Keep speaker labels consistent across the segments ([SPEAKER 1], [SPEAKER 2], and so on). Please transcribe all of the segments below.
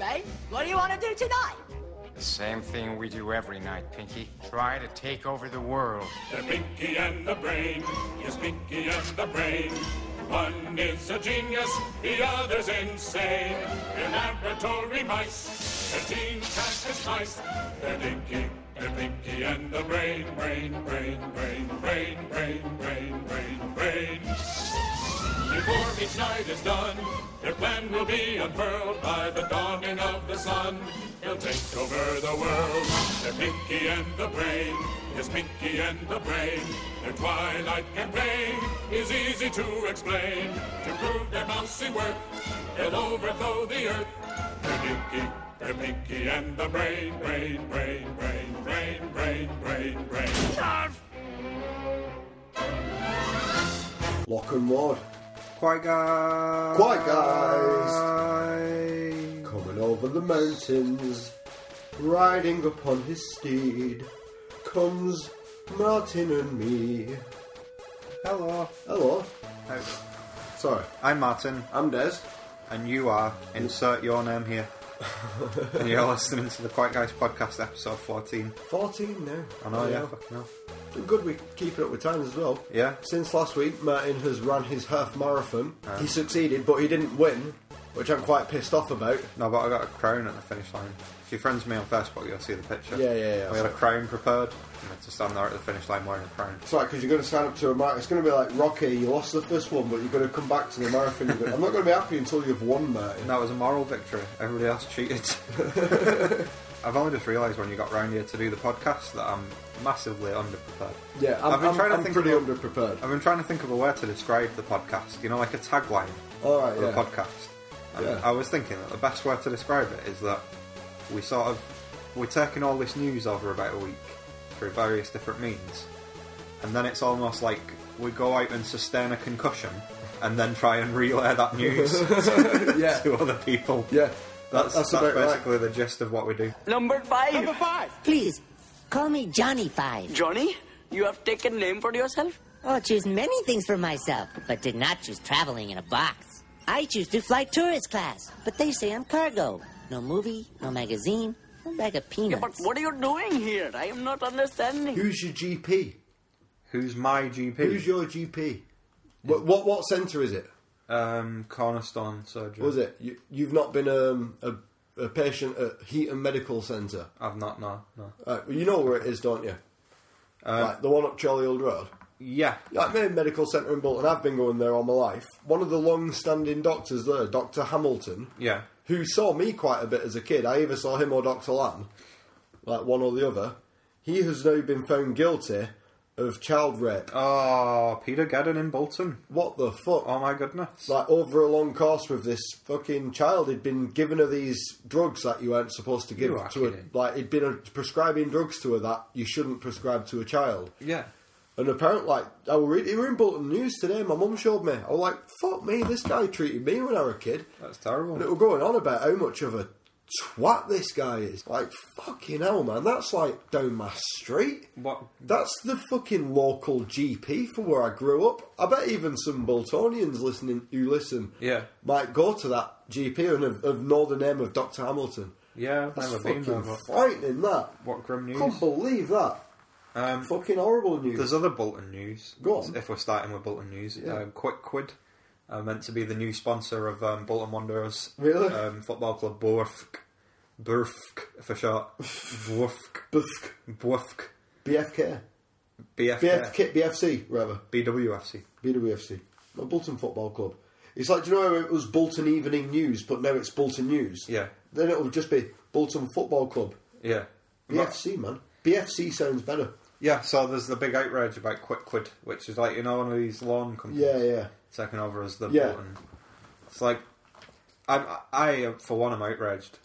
[SPEAKER 1] right? What do you want to do tonight?
[SPEAKER 2] The same thing we do every night, Pinky. Try to take over the world.
[SPEAKER 3] The Pinky and the Brain. Yes, Pinky and the Brain. One is a genius, the other's insane. They're laboratory mice. Their team can't mice. They're Pinky, they're Pinky and the Brain. Brain, brain, brain, brain, brain, brain, brain, brain. Before each night is done, their plan will be unfurled by the dawning of the sun. They'll take over the world. They're Pinky and the Brain. Yes, Pinky and the Brain. Their twilight campaign is easy to explain. To prove their mousy work, they'll overthrow the earth. They're Pinky, they're Pinky and the Brain, Brain, Brain, Brain, Brain, Brain, Brain, Brain.
[SPEAKER 4] Lock and Rod.
[SPEAKER 5] Quiet guys.
[SPEAKER 4] Quiet guys.
[SPEAKER 5] guys.
[SPEAKER 4] Coming over the mountains, riding upon his steed, comes Martin and me.
[SPEAKER 5] Hello.
[SPEAKER 4] Hello. Sorry,
[SPEAKER 5] I'm Martin,
[SPEAKER 4] I'm Des.
[SPEAKER 5] and you are insert your name here. and you're listening to the Quiet Guys podcast, episode 14.
[SPEAKER 4] 14 now.
[SPEAKER 5] I know, Oh, yeah,
[SPEAKER 4] Oh, yeah.
[SPEAKER 5] fucking hell.
[SPEAKER 4] Good we keeping up with time as well.
[SPEAKER 5] Yeah. Ah.
[SPEAKER 4] Since last week, Martin has ran his half marathon. He succeeded, but he didn't win, which I'm quite pissed off about.
[SPEAKER 5] No, but I got a crown at the finish line. If you friends me on Facebook, you'll see the picture.
[SPEAKER 4] Yeah, yeah, yeah.
[SPEAKER 5] We had a crown prepared, and I had to stand there at the finish line wearing a crown.
[SPEAKER 4] It's like because you're going to sign up to a marathon. It's going to be like Rocky. You lost the first one, but you're going to come back to the marathon. You're gonna- I'm not going to be happy until you've won, Martin.
[SPEAKER 5] And that was a moral victory. Everybody else cheated. I've only just realised when you got round here to do the podcast that I'm massively underprepared.
[SPEAKER 4] Yeah, I'm,
[SPEAKER 5] I've been
[SPEAKER 4] I'm,
[SPEAKER 5] trying to
[SPEAKER 4] I'm
[SPEAKER 5] think
[SPEAKER 4] pretty
[SPEAKER 5] of a-
[SPEAKER 4] underprepared.
[SPEAKER 5] I've been trying to think of a way to describe the podcast, you know, like a tagline
[SPEAKER 4] All right,
[SPEAKER 5] for the
[SPEAKER 4] yeah.
[SPEAKER 5] podcast. And
[SPEAKER 4] Yeah.
[SPEAKER 5] I was thinking that the best way to describe it is that we sort of we're taking all this news over about a week through various different means, and then it's almost like we go out and sustain a concussion, and then try and relay that news
[SPEAKER 4] Yeah.
[SPEAKER 5] to other people.
[SPEAKER 4] Yeah,
[SPEAKER 5] That's, that's,
[SPEAKER 4] about right.
[SPEAKER 5] basically the gist of what we do.
[SPEAKER 6] Number five. Number five.
[SPEAKER 7] Please, call me Johnny Five.
[SPEAKER 6] Johnny, you have taken name for yourself.
[SPEAKER 7] I'll choose many things for myself, but did not choose traveling in a box. I choose to fly tourist class, but they say I'm cargo. No movie, no magazine, no bag of peanuts.
[SPEAKER 6] But what are you doing here? I am not understanding.
[SPEAKER 4] Who's your GP?
[SPEAKER 5] Who's my GP?
[SPEAKER 4] Who's your GP? What what, what centre is it?
[SPEAKER 5] um, cornerstone surgeon?
[SPEAKER 4] Was it you, you've not been um, a, a patient at Heaton Medical Centre?
[SPEAKER 5] I've not. No, no.
[SPEAKER 4] Uh, you know where it is, don't you?
[SPEAKER 5] Uh,
[SPEAKER 4] like the one up Charlie Old Road.
[SPEAKER 5] Yeah,
[SPEAKER 4] Like Main Medical Centre in Bolton, I've been going there all my life. One of the long-standing doctors there, Doctor Hamilton,
[SPEAKER 5] yeah.
[SPEAKER 4] who saw me quite a bit as a kid. I either saw him or Doctor Lamb, like one or the other. He has now been found guilty of child rape.
[SPEAKER 5] Oh, Peter Gaddon in Bolton.
[SPEAKER 4] What the fuck?
[SPEAKER 5] Oh my goodness.
[SPEAKER 4] like over a long course with this fucking child he'd been giving her these drugs that you weren't supposed to give
[SPEAKER 5] You are
[SPEAKER 4] to her
[SPEAKER 5] kidding.
[SPEAKER 4] like he'd been uh, prescribing drugs to her that you shouldn't prescribe to a child
[SPEAKER 5] yeah.
[SPEAKER 4] and apparently like I were, read- it were in Bolton News today my mum showed me I was like fuck me this guy treated me when I was a kid
[SPEAKER 5] That's terrible.
[SPEAKER 4] and it were going on about how much of a twat this guy is like fucking hell man that's like down my street
[SPEAKER 5] What?
[SPEAKER 4] that's the fucking local GP for where I grew up. I bet even some Boltonians listening who listen
[SPEAKER 5] Yeah.
[SPEAKER 4] might go to that GP and have, have know the name of Dr. Hamilton.
[SPEAKER 5] Yeah, I've
[SPEAKER 4] That's
[SPEAKER 5] never
[SPEAKER 4] fucking
[SPEAKER 5] been there. but-
[SPEAKER 4] frightening, that.
[SPEAKER 5] What grim news.
[SPEAKER 4] Can't believe that.
[SPEAKER 5] Um,
[SPEAKER 4] Fucking horrible news.
[SPEAKER 5] there's other Bolton news.
[SPEAKER 4] Go on.
[SPEAKER 5] If we're starting with Bolton news,
[SPEAKER 4] Yeah.
[SPEAKER 5] um, Quick Quid are meant to be the new sponsor of um, Bolton Wanderers.
[SPEAKER 4] Really?
[SPEAKER 5] Um, football club Borfk. Burfk for short. Borfk.
[SPEAKER 4] Bfk.
[SPEAKER 5] Borfk.
[SPEAKER 4] BFK.
[SPEAKER 5] BFK.
[SPEAKER 4] BFK, BFC, rather.
[SPEAKER 5] BWFC.
[SPEAKER 4] BWFC. No, Bolton Football Club. It's like, do you know how it was Bolton Evening News, but now it's Bolton News?
[SPEAKER 5] Yeah.
[SPEAKER 4] Then it'll just be Bolton Football Club.
[SPEAKER 5] Yeah.
[SPEAKER 4] BFC, man. BFC sounds better.
[SPEAKER 5] Yeah, so there's the big outrage about Quick Quid, which is like, you know, one of these lawn companies.
[SPEAKER 4] Yeah, yeah.
[SPEAKER 5] taken over as the
[SPEAKER 4] Yeah.
[SPEAKER 5] Bolton. It's like I'm, I, for one, am outraged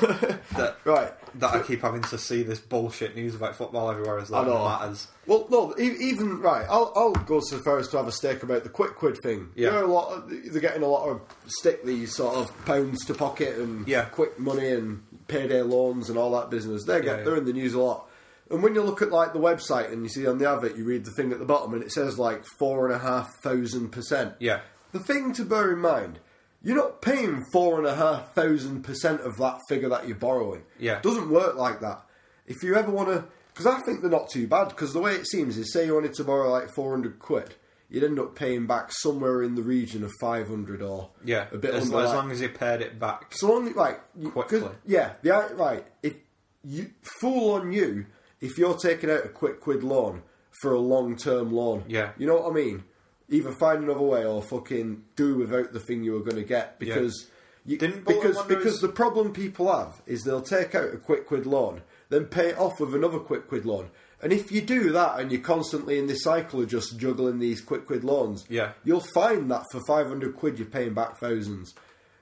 [SPEAKER 5] that
[SPEAKER 4] Right.
[SPEAKER 5] that I keep having to see this bullshit news about football everywhere as
[SPEAKER 4] I
[SPEAKER 5] that
[SPEAKER 4] know.
[SPEAKER 5] matters.
[SPEAKER 4] Well, no, e- even right. I'll, I'll go so far as to have a stick about the quick quid thing.
[SPEAKER 5] Yeah.
[SPEAKER 4] There are a lot. Of, they're getting a lot of stick these sort of pounds to pocket and
[SPEAKER 5] Yeah.
[SPEAKER 4] quick money and payday loans and all that business. They
[SPEAKER 5] Yeah,
[SPEAKER 4] get
[SPEAKER 5] yeah.
[SPEAKER 4] they're in the news a lot. And when you look at like the website and you see on the advert, you read the thing at the bottom and it says like four and a half thousand percent.
[SPEAKER 5] Yeah.
[SPEAKER 4] The thing to bear in mind You're not paying four and a half thousand percent of that figure that you're borrowing.
[SPEAKER 5] Yeah.
[SPEAKER 4] doesn't work like that. If you ever want to, because I think they're not too bad. Because the way it seems is, say you wanted to borrow like four hundred quid, you'd end up paying back somewhere in the region of five hundred or
[SPEAKER 5] Yeah,
[SPEAKER 4] a bit
[SPEAKER 5] as,
[SPEAKER 4] under
[SPEAKER 5] as
[SPEAKER 4] that.
[SPEAKER 5] long as you paid it back.
[SPEAKER 4] So long, like you- 'cause-
[SPEAKER 5] Quickly.
[SPEAKER 4] Yeah, the i- right. If you fool on you, if you're taking out a quick quid loan for a long term loan,
[SPEAKER 5] Yeah.
[SPEAKER 4] you know what I mean. Either find another way or fucking do without the thing you were going to get because you,
[SPEAKER 5] Didn't Bullet
[SPEAKER 4] because
[SPEAKER 5] Wanderers-
[SPEAKER 4] because the problem people have is they'll take out a quick quid loan, then pay it off with another quick quid loan. And if you do that and you're constantly in this cycle of just juggling these quick quid loans,
[SPEAKER 5] Yeah.
[SPEAKER 4] you'll find that for 500 quid you're paying back thousands.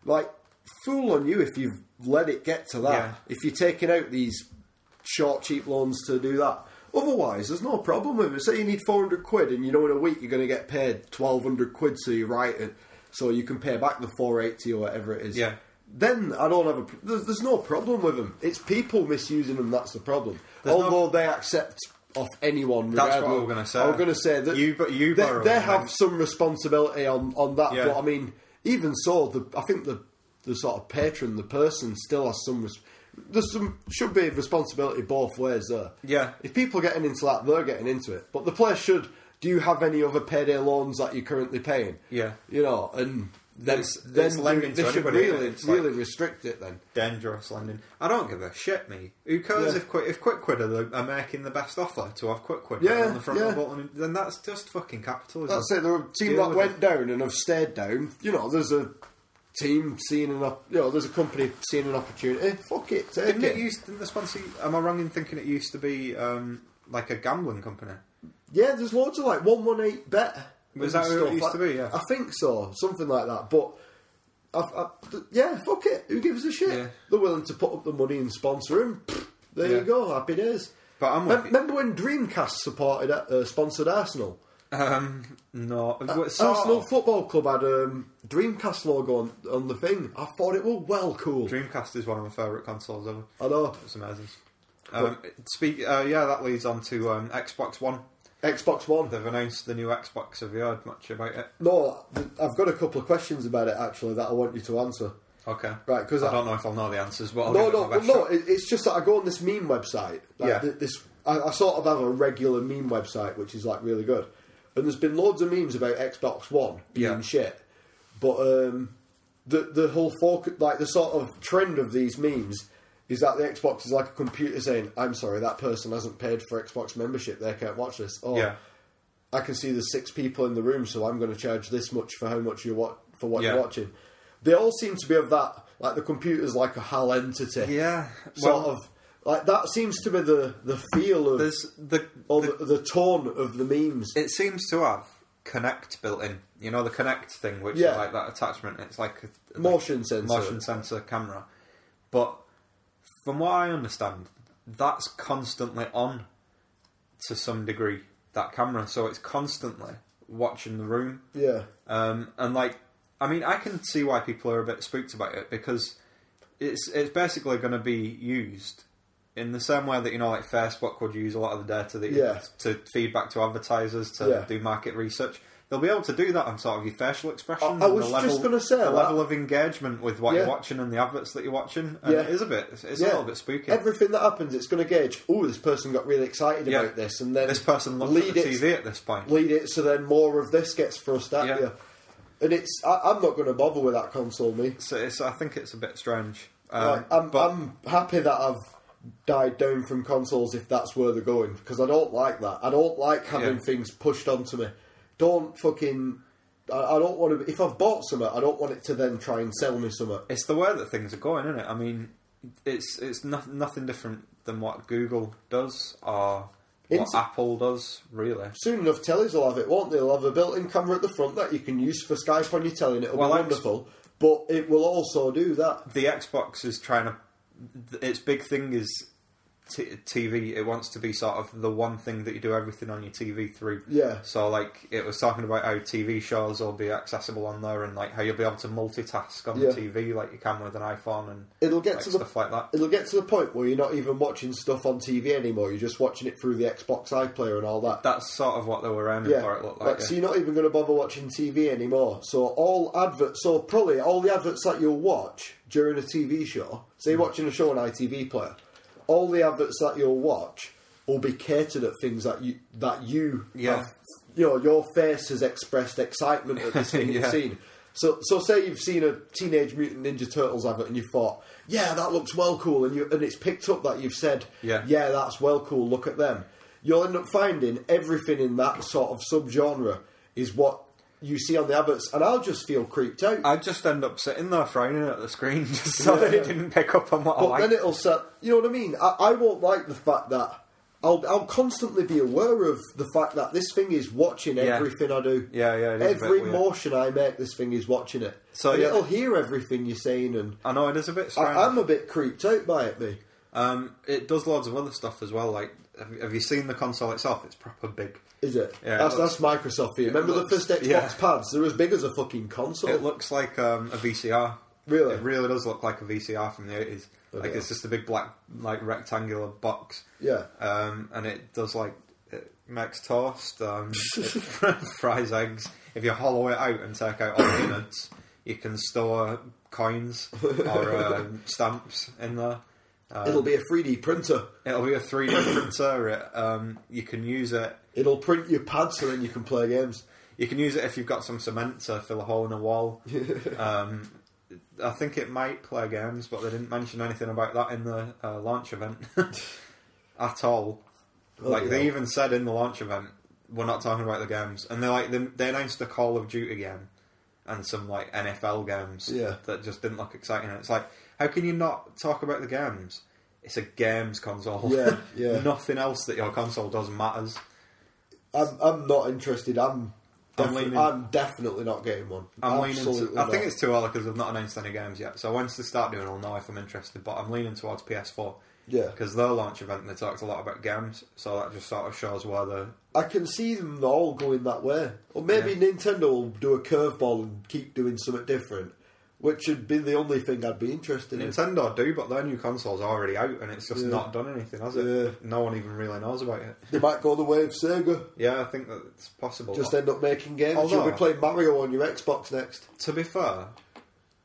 [SPEAKER 4] Like, fool on you if you've let it get to that.
[SPEAKER 5] Yeah.
[SPEAKER 4] If you're taking out these short, cheap loans to do that. Otherwise, there's no problem with it. Say you need 400 quid and you know in a week you're going to get paid 1200 quid, so you write it, so you can pay back the 480 or whatever it is.
[SPEAKER 5] Yeah.
[SPEAKER 4] Then I don't have a. pr- There's, there's no problem with them. It's people misusing them that's the problem.
[SPEAKER 5] There's no-
[SPEAKER 4] Although they accept off anyone.
[SPEAKER 5] That's
[SPEAKER 4] regardless-
[SPEAKER 5] what I was gonna say.
[SPEAKER 4] I was going to say that
[SPEAKER 5] You- but you
[SPEAKER 4] they,
[SPEAKER 5] borrow
[SPEAKER 4] they
[SPEAKER 5] them,
[SPEAKER 4] have
[SPEAKER 5] and-
[SPEAKER 4] some responsibility on on that.
[SPEAKER 5] Yeah.
[SPEAKER 4] But I mean, even so, the I think the the sort of patron, the person, still has some. Res- there's some should be responsibility both ways there.
[SPEAKER 5] Yeah.
[SPEAKER 4] if people are getting into that, they're getting into it. But the place should. Do you have any other payday loans that you're currently paying?
[SPEAKER 5] Yeah.
[SPEAKER 4] you know, and then
[SPEAKER 5] It's-
[SPEAKER 4] then
[SPEAKER 5] it's lending
[SPEAKER 4] they
[SPEAKER 5] to
[SPEAKER 4] should
[SPEAKER 5] anybody, isn't
[SPEAKER 4] really
[SPEAKER 5] it? It's like-
[SPEAKER 4] really restrict it then.
[SPEAKER 5] Dangerous landing. I don't give a shit, me. Who cares
[SPEAKER 4] Yeah.
[SPEAKER 5] if Quick if Quick Quid are, the, are making the best offer to have Quick Quid
[SPEAKER 4] Yeah,
[SPEAKER 5] on the front
[SPEAKER 4] yeah.
[SPEAKER 5] of the button? Then that's just fucking capitalism.
[SPEAKER 4] That's it. The team
[SPEAKER 5] Deal
[SPEAKER 4] that
[SPEAKER 5] with
[SPEAKER 4] went
[SPEAKER 5] it.
[SPEAKER 4] down and have stayed down. You know, there's a team seeing an op- you know, there's a company seeing an opportunity. Eh, Fuck it, take
[SPEAKER 5] Didn't
[SPEAKER 4] it.
[SPEAKER 5] it used? Didn't the sponsor? Am I wrong in thinking it used to be um, like a gambling company?
[SPEAKER 4] yeah, there's loads of like one one eight bet.
[SPEAKER 5] Was
[SPEAKER 4] and
[SPEAKER 5] that who it
[SPEAKER 4] stuff.
[SPEAKER 5] used
[SPEAKER 4] I-
[SPEAKER 5] to be? Yeah.
[SPEAKER 4] I think so, something like that. But I, I, th- yeah, fuck it. Who gives a shit?
[SPEAKER 5] Yeah.
[SPEAKER 4] They're willing to put up the money and sponsor him. Pfft, There
[SPEAKER 5] Yeah.
[SPEAKER 4] you go, happy days.
[SPEAKER 5] But
[SPEAKER 4] Mem-
[SPEAKER 5] I'm with you.
[SPEAKER 4] remember when Dreamcast supported uh, sponsored Arsenal.
[SPEAKER 5] Um, no, oh. well, sort
[SPEAKER 4] Arsenal
[SPEAKER 5] of.
[SPEAKER 4] Football Club had um, Dreamcast logo on, on the thing. I thought it was well cool.
[SPEAKER 5] Dreamcast is one of my favourite consoles ever.
[SPEAKER 4] I know.
[SPEAKER 5] It's amazing. Um, speak. Uh, yeah, that leads on to um, Xbox One.
[SPEAKER 4] Xbox One.
[SPEAKER 5] They've announced the new Xbox. Have you heard much about it?
[SPEAKER 4] No, th- I've got a couple of questions about it actually that I want you to answer.
[SPEAKER 5] Okay.
[SPEAKER 4] Right, 'cause
[SPEAKER 5] I,
[SPEAKER 4] I-
[SPEAKER 5] don't know if I'll know the answers, but I'll
[SPEAKER 4] no,
[SPEAKER 5] give it
[SPEAKER 4] no,
[SPEAKER 5] my best
[SPEAKER 4] no.
[SPEAKER 5] shot.
[SPEAKER 4] It, it's just that I go on this meme website. Like
[SPEAKER 5] Yeah.
[SPEAKER 4] th- this, I, I sort of have a regular meme website, which is like really good. And there's been loads of memes about Xbox One being
[SPEAKER 5] Yeah.
[SPEAKER 4] shit, but um, the the whole focus, like the sort of trend of these memes, is that the Xbox is like a computer saying, "I'm sorry, that person hasn't paid for Xbox membership. They can't watch this." Or,
[SPEAKER 5] Yeah.
[SPEAKER 4] I can see there's six people in the room, so I'm going to charge this much for how much you what for what
[SPEAKER 5] Yeah.
[SPEAKER 4] you're watching. They all seem to be of that, like the computer's like a hal entity,
[SPEAKER 5] Yeah,
[SPEAKER 4] sort
[SPEAKER 5] well-
[SPEAKER 4] of. Like that seems to be the the feel of
[SPEAKER 5] There's the,
[SPEAKER 4] or
[SPEAKER 5] the-
[SPEAKER 4] the, the, tone of the memes.
[SPEAKER 5] it seems to have Connect built in. You know the Connect thing, which is
[SPEAKER 4] Yeah.
[SPEAKER 5] like that attachment. It's like a,
[SPEAKER 4] Motion
[SPEAKER 5] like
[SPEAKER 4] sensor.
[SPEAKER 5] motion sensor camera. But from what I understand, that's constantly on to some degree. That camera, so it's constantly watching the room.
[SPEAKER 4] yeah,
[SPEAKER 5] Um, and like, I mean, I can see why people are a bit spooked about it because it's it's basically going to be used in the same way that you know, like Facebook would use a lot of the data that you,
[SPEAKER 4] Yeah.
[SPEAKER 5] to feed back to advertisers to
[SPEAKER 4] Yeah.
[SPEAKER 5] do market research. They'll be able to do that on sort of your facial expressions.
[SPEAKER 4] I- I
[SPEAKER 5] and
[SPEAKER 4] was
[SPEAKER 5] the
[SPEAKER 4] just
[SPEAKER 5] level,
[SPEAKER 4] gonna say
[SPEAKER 5] the
[SPEAKER 4] that.
[SPEAKER 5] level of engagement with what
[SPEAKER 4] Yeah.
[SPEAKER 5] you're watching and the adverts that you're watching. And
[SPEAKER 4] Yeah.
[SPEAKER 5] it is a bit. It's, it's
[SPEAKER 4] yeah.
[SPEAKER 5] a little bit spooky.
[SPEAKER 4] Everything that happens, it's going to gauge. Oh, this person got really excited
[SPEAKER 5] Yeah.
[SPEAKER 4] about this, and then
[SPEAKER 5] this person looks
[SPEAKER 4] lead
[SPEAKER 5] at the
[SPEAKER 4] it-
[SPEAKER 5] TV at this point.
[SPEAKER 4] lead it so then more of this gets thrust at
[SPEAKER 5] Yeah.
[SPEAKER 4] you. And it's I, I'm not going to bother with that console, me.
[SPEAKER 5] so it's, I think it's a bit strange.
[SPEAKER 4] Right,
[SPEAKER 5] Um,
[SPEAKER 4] I'm,
[SPEAKER 5] but
[SPEAKER 4] I'm happy that I've died down from consoles if that's where they're going because I don't like that. I don't like having
[SPEAKER 5] Yeah.
[SPEAKER 4] things pushed onto me. Don't fucking. I, I don't want to. If I've bought something, I don't want it to then try and sell me something.
[SPEAKER 5] it's the way that things are going, isn't it? I mean, it's it's no, nothing different than what Google does or what
[SPEAKER 4] It's-
[SPEAKER 5] Apple does, really.
[SPEAKER 4] Soon enough, tellies will have it, won't they? They'll have a built-in camera at the front that you can use for Skype on your telly, and it'll
[SPEAKER 5] Well,
[SPEAKER 4] be
[SPEAKER 5] that's-
[SPEAKER 4] wonderful. But it will also do that.
[SPEAKER 5] The Xbox is trying to. Its big thing is t- TV. It wants to be sort of the one thing that you do everything on your TV through.
[SPEAKER 4] Yeah.
[SPEAKER 5] So like it was talking about how TV shows will be accessible on there, and like how you'll be able to multitask on
[SPEAKER 4] Yeah.
[SPEAKER 5] the TV like you can with an iPhone, and
[SPEAKER 4] It'll get
[SPEAKER 5] like,
[SPEAKER 4] to the
[SPEAKER 5] stuff like that.
[SPEAKER 4] It'll get to the point where you're not even watching stuff on TV anymore. You're just watching it through the Xbox iPlayer and all that.
[SPEAKER 5] That's sort of what they were aiming for. It looked like. yeah.
[SPEAKER 4] so you're not even going to bother watching TV anymore. So all adverts, so probably all the adverts that you'll watch during a TV show, say you're
[SPEAKER 5] Hmm.
[SPEAKER 4] watching a show on ITV player, all the adverts that you'll watch will be catered at things that you that you
[SPEAKER 5] Yeah.
[SPEAKER 4] have, you know, your face has expressed excitement at this thing you've
[SPEAKER 5] Yeah.
[SPEAKER 4] seen. So, so say you've seen a Teenage Mutant Ninja Turtles advert and you thought, yeah, that looks well cool, and you and it's picked up that you've said,
[SPEAKER 5] Yeah.
[SPEAKER 4] yeah, that's well cool. Look at them. You'll end up finding everything in that sort of subgenre is what you see on the adverts, and I'll just feel creeped out.
[SPEAKER 5] I'd just end up sitting there frowning at the screen just so that it didn't pick up on what I
[SPEAKER 4] but
[SPEAKER 5] liked.
[SPEAKER 4] then it'll set. You know what I mean? I, I won't like the fact that I'll I'll constantly be aware of the fact that this thing is watching everything I do.
[SPEAKER 5] Yeah, yeah, it is a bit
[SPEAKER 4] Every
[SPEAKER 5] weird.
[SPEAKER 4] motion I make, this thing is watching it.
[SPEAKER 5] So,
[SPEAKER 4] So
[SPEAKER 5] yeah.
[SPEAKER 4] it'll hear everything you're saying, and
[SPEAKER 5] I know it is a bit strange.
[SPEAKER 4] I, I'm a bit creeped out by it. Me.
[SPEAKER 5] Um, it does loads of other stuff as well. Like, have, have you seen the console itself? It's proper big.
[SPEAKER 4] Is it?
[SPEAKER 5] Yeah,
[SPEAKER 4] that's,
[SPEAKER 5] it looks-
[SPEAKER 4] that's Microsoft for you. Remember
[SPEAKER 5] looks-
[SPEAKER 4] the first Xbox
[SPEAKER 5] yeah.
[SPEAKER 4] pads? They're as big as a fucking console.
[SPEAKER 5] It looks like um, a VCR.
[SPEAKER 4] Really?
[SPEAKER 5] it really does look like a VCR from the eighties. Like
[SPEAKER 4] yeah.
[SPEAKER 5] it's just a big black, like rectangular box.
[SPEAKER 4] Yeah.
[SPEAKER 5] Um, and it does like it makes toast. Um, it fries eggs. If you hollow it out and take out all the innards, you can store coins or um, stamps in there.
[SPEAKER 4] It'll be a 3D printer.
[SPEAKER 5] It'll be a 3D printer. It, um, you can use it.
[SPEAKER 4] It'll print your pad so then you can play games.
[SPEAKER 5] You can use it if you've got some cement to fill a hole in a wall. um, I think it might play games, but they didn't mention anything about that in the uh, launch event at all. like they
[SPEAKER 4] yeah.
[SPEAKER 5] even said in the launch event, we're not talking about the games, and they like they, they announced a Call of Duty game and some like NFL games
[SPEAKER 4] Yeah.
[SPEAKER 5] that just didn't look exciting. And it's like, how can you not talk about the games? It's a games console.
[SPEAKER 4] Yeah, yeah.
[SPEAKER 5] Nothing else that your console does matters.
[SPEAKER 4] I'm, I'm not interested. I'm,
[SPEAKER 5] I'm
[SPEAKER 4] defi-
[SPEAKER 5] leaning-
[SPEAKER 4] I'm definitely not getting one.
[SPEAKER 5] I'm leaning. To,
[SPEAKER 4] Absolutely
[SPEAKER 5] I think
[SPEAKER 4] not.
[SPEAKER 5] it's too early because they've not announced any games yet. So once they start doing, I'll know if I'm interested. But I'm leaning towards PS4.
[SPEAKER 4] Yeah.
[SPEAKER 5] Because their launch event, they talked a lot about games, so that just sort of shows where the
[SPEAKER 4] I can see them all going that way. Or maybe Nintendo will do a curveball and keep doing something different, which would be the only thing I'd be interested in.
[SPEAKER 5] Nintendo do. But their new console's already out, and it's just
[SPEAKER 4] Yeah.
[SPEAKER 5] not done anything, has it?
[SPEAKER 4] Yeah.
[SPEAKER 5] No one even really knows about it.
[SPEAKER 4] They might go the way of Sega.
[SPEAKER 5] Yeah, I think that it's possible.
[SPEAKER 4] Just end up making games.
[SPEAKER 5] Although-
[SPEAKER 4] You'll be playing Mario on your Xbox next.
[SPEAKER 5] to be fair,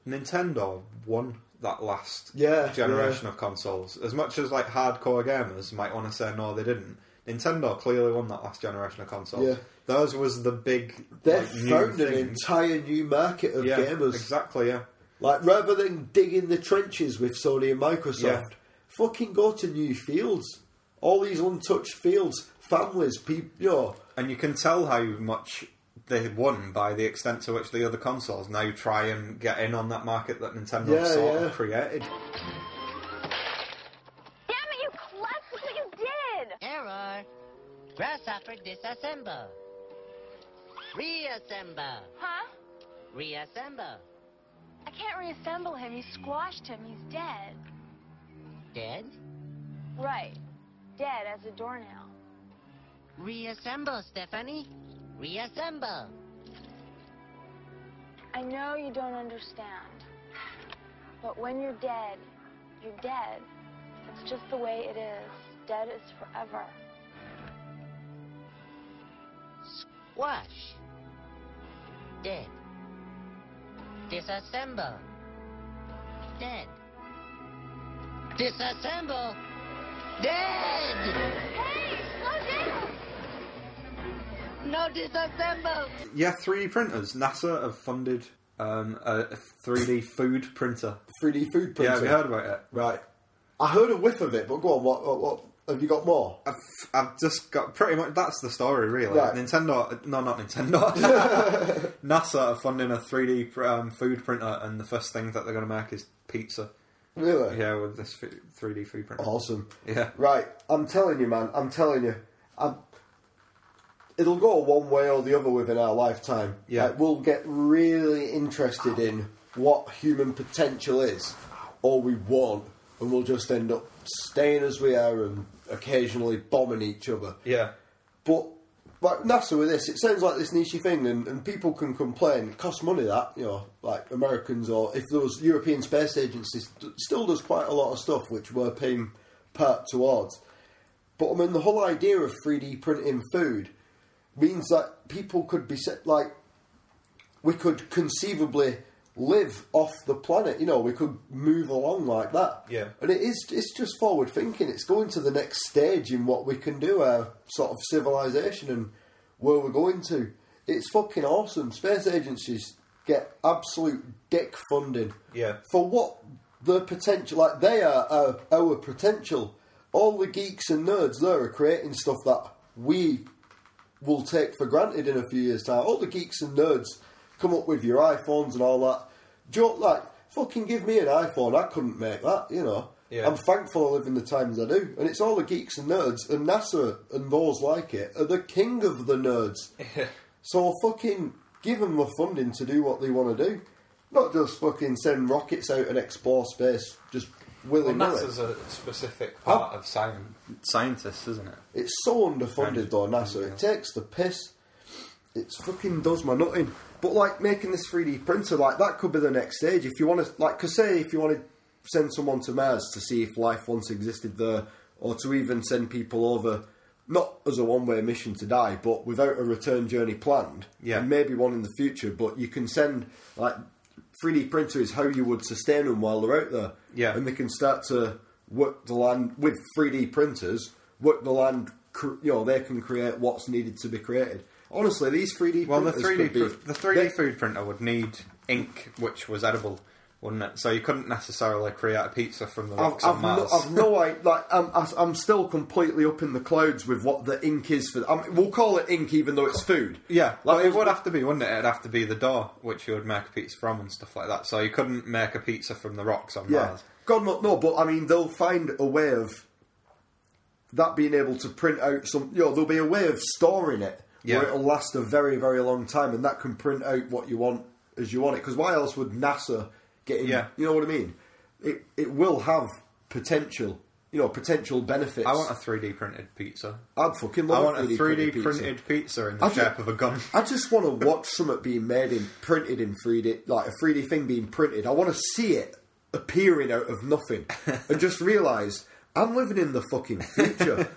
[SPEAKER 5] Nintendo won that last
[SPEAKER 4] Yeah,
[SPEAKER 5] generation of consoles. As much as like hardcore gamers might want to say no, they didn't. Nintendo clearly won that last generation of consoles.
[SPEAKER 4] Yeah.
[SPEAKER 5] Those was the big
[SPEAKER 4] They've
[SPEAKER 5] like, new
[SPEAKER 4] found an
[SPEAKER 5] thing.
[SPEAKER 4] entire new market of
[SPEAKER 5] yeah,
[SPEAKER 4] gamers.
[SPEAKER 5] Exactly. Yeah.
[SPEAKER 4] Like rather than digging the trenches with Sony and Microsoft,
[SPEAKER 5] Yeah.
[SPEAKER 4] fucking go to new fields. All these untouched fields, families, people. You know,
[SPEAKER 5] And you can tell how much they won by the extent to which the other consoles now try and get in on that market that Nintendo
[SPEAKER 4] Yeah,
[SPEAKER 5] sort
[SPEAKER 4] yeah.
[SPEAKER 5] of created.
[SPEAKER 8] Damn it, you klutz! Look what you did!
[SPEAKER 7] Error. Grasshopper disassemble. Reassemble.
[SPEAKER 8] Huh?
[SPEAKER 7] Reassemble.
[SPEAKER 8] I can't reassemble him. You squashed him. He's dead.
[SPEAKER 7] Dead.
[SPEAKER 8] Right. Dead as a doornail.
[SPEAKER 7] Reassemble, Stephanie. Reassemble.
[SPEAKER 8] I know you don't understand. But when you're dead, you're dead. It's just the way it is. Dead is forever.
[SPEAKER 7] Wash. Dead. Disassemble. Dead. Disassemble. Dead!
[SPEAKER 8] Hey, slow down!
[SPEAKER 7] No disassemble!
[SPEAKER 5] Yeah, 3D printers. NASA have funded um, a a 3D food printer.
[SPEAKER 4] 3D food printing.
[SPEAKER 5] Yeah, have you heard about it?
[SPEAKER 4] Right. I heard a whiff of it, but go on. What? What? what have you got more?
[SPEAKER 5] I've, I've just got pretty much that's the story really.
[SPEAKER 4] Right.
[SPEAKER 5] Nintendo, no, not Nintendo. NASA are funding a 3D pr- um, food printer, and the first thing that they're going to make is pizza.
[SPEAKER 4] Really?
[SPEAKER 5] Yeah, with this fu- 3D food printer.
[SPEAKER 4] Awesome.
[SPEAKER 5] Yeah.
[SPEAKER 4] Right. I'm telling you, man. I'm telling you. I'm, it'll go one way or the other within our lifetime.
[SPEAKER 5] Yeah.
[SPEAKER 4] Like, we'll get really interested in what human potential is, or we won't, and we'll just end up staying as we are and occasionally bombing each other.
[SPEAKER 5] Yeah.
[SPEAKER 4] But like NASA with this, it sounds like this niche thing, and, and people can complain. It costs money that you know, like Americans or if there was European Space Agency, st- still does quite a lot of stuff which we're paying part towards. But I mean, the whole idea of three D printing food means that people could be set like we could conceivably live off the planet. You know, we could move along like that.
[SPEAKER 5] Yeah.
[SPEAKER 4] And it is it's just forward thinking. It's going to the next stage in what we can do, our sort of civilization and where we're going to. It's fucking awesome. Space agencies get absolute dick funding.
[SPEAKER 5] Yeah.
[SPEAKER 4] For what the potential like they are our, our potential. All the geeks and nerds there are creating stuff that we will take for granted in a few years' time. All the geeks and nerds come up with your iPhones and all that. Joke like, fucking give me an iPhone. I couldn't make that, you know.
[SPEAKER 5] Yeah.
[SPEAKER 4] I'm thankful I live in the times I do. And it's all the geeks and nerds, and NASA and those like it are the king of the nerds. so fucking give them the funding to do what they want to do. Not just fucking send rockets out and explore space just willy
[SPEAKER 5] Well,
[SPEAKER 4] nilly.
[SPEAKER 5] NASA's a specific part of science, scientists, isn't it?
[SPEAKER 4] It's so underfunded
[SPEAKER 5] Hundred-
[SPEAKER 4] though, NASA. It takes the piss. It's fucking does my nutting. But like making this 3D printer, like that could be the next stage. If you want to, like, cause say if you want to send someone to Mars to see if life once existed there, or to even send people over, not as a one-way mission to die, but without a return journey planned.
[SPEAKER 5] Yeah.
[SPEAKER 4] And maybe one in the future, but you can send like 3D printer is how you would sustain them while they're out there.
[SPEAKER 5] Yeah.
[SPEAKER 4] And they can start to work the land with 3D printers, work the land, cr- you know, they can create what's needed to be created. Honestly, these 3D
[SPEAKER 5] Well, the
[SPEAKER 4] printers
[SPEAKER 5] three D
[SPEAKER 4] could be,
[SPEAKER 5] the three D food printer would need ink, which was edible, wouldn't it? So you couldn't necessarily create a pizza from the
[SPEAKER 4] I've,
[SPEAKER 5] rocks
[SPEAKER 4] I've,
[SPEAKER 5] on
[SPEAKER 4] no,
[SPEAKER 5] Mars.
[SPEAKER 4] I've no idea. Like, I'm, I- I'm still completely up in the clouds with what the ink is for. I mean, we'll call it ink, even though it's food.
[SPEAKER 5] yeah,
[SPEAKER 4] Like,
[SPEAKER 5] well, it would have to be, wouldn't it? It'd have to be the door which you would make a pizza from and stuff like that. So you couldn't make a pizza from the rocks on
[SPEAKER 4] Yeah.
[SPEAKER 5] Mars.
[SPEAKER 4] God, no, no, but I mean, they'll find a way of that being able to print out some. You know, there'll be a way of storing it
[SPEAKER 5] Yeah.
[SPEAKER 4] where it'll last a very, very long time, and that can print out what you want as you want it. Because why else would NASA get in?
[SPEAKER 5] Yeah.
[SPEAKER 4] You know what I mean? It it will have potential. You know, potential benefits.
[SPEAKER 5] I want a three D printed pizza.
[SPEAKER 4] I'd fucking
[SPEAKER 5] I
[SPEAKER 4] love
[SPEAKER 5] want a
[SPEAKER 4] 3D
[SPEAKER 5] three D
[SPEAKER 4] pizza.
[SPEAKER 5] printed pizza in the
[SPEAKER 4] I ju-
[SPEAKER 5] shape of a gun.
[SPEAKER 4] I just want to watch something being made in printed in 3D, like a 3D thing being printed. I want to see it appearing out of nothing and just realise I'm living in the fucking future.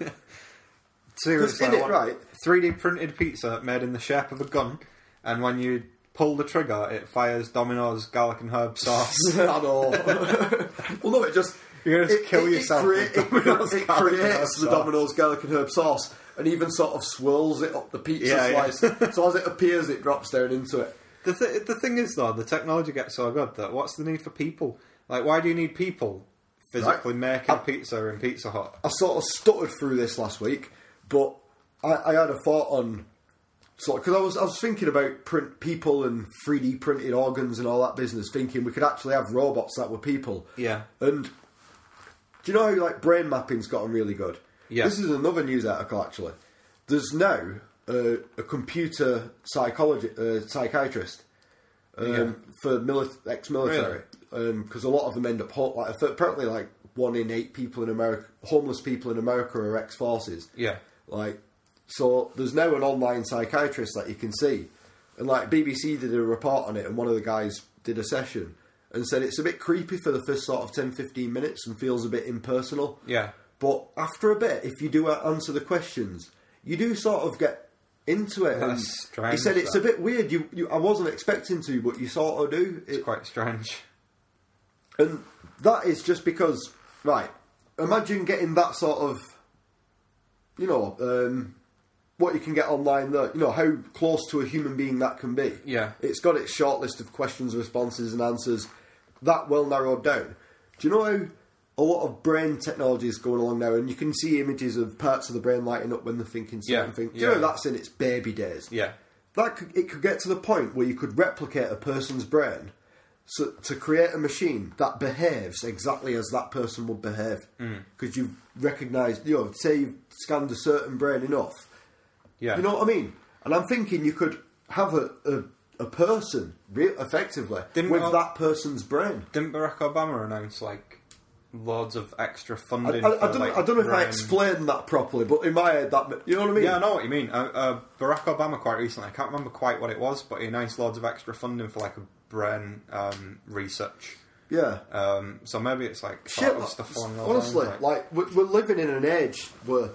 [SPEAKER 5] Seriously,
[SPEAKER 4] in it, right?
[SPEAKER 5] Three D printed pizza made in the shape of a gun, and when you pull the trigger, it fires Domino's garlic and herb sauce.
[SPEAKER 4] I know. well, no, it just.
[SPEAKER 5] You're gonna
[SPEAKER 4] it-
[SPEAKER 5] kill
[SPEAKER 4] it- it
[SPEAKER 5] yourself
[SPEAKER 4] crea-
[SPEAKER 5] with
[SPEAKER 4] it-
[SPEAKER 5] Domino's
[SPEAKER 4] it
[SPEAKER 5] garlic and herb
[SPEAKER 4] creates the
[SPEAKER 5] sauce.
[SPEAKER 4] Domino's garlic and herb sauce and even sort of swirls it up the pizza
[SPEAKER 5] Yeah, yeah.
[SPEAKER 4] slice. so as it appears, it drops down into it.
[SPEAKER 5] the, th- the thing is, though, the technology gets so good that what's the need for people? Like, why do you need people physically
[SPEAKER 4] Uh,
[SPEAKER 5] making pizza in Pizza Hut?
[SPEAKER 4] I sort of stuttered through this last week, but I, I had a thought on sort because I was I was thinking about print people and three D printed organs and all that business, thinking we could actually have robots that were people.
[SPEAKER 5] Yeah.
[SPEAKER 4] And do you know how like brain mapping's gotten really good?
[SPEAKER 5] Yeah.
[SPEAKER 4] This is another news article actually. There's now uh, a computer psychologist uh, psychiatrist um,
[SPEAKER 5] Yeah.
[SPEAKER 4] for mili- ex-military because um, a lot of them end up ho- like, apparently like one in eight people in America, homeless people in America are ex-forces.
[SPEAKER 5] Yeah.
[SPEAKER 4] Like, so there's now an online psychiatrist that you can see, and like BBC did a report on it, and one of the guys did a session and said it's a bit creepy for the first sort of 10, 15 minutes and feels a bit impersonal.
[SPEAKER 5] Yeah.
[SPEAKER 4] But after a bit, if you do uh, answer the questions, you do sort of get into it. and
[SPEAKER 5] That's strange,
[SPEAKER 4] He said it's a
[SPEAKER 5] that.
[SPEAKER 4] bit weird. You, you, I wasn't expecting to, but you sort of do. It-
[SPEAKER 5] It's quite strange.
[SPEAKER 4] and that is just because, right? Imagine getting that sort of, you know, um, what you can get online. There, you know how close to a human being that can be.
[SPEAKER 5] Yeah.
[SPEAKER 4] it's got its short list of questions, responses, and answers that well narrowed down. Do you know how a lot of brain technology is going along now, and you can see images of parts of the brain lighting up when they're thinking certain
[SPEAKER 5] Yeah,
[SPEAKER 4] things. Do
[SPEAKER 5] yeah.
[SPEAKER 4] you know that's in its baby days
[SPEAKER 5] Yeah.
[SPEAKER 4] that could, it could get to the point where you could replicate a person's brain so, to create a machine that behaves exactly as that person would behave
[SPEAKER 5] Mm.
[SPEAKER 4] because you've recognised you know say you've scanned a certain brain enough
[SPEAKER 5] Yeah.
[SPEAKER 4] you know what I mean and I'm thinking you could have a, a, a person re- effectively
[SPEAKER 5] Didn't
[SPEAKER 4] with
[SPEAKER 5] all-
[SPEAKER 4] that person's brain
[SPEAKER 5] Didn't Barack Obama announce, like, loads of extra
[SPEAKER 4] I,
[SPEAKER 5] funding.
[SPEAKER 4] I,
[SPEAKER 5] for,
[SPEAKER 4] I, don't,
[SPEAKER 5] like,
[SPEAKER 4] I don't know if I
[SPEAKER 5] Ryan-
[SPEAKER 4] explained that properly, but in my head, that you know what I mean.
[SPEAKER 5] Yeah, I know what you mean. Uh, uh, Barack Obama quite recently, I can't remember quite what it was, but he announced loads of extra funding for like a brain um, research.
[SPEAKER 4] Yeah.
[SPEAKER 5] Um, so maybe it's like
[SPEAKER 4] Shit, uh,
[SPEAKER 5] sort of stuff along those
[SPEAKER 4] honestly,
[SPEAKER 5] lines,
[SPEAKER 4] like we- we're living in an age where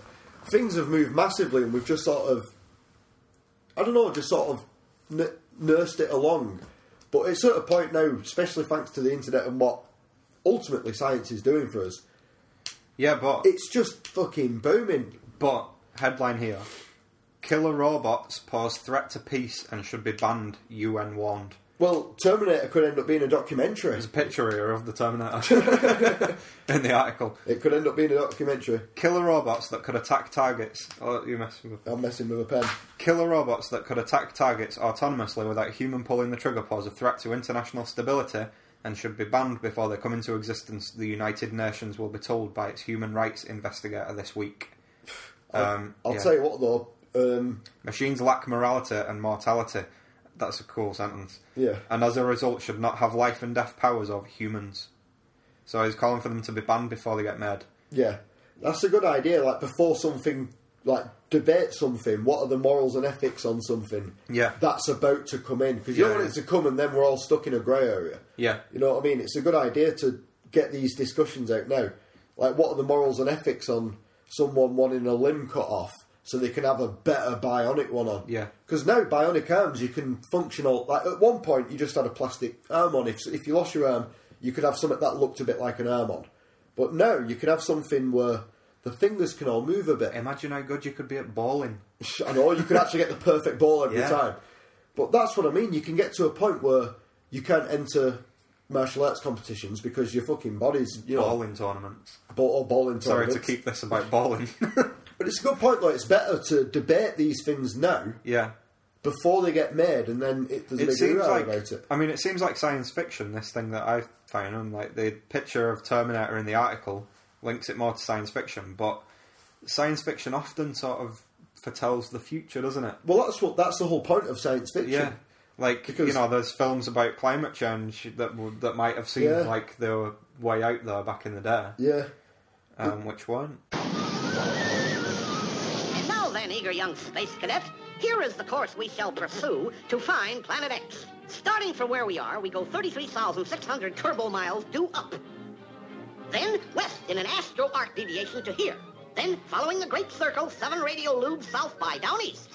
[SPEAKER 4] things have moved massively, and we've just sort of, I don't know, just sort of n- nursed it along. But it's at a point now, especially thanks to the internet and what ultimately science is doing for us.
[SPEAKER 5] yeah, but
[SPEAKER 4] It's just fucking booming.
[SPEAKER 5] but headline here: Killer robots pose threat to peace and should be banned. UN warned.
[SPEAKER 4] Well, Terminator could end up being a documentary.
[SPEAKER 5] There's a picture here of the Terminator in the article.
[SPEAKER 4] It could end up being a documentary.
[SPEAKER 5] Killer robots that could attack targets. Oh, you messing with
[SPEAKER 4] I'm messing with a pen.
[SPEAKER 5] Killer robots that could attack targets autonomously without human pulling the trigger pose a threat to international stability and should be banned before they come into existence, the United Nations will be told by its human rights investigator this week. Um,
[SPEAKER 4] I'll
[SPEAKER 5] yeah.
[SPEAKER 4] tell you what though. Um,
[SPEAKER 5] Machines lack morality and mortality. That's a cool sentence.
[SPEAKER 4] Yeah.
[SPEAKER 5] And as a result, should not have life and death powers over humans. So he's calling for them to be banned before they get made.
[SPEAKER 4] Yeah, that's a good idea. Like before something, like debate something. What are the morals and ethics on something?
[SPEAKER 5] Yeah.
[SPEAKER 4] that's about to come in because you
[SPEAKER 5] Yeah,
[SPEAKER 4] don't want it
[SPEAKER 5] yeah.
[SPEAKER 4] to come and then we're all stuck in a grey area.
[SPEAKER 5] Yeah.
[SPEAKER 4] you know what I mean. It's a good idea to get these discussions out now. Like, what are the morals and ethics on someone wanting a limb cut off so they can have a better bionic one on?
[SPEAKER 5] Yeah.
[SPEAKER 4] because now bionic arms you can function all. Like at one point, you just had a plastic arm on. If if you lost your arm, you could have something that looked a bit like an arm on. But now you can have something where the fingers can all move a bit,
[SPEAKER 5] Imagine how good you could be at bowling.
[SPEAKER 4] and all you could actually get the perfect ball every
[SPEAKER 5] Yeah.
[SPEAKER 4] time. But that's what I mean. You can get to a point where you can't enter martial arts competitions because your fucking body's you know
[SPEAKER 5] Bowling tournaments.
[SPEAKER 4] ball or bowling.
[SPEAKER 5] Sorry to
[SPEAKER 4] tournaments.
[SPEAKER 5] keep this about bowling.
[SPEAKER 4] But it's a good point though. It's better to debate these things now
[SPEAKER 5] yeah.
[SPEAKER 4] before they get made, and then it does a
[SPEAKER 5] it
[SPEAKER 4] big
[SPEAKER 5] seems
[SPEAKER 4] hoo-ha
[SPEAKER 5] like
[SPEAKER 4] about it.
[SPEAKER 5] I mean, it seems like science fiction. This thing that I found, and like the picture of Terminator in the article links it more to science fiction, but science fiction often sort of foretells the future, doesn't it?
[SPEAKER 4] Well, that's what that's the whole point of science fiction.
[SPEAKER 5] Yeah, like you
[SPEAKER 4] Because-
[SPEAKER 5] know, there's films about climate change that would that might have seemed
[SPEAKER 4] Yeah.
[SPEAKER 5] like they were way out there back in the day,
[SPEAKER 4] Yeah.
[SPEAKER 5] um, which weren't.
[SPEAKER 9] And now then, eager young space cadet, here is the course we shall pursue to find Planet X. Starting from where we are, we go 33,600 turbo miles due up. Then west in an astro arc deviation to here. Then following the Great Circle, seven radio loops south by down east.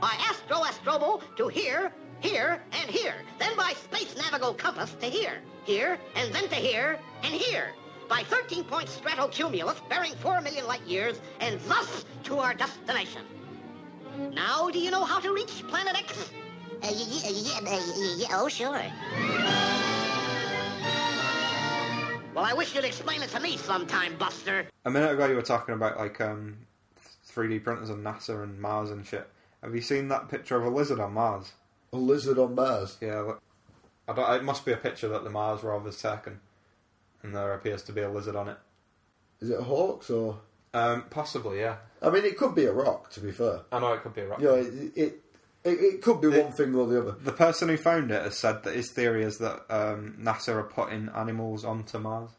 [SPEAKER 9] By astro astrobo to here, here, and here. Then by space navigo compass to here, here, and then to here, and here. By 13 point stratocumulus bearing 4 million light years, and thus to our destination. Now, do you know how to reach Planet X?
[SPEAKER 10] Uh, yeah, yeah, uh, yeah, oh, sure.
[SPEAKER 9] Well, I wish you'd explain it to me sometime, Buster.
[SPEAKER 5] A minute ago, you were talking about like um, 3D printers and NASA and Mars and shit. Have you seen that picture of a lizard on Mars?
[SPEAKER 4] A lizard on Mars.
[SPEAKER 5] Yeah, look. I don't, it must be a picture that the Mars rover's taken, and there appears to be a lizard on it.
[SPEAKER 4] Is it a hawks or?
[SPEAKER 5] Um, possibly, yeah.
[SPEAKER 4] I mean, it could be a rock. To be fair,
[SPEAKER 5] I know it could be a rock.
[SPEAKER 4] you know, it it, it, it could be one thing or the other.
[SPEAKER 5] The person who found it has said that his theory is that um, NASA are putting animals onto Mars.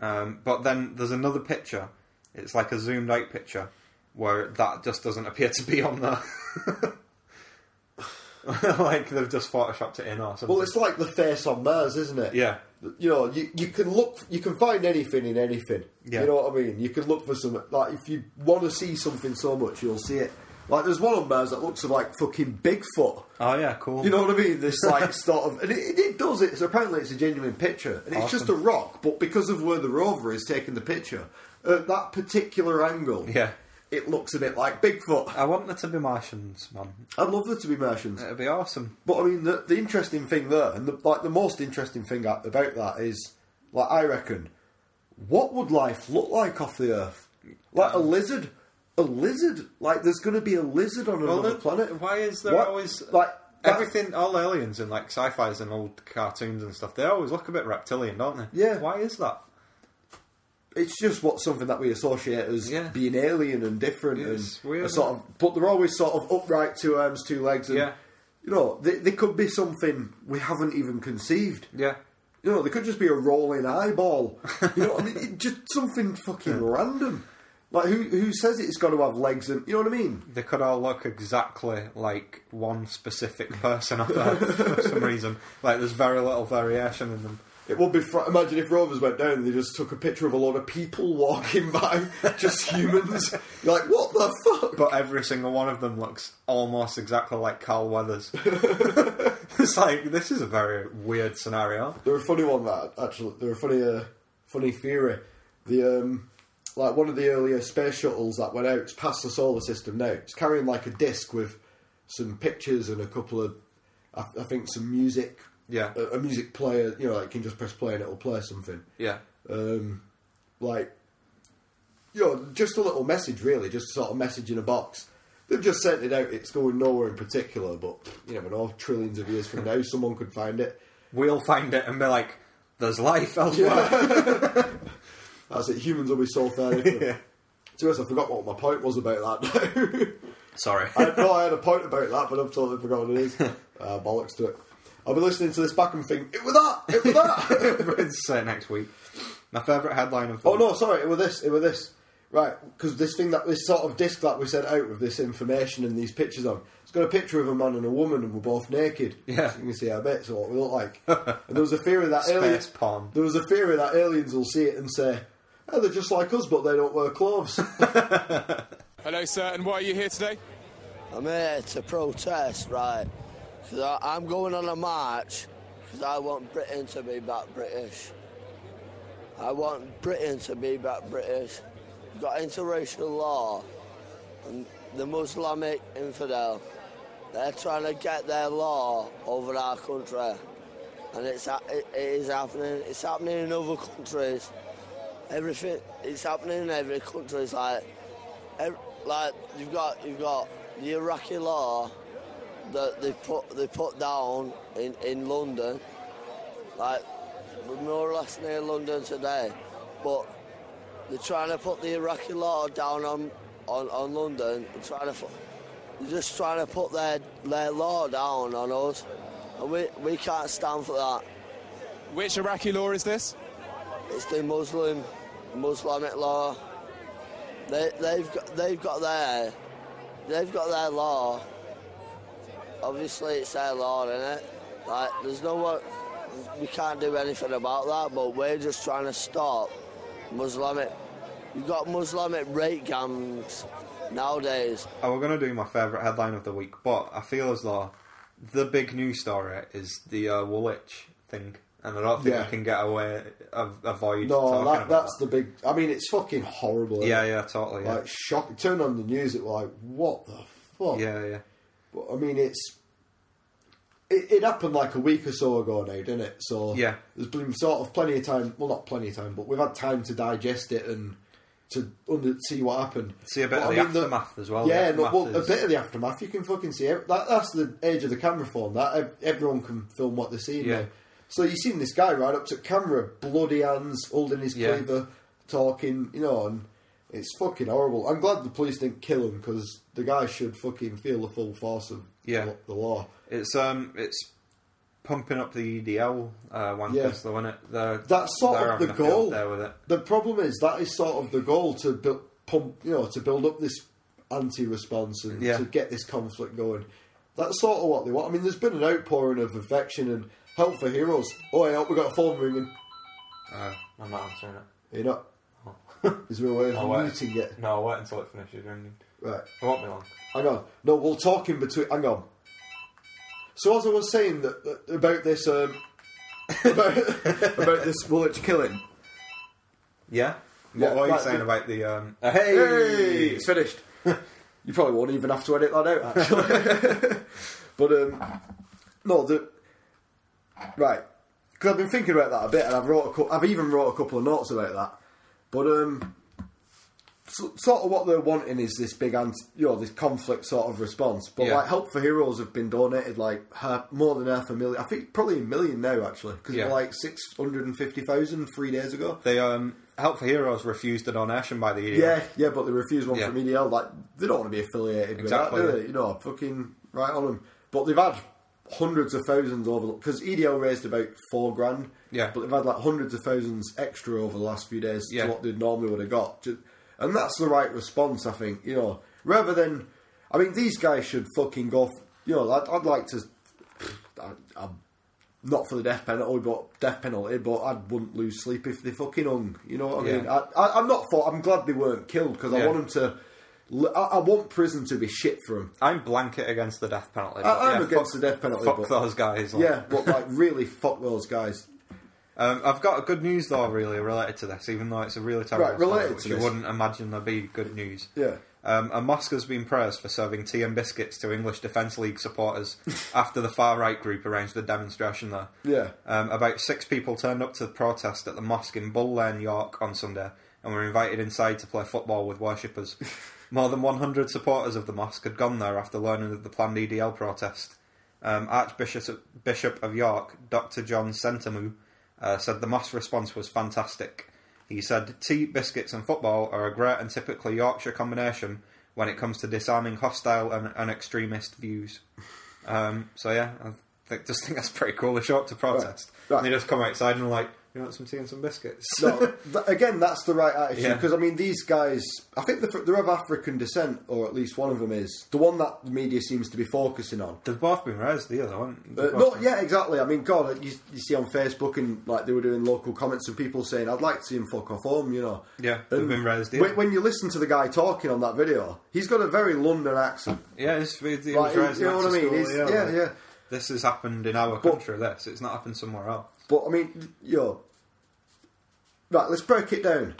[SPEAKER 5] Um, but then there's another picture. It's like a zoomed out picture where that just doesn't appear to be on there. like they've just photoshopped it in or something.
[SPEAKER 4] Well, it's like the face on Mars, isn't it?
[SPEAKER 5] yeah,
[SPEAKER 4] You know, you, you can look, you can find anything in anything.
[SPEAKER 5] Yeah.
[SPEAKER 4] You know what I mean? You can look for some. Like if you want to see something so much, you'll see it. Like there's one on Mars that looks like fucking Bigfoot.
[SPEAKER 5] Oh yeah, cool.
[SPEAKER 4] You know what I mean? This like sort of, and it, it does it. So apparently, it's a genuine picture, and it's
[SPEAKER 5] Awesome.
[SPEAKER 4] just a rock. But because of where the rover is taking the picture, at that particular angle,
[SPEAKER 5] Yeah.
[SPEAKER 4] it looks a bit like Bigfoot.
[SPEAKER 5] I want there to be Martians, man.
[SPEAKER 4] I'd love there to be Martians,
[SPEAKER 5] It'd be awesome.
[SPEAKER 4] but I mean, the, the interesting thing there, and the, like the most interesting thing a- about that is, like I reckon, what would life look like off the Earth? Like
[SPEAKER 5] Um,
[SPEAKER 4] a lizard, a lizard. Like there's going to be a lizard on another
[SPEAKER 5] then
[SPEAKER 4] planet.
[SPEAKER 5] Why is there
[SPEAKER 4] What-
[SPEAKER 5] always
[SPEAKER 4] like that-
[SPEAKER 5] everything? All aliens and like sci-fi's and old cartoons and stuff. They always look a bit reptilian, don't they?
[SPEAKER 4] Yeah.
[SPEAKER 5] Why is that?
[SPEAKER 4] it's just what something that we associate as
[SPEAKER 5] Yeah.
[SPEAKER 4] being alien and different
[SPEAKER 5] It's
[SPEAKER 4] and
[SPEAKER 5] weird,
[SPEAKER 4] a sort of but they're always sort of upright two arms two legs and
[SPEAKER 5] Yeah.
[SPEAKER 4] you know they, they could be something we haven't even conceived
[SPEAKER 5] Yeah.
[SPEAKER 4] You know, there could just be a rolling eyeball. You know, what I mean, It- just something fucking random. Like who who says it's got to have legs and you know what I mean?
[SPEAKER 5] They could all look exactly like one specific person off Earth for some reason. Like there's very little variation in them.
[SPEAKER 4] It would be. Fr- imagine if rovers went down and they just took a picture of a lot of people walking by, just humans. You're like, what the fuck?
[SPEAKER 5] But every single one of them looks almost exactly like Carl Weathers. it's like this is a very weird scenario.
[SPEAKER 4] They're a funny one that actually. They're a funny, uh, funny theory. The um, like one of the earlier space shuttles that went out. It's past the solar system now. It's carrying like a disc with some pictures and a couple of, I, I think, some music.
[SPEAKER 5] Yeah.
[SPEAKER 4] a, a music player. You know, like you can just press play and it'll play something.
[SPEAKER 5] Yeah.
[SPEAKER 4] um, like, you know, just a little message, really, just a sort of message in a box. They've just sent it out. It's going nowhere in particular, but you never know. Trillions of years from now, someone could find it.
[SPEAKER 5] We'll find it and be like, there's life elsewhere.
[SPEAKER 4] That's it. Humans will be so fair.
[SPEAKER 5] Yeah.
[SPEAKER 4] To us, I forgot what my point was about that. now.
[SPEAKER 5] Sorry.
[SPEAKER 4] I know I had a point about that, but I've totally forgotten what it is. Uh, bollocks to it. I'll be listening to this back and think, it was that, it was that.
[SPEAKER 5] Say it next week. My favourite headline of
[SPEAKER 4] Oh no, sorry, it were this, it were this. Right, because this thing that this sort of disc that we sent out with this information and these pictures on, it's got a picture of a man and a woman, and we're both naked.
[SPEAKER 5] Yeah.
[SPEAKER 4] so you can see our bits or what we look like. and there was a theory that
[SPEAKER 5] Space
[SPEAKER 4] aliens,
[SPEAKER 5] porn.
[SPEAKER 4] there was a theory that aliens will see it and say, "Oh, they're just like us, but they don't wear clothes."
[SPEAKER 11] Hello, sir, and why are you here today?
[SPEAKER 12] I'm here to protest, right? Because I'm going on a march because I want Britain to be back British. I want Britain to be back British. We've got interracial law and the Muslimic infidel. They're trying to get their law over our country. And it's, ha- it it is happening. It's happening in other countries. Everything, it's happening in every country. It's like Ev- like you've got you've got the Iraqi law that they put they put down in, in London, like we're more or less near London today, but they're trying to put the Iraqi law down on on, on London. They're trying to fu- they're just trying to put their their law down on us, and we we can't stand for that.
[SPEAKER 11] Which Iraqi law is this?
[SPEAKER 12] It's the Muslim Muslimic law. They, they've got they've got their they've got their law. Obviously, it's their law, isn't it? Like, there's no one. We can't do anything about that. But we're just trying to stop Muslimic. You've got Muslimic rape gangs nowadays.
[SPEAKER 5] I were going to do my favourite headline of the week, but I feel as though the big news story is the uh, Woolwich thing, and I don't think
[SPEAKER 4] Yeah.
[SPEAKER 5] we can get away av- avoid.
[SPEAKER 4] no,
[SPEAKER 5] talking
[SPEAKER 4] that,
[SPEAKER 5] about
[SPEAKER 4] that's
[SPEAKER 5] that.
[SPEAKER 4] the big. I mean, it's fucking horrible. isn't
[SPEAKER 5] yeah,
[SPEAKER 4] it?
[SPEAKER 5] yeah, totally, yeah,
[SPEAKER 4] Like shock. Turn on the news. It was like, what the fuck?
[SPEAKER 5] yeah, yeah.
[SPEAKER 4] But I mean, it's it, it happened like a week or so ago now, didn't it? So
[SPEAKER 5] Yeah.
[SPEAKER 4] there's been sort of plenty of time. Well, not plenty of time, but we've had time to digest it and to under, see what happened.
[SPEAKER 5] See a bit
[SPEAKER 4] But
[SPEAKER 5] of the aftermath as well, the
[SPEAKER 4] Yeah, no, well,
[SPEAKER 5] aftermath
[SPEAKER 4] a
[SPEAKER 5] is-
[SPEAKER 4] bit of the aftermath. You can fucking see it. That, that's the age of the camera phone. That ev- everyone can film what they see
[SPEAKER 5] Yeah.
[SPEAKER 4] now. So you've seen this guy right up to camera, bloody hands, holding his
[SPEAKER 5] Yeah.
[SPEAKER 4] cleaver, talking, you know, and it's fucking horrible. I'm glad the police didn't kill him because the guy should fucking feel the full force of
[SPEAKER 5] Yeah.
[SPEAKER 4] the- the law.
[SPEAKER 5] It's um, it's pumping up the EDL uh, wankers,
[SPEAKER 4] Yeah.
[SPEAKER 5] though, isn't it? They're,
[SPEAKER 4] That's sort
[SPEAKER 5] they're
[SPEAKER 4] of
[SPEAKER 5] having
[SPEAKER 4] the
[SPEAKER 5] a field
[SPEAKER 4] goal.
[SPEAKER 5] There with it.
[SPEAKER 4] The problem is that is sort of the goal to build, pump, you know, to build up this anti-response and
[SPEAKER 5] Yeah.
[SPEAKER 4] to get this conflict going. That's sort of what they want. I mean, there's been an outpouring of affection and help for heroes. Oh, I hope we got a phone ringing.
[SPEAKER 5] Uh, I'm not answering it.
[SPEAKER 4] You know, is there a way
[SPEAKER 5] I'll
[SPEAKER 4] of
[SPEAKER 5] wait.
[SPEAKER 4] muting it?
[SPEAKER 5] No, I'll wait until it finishes ringing.
[SPEAKER 4] Right.
[SPEAKER 5] It won't be long.
[SPEAKER 4] Hang on. No, we'll talk in between. Hang on. So as I was saying that, that- about this, um, about, about this Woolwich killing.
[SPEAKER 5] Yeah.
[SPEAKER 4] Yeah,
[SPEAKER 5] What were you
[SPEAKER 4] like
[SPEAKER 5] saying
[SPEAKER 4] the-
[SPEAKER 5] about the um? uh,
[SPEAKER 4] Hey, it's finished. you probably won't even have to edit that out, actually. but um, no, the right because I've been thinking about that a bit, and I've wrote a cou- I've even wrote a couple of notes about that. But um, so, sort of what they're wanting is this big, anti, you know, this conflict sort of response. But
[SPEAKER 5] Yeah.
[SPEAKER 4] like Help for Heroes have been donated like half, more than half a million. I think probably a million now actually, because
[SPEAKER 5] Yeah.
[SPEAKER 4] were like six hundred and fifty thousand three days ago.
[SPEAKER 5] They um, Help for Heroes refused a donation by the EDL.
[SPEAKER 4] Yeah, yeah, but they refuse one
[SPEAKER 5] Yeah.
[SPEAKER 4] from EDL. Like they don't want to be affiliated
[SPEAKER 5] Exactly,
[SPEAKER 4] with that, do
[SPEAKER 5] yeah.
[SPEAKER 4] they? You know, fucking right on them. But they've had hundreds of thousands over because EDL raised about four grand.
[SPEAKER 5] Yeah.
[SPEAKER 4] but they've had like hundreds of thousands extra over the last few days
[SPEAKER 5] Yeah.
[SPEAKER 4] to what they normally would have got, Ju- and that's the right response, I think. You know, rather than, I mean, these guys should fucking go. f- You know, I'd, I'd like to. I, I'm not for the death penalty, but death penalty. But I wouldn't lose sleep if they fucking hung. You know what I
[SPEAKER 5] Yeah.
[SPEAKER 4] mean? I, I, I'm not for. I'm glad they weren't killed because I
[SPEAKER 5] Yeah.
[SPEAKER 4] want them to. I, I want prison to be shit for them.
[SPEAKER 5] I'm blanket against the death penalty. but
[SPEAKER 4] I, am
[SPEAKER 5] yeah,
[SPEAKER 4] against
[SPEAKER 5] fuck-
[SPEAKER 4] the death penalty.
[SPEAKER 5] Fuck
[SPEAKER 4] but,
[SPEAKER 5] those guys. like.
[SPEAKER 4] Yeah, but like really, fuck those guys.
[SPEAKER 5] Um, I've got a good news though, really related to this, even though it's a really terrible
[SPEAKER 4] Right, related
[SPEAKER 5] story, which
[SPEAKER 4] to
[SPEAKER 5] you
[SPEAKER 4] this.
[SPEAKER 5] wouldn't imagine there'd be good news.
[SPEAKER 4] Yeah.
[SPEAKER 5] Um, a mosque has been praised for serving tea and biscuits to English Defence League supporters after the far right group arranged the demonstration there.
[SPEAKER 4] Yeah.
[SPEAKER 5] Um, about six people turned up to the protest at the mosque in Bull Lane, York, on Sunday, and were invited inside to play football with worshippers. More than 100 supporters of the mosque had gone there after learning of the planned EDL protest. Um, Archbishop Bishop of York, Dr. John Sentamu, uh, said the mosque response was fantastic. He said, Tea, biscuits, and football are a great and typically Yorkshire combination when it comes to disarming hostile and, and extremist views. Um, so, yeah, I think, just think that's pretty cool. They show up to protest. And they just come outside and, are like, you want some tea and some biscuits?
[SPEAKER 4] No, th- again, that's the right attitude
[SPEAKER 5] Yeah.
[SPEAKER 4] because I mean, these guys. I think they're, they're of African descent, or at least one of them is. The one that the media seems to be focusing on.
[SPEAKER 5] They've both been raised, the other one.
[SPEAKER 4] Uh, no, yeah, exactly. I mean, God, you, you see on Facebook and like they were doing local comments and people saying, "I'd like to see him fuck off home," you know.
[SPEAKER 5] Yeah, they've
[SPEAKER 4] And
[SPEAKER 5] been raised, yeah.
[SPEAKER 4] When, when you listen to the guy talking on that video, he's got a very London accent.
[SPEAKER 5] Yeah, it's, it, it
[SPEAKER 4] Like,
[SPEAKER 5] was raised
[SPEAKER 4] you know
[SPEAKER 5] next
[SPEAKER 4] what I
[SPEAKER 5] to
[SPEAKER 4] mean?
[SPEAKER 5] school,
[SPEAKER 4] It's- yeah,
[SPEAKER 5] like,
[SPEAKER 4] yeah.
[SPEAKER 5] This has happened in our country, this. It's not happened somewhere else.
[SPEAKER 4] But I mean, yo, right? Let's break it down.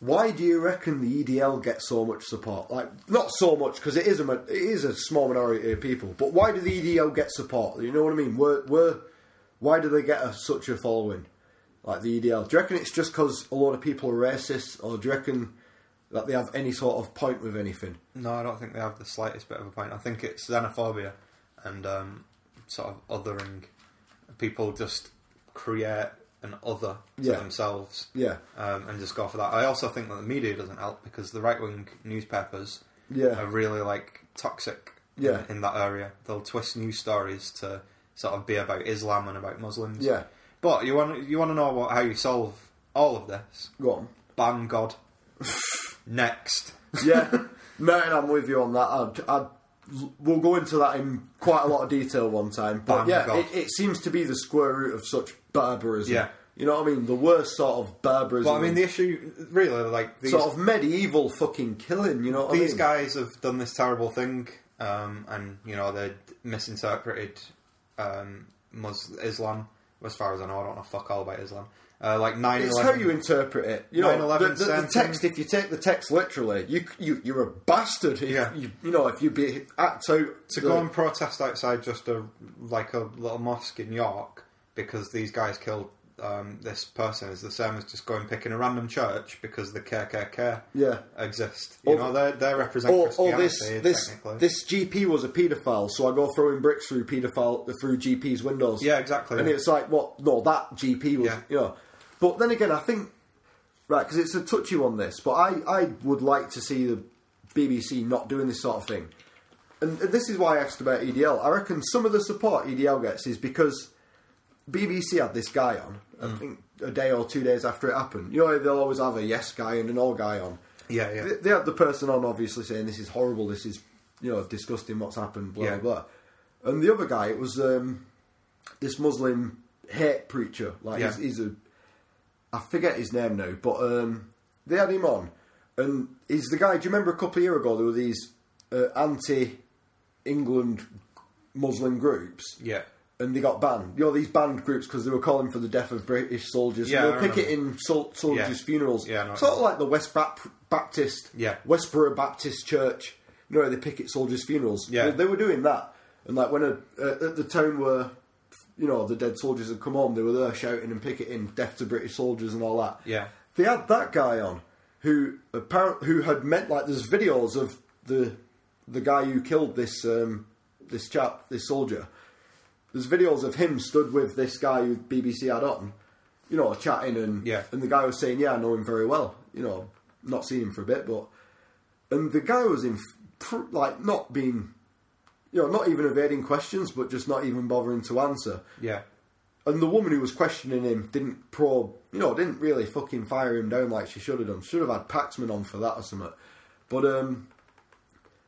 [SPEAKER 4] Why do you reckon the E EDL gets so much support? Like, not so much because it is a mi- it is a small minority of people. But why do the EDL get support? You know what I mean? Where where why do they get a, such a following? Like the EDL? Do you reckon it's just because a lot of people are racist, or do you reckon that they have any sort of point with anything?
[SPEAKER 5] No, I don't think they have the slightest bit of a point. I think it's xenophobia and um, sort of othering. People just create an other to
[SPEAKER 4] Yeah.
[SPEAKER 5] themselves,
[SPEAKER 4] Yeah.
[SPEAKER 5] um, and just go for that. I also think that the media doesn't help because the right wing newspapers,
[SPEAKER 4] Yeah.
[SPEAKER 5] are really like toxic,
[SPEAKER 4] Yeah.
[SPEAKER 5] in, in that area. They'll twist news stories to sort of be about Islam and about Muslims,
[SPEAKER 4] Yeah.
[SPEAKER 5] But you want you want to know what how you solve all of this?
[SPEAKER 4] Go on.
[SPEAKER 5] Ban God. Next.
[SPEAKER 4] yeah, Merton, I'm with you on that. I'd, I'd, we'll go into that in quite a lot of detail one time. But
[SPEAKER 5] Bang
[SPEAKER 4] yeah,
[SPEAKER 5] God.
[SPEAKER 4] it, it seems to be the square root of such barbarism.
[SPEAKER 5] Yeah.
[SPEAKER 4] You know what I mean? The worst sort of barbarism.
[SPEAKER 5] Well, I mean, the issue really, like these,
[SPEAKER 4] sort of medieval fucking killing, you know what I
[SPEAKER 5] these
[SPEAKER 4] mean?
[SPEAKER 5] guys have done this terrible thing, um, and you know they misinterpreted um, Mus- Islam. As far as I know, I don't know fuck all about Islam. Uh, like nine.
[SPEAKER 4] It's how you interpret it. You know, the,
[SPEAKER 5] 9/11
[SPEAKER 4] the, the
[SPEAKER 5] same
[SPEAKER 4] text. If you take the text literally, you you you're a bastard. If
[SPEAKER 5] Yeah.
[SPEAKER 4] you, you know if you be act out the-
[SPEAKER 5] to go and protest outside just a like a little mosque in York because these guys killed um, this person is the same as just going picking a random church because the KKK
[SPEAKER 4] Yeah.
[SPEAKER 5] exist. You
[SPEAKER 4] Or-
[SPEAKER 5] know, they they represent
[SPEAKER 4] or, or
[SPEAKER 5] Christianity
[SPEAKER 4] this this
[SPEAKER 5] technically.
[SPEAKER 4] this GP was a paedophile, so I go throwing bricks through paedophile through GP's windows.
[SPEAKER 5] Yeah, exactly.
[SPEAKER 4] And it's like, what? No, that GP was,
[SPEAKER 5] Yeah.
[SPEAKER 4] you know. But then again, I think right because it's a touchy one this, but I I would like to see the BBC not doing this sort of thing. And this is why I asked about EDL. I reckon some of the support EDL gets is because BBC had this guy on. I
[SPEAKER 5] Mm.
[SPEAKER 4] think a day or two days after it happened. You know, they'll always have a yes guy and an all guy on.
[SPEAKER 5] Yeah, yeah.
[SPEAKER 4] They, they had the person on, obviously, saying this is horrible, this is you know disgusting, what's happened, blah
[SPEAKER 5] Yeah.
[SPEAKER 4] blah blah. And the other guy, it was um, this Muslim hate preacher. Like
[SPEAKER 5] Yeah.
[SPEAKER 4] he's, he's a, I forget his name now, but um, they had him on, and he's the guy. Do you remember a couple of years ago there were these uh, anti-England Muslim groups?
[SPEAKER 5] yeah.
[SPEAKER 4] and they got banned. You know, these banned groups because they were calling for the death of British soldiers.
[SPEAKER 5] Yeah,
[SPEAKER 4] they
[SPEAKER 5] I
[SPEAKER 4] were
[SPEAKER 5] remember.
[SPEAKER 4] picketing sol- soldiers'
[SPEAKER 5] Yeah.
[SPEAKER 4] funerals.
[SPEAKER 5] Yeah, I know.
[SPEAKER 4] sort of like the West Bap- Baptist,
[SPEAKER 5] Yeah.
[SPEAKER 4] Westboro Baptist Church. You know, they picket soldiers' funerals.
[SPEAKER 5] Yeah.
[SPEAKER 4] they, they were doing that, and like when a, uh, at the town where you know the dead soldiers had come home, they were there shouting and picketing death to British soldiers and all that.
[SPEAKER 5] Yeah.
[SPEAKER 4] They had that guy on who apparent who had meant like there's videos of the the guy who killed this um, this chap this soldier. There's videos of him stood with this guy who BBC had on, you know, chatting and
[SPEAKER 5] Yeah.
[SPEAKER 4] and the guy was saying, "Yeah, I know him very well. You know, not seen him for a bit, but." And the guy was in pr- like not being you know, not even evading questions, but just not even bothering to answer.
[SPEAKER 5] Yeah.
[SPEAKER 4] And the woman who was questioning him didn't probe, you know, didn't really fucking fire him down like she should have done. Should have had Paxman on for that or something. But um,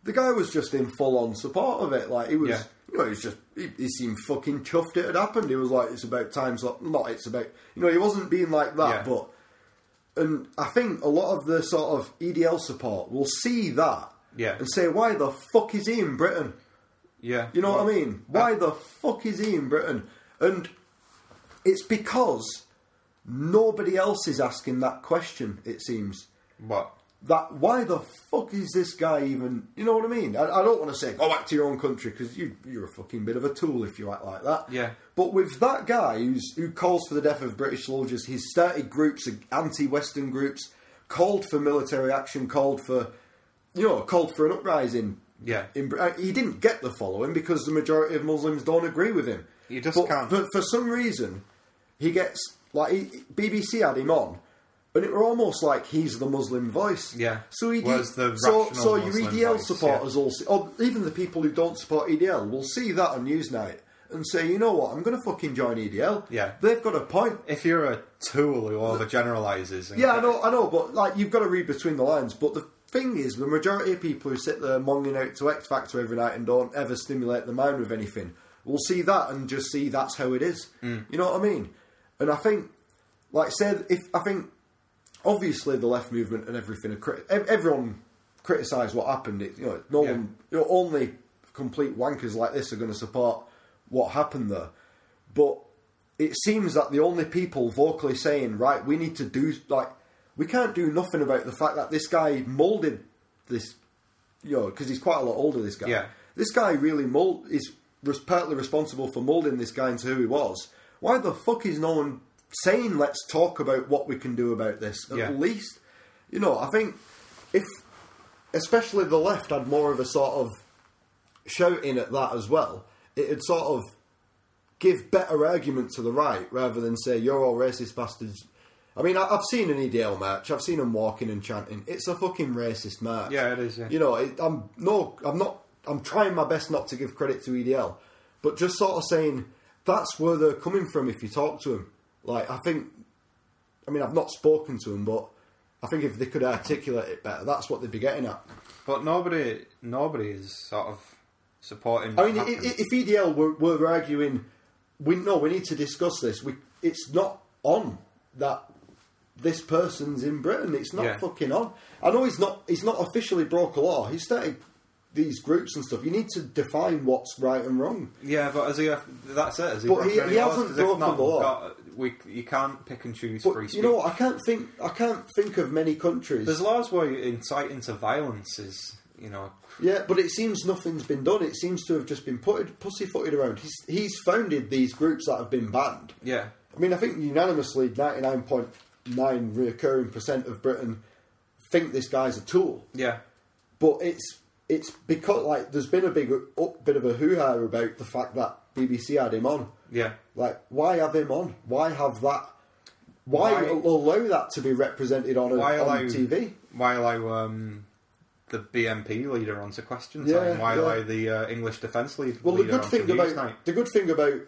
[SPEAKER 4] the guy was just in full on support of it. Like he was,
[SPEAKER 5] Yeah.
[SPEAKER 4] you know, he was just he, he seemed fucking chuffed it had happened. He was like, it's about time. So not it's about, you know, he wasn't being like that.
[SPEAKER 5] Yeah.
[SPEAKER 4] But and I think a lot of the sort of EDL support will see that
[SPEAKER 5] Yeah.
[SPEAKER 4] and say, why the fuck is he in Britain?
[SPEAKER 5] Yeah.
[SPEAKER 4] You know what I mean? Why the fuck is he in Britain? And it's because nobody else is asking that question, it seems.
[SPEAKER 5] What?
[SPEAKER 4] That why the fuck is this guy even? You know what I mean? I, I don't want to say go back to your own country because you you're a fucking bit of a tool if you act like that.
[SPEAKER 5] Yeah.
[SPEAKER 4] But with that guy who's, who calls for the death of British soldiers, he's started groups, anti-Western groups, called for military action, called for, you know, called for an uprising.
[SPEAKER 5] Yeah.
[SPEAKER 4] In, Br- uh, he didn't get the following because the majority of Muslims don't agree with him.
[SPEAKER 5] You just
[SPEAKER 4] But
[SPEAKER 5] can't.
[SPEAKER 4] For, for some reason, he gets like he, BBC had him on, and it were almost like he's the Muslim voice.
[SPEAKER 5] Yeah.
[SPEAKER 4] So he
[SPEAKER 5] Was the
[SPEAKER 4] so
[SPEAKER 5] rational
[SPEAKER 4] so your E
[SPEAKER 5] Muslim
[SPEAKER 4] EDL
[SPEAKER 5] voice,
[SPEAKER 4] supporters all, see, or even the people who don't support EDL, will see that on Newsnight and say, you know what, I'm going to fucking join EDL.
[SPEAKER 5] Yeah.
[SPEAKER 4] They've got a point.
[SPEAKER 5] If you're a tool who overgeneralizes, and
[SPEAKER 4] Yeah, I know, I know, but like you've got to read between the lines. But the thing is, the majority of people who sit there monging out to X Factor every night and don't ever stimulate the mind with anything will see that and just see that's how it is. You know what I mean? And I think, like I said, if I think obviously the left movement and everything, are crit- ev- everyone criticised what happened. It, you know, no
[SPEAKER 5] Yeah.
[SPEAKER 4] one, you know, only complete wankers like this are going to support what happened there. But it seems that the only people vocally saying, right, we need to do like we can't do nothing about the fact that this guy molded this, you know, because he's quite a lot older. This guy,
[SPEAKER 5] Yeah.
[SPEAKER 4] this guy really mold is was partly responsible for molding this guy into who he was. Why the fuck is no one saying let's talk about what we can do about this at
[SPEAKER 5] Yeah.
[SPEAKER 4] least? You know, I think if especially the left had more of a sort of shouting at that as well, it'd sort of give better argument to the right rather than say you're all racist bastards. I mean, I- I've seen an E EDL march. I've seen them walking and chanting. It's a fucking racist march.
[SPEAKER 5] Yeah, it is, yeah.
[SPEAKER 4] You know, it, I'm no, I'm not. I'm trying my best not to give credit to EDL, but just sort of saying that's where they're coming from. If you talk to them, like I think, I mean, I've not spoken to them, but I think if they could articulate it better, that's what they'd be getting at.
[SPEAKER 5] But nobody, nobody is sort of supporting.
[SPEAKER 4] I
[SPEAKER 5] what
[SPEAKER 4] mean, i-
[SPEAKER 5] happened.
[SPEAKER 4] i- if EDL were, were arguing, we no, we need to discuss this. We, it's not on that this person's in Britain. It's not
[SPEAKER 5] Yeah.
[SPEAKER 4] fucking on. I know he's not. He's not officially broke a law. He started these groups and stuff. You need to define what's right and wrong.
[SPEAKER 5] yeah, but as he, that's it. Has he
[SPEAKER 4] But
[SPEAKER 5] broken
[SPEAKER 4] he-
[SPEAKER 5] any
[SPEAKER 4] he
[SPEAKER 5] laws?
[SPEAKER 4] hasn't
[SPEAKER 5] 'Cause if
[SPEAKER 4] broken
[SPEAKER 5] not,
[SPEAKER 4] the
[SPEAKER 5] we've
[SPEAKER 4] law.
[SPEAKER 5] got- we, you can't pick and choose
[SPEAKER 4] But
[SPEAKER 5] free speech.
[SPEAKER 4] you know, what? I can't think. I can't think of many countries.
[SPEAKER 5] There's laws where inciting to violence is, you know,
[SPEAKER 4] Yeah, but it seems nothing's been done. It seems to have just been putted, pussyfooted around. He's, he's founded these groups that have been banned.
[SPEAKER 5] yeah,
[SPEAKER 4] I mean, I think unanimously, ninety-nine point nine recurring percent of Britain think this guy's a tool.
[SPEAKER 5] yeah,
[SPEAKER 4] But it's it's because like there's been a big up, bit of a hoo ha about the fact that BBC had him on.
[SPEAKER 5] yeah.
[SPEAKER 4] Like, why have him on? Why have that? Why,
[SPEAKER 5] Why-
[SPEAKER 4] allow that to be represented on, a,
[SPEAKER 5] Why
[SPEAKER 4] on
[SPEAKER 5] allow
[SPEAKER 4] TV?
[SPEAKER 5] Why allow um, the BNP leader on to question
[SPEAKER 4] Yeah,
[SPEAKER 5] time? Why
[SPEAKER 4] yeah.
[SPEAKER 5] allow the uh, English Defence League
[SPEAKER 4] Well, the
[SPEAKER 5] leader
[SPEAKER 4] good
[SPEAKER 5] on to
[SPEAKER 4] thing about
[SPEAKER 5] Newsnight?
[SPEAKER 4] the good thing about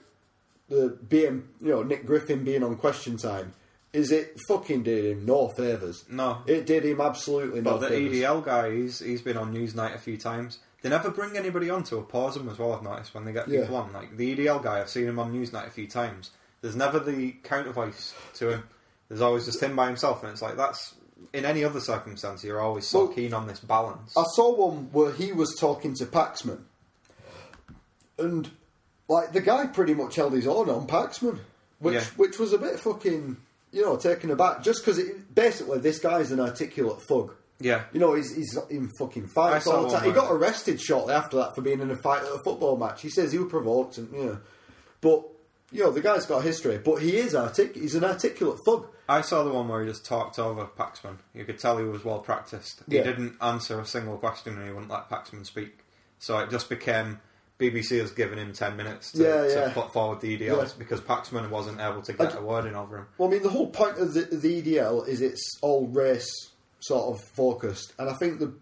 [SPEAKER 4] the BM, you know, Nick Griffin being on Question Time is it fucking did him no favors.
[SPEAKER 5] No.
[SPEAKER 4] it did him absolutely no
[SPEAKER 5] But the E
[SPEAKER 4] favors.
[SPEAKER 5] EDL guy, he's, he's been on Newsnight a few times. They never bring anybody on to oppose them as well, I've noticed, when they get
[SPEAKER 4] Yeah.
[SPEAKER 5] people on. Like, the EDL guy, I've seen him on Newsnight a few times. There's never the counter voice to him. There's always just him by himself, and it's like, that's... In any other circumstance, you're always so
[SPEAKER 4] Well-
[SPEAKER 5] keen on this balance.
[SPEAKER 4] I saw one where he was talking to Paxman, and like the guy pretty much held his own on Paxman, which
[SPEAKER 5] Yeah.
[SPEAKER 4] which was a bit fucking you know taken aback just because basically this guy's an articulate thug.
[SPEAKER 5] Yeah.
[SPEAKER 4] you know he's he's in fucking
[SPEAKER 5] I
[SPEAKER 4] fights
[SPEAKER 5] saw
[SPEAKER 4] all the
[SPEAKER 5] one
[SPEAKER 4] time. He
[SPEAKER 5] where-
[SPEAKER 4] got arrested shortly after that for being in a fight at a football match. He says he was provoked and you know, but you know the guy's got a history, but he is artic he's an articulate thug.
[SPEAKER 5] I saw the one where he just talked over Paxman. You could tell he was well practiced.
[SPEAKER 4] Yeah.
[SPEAKER 5] He didn't answer a single question and he wouldn't let Paxman speak. So it just became BBC has given him 10 minutes to,
[SPEAKER 4] Yeah,
[SPEAKER 5] to
[SPEAKER 4] yeah.
[SPEAKER 5] put forward the EDLs because Paxman wasn't able to get
[SPEAKER 4] I-
[SPEAKER 5] a word in over him.
[SPEAKER 4] Well, I mean, the E whole point of the, the EDL is it's all race sort of focused, and I think the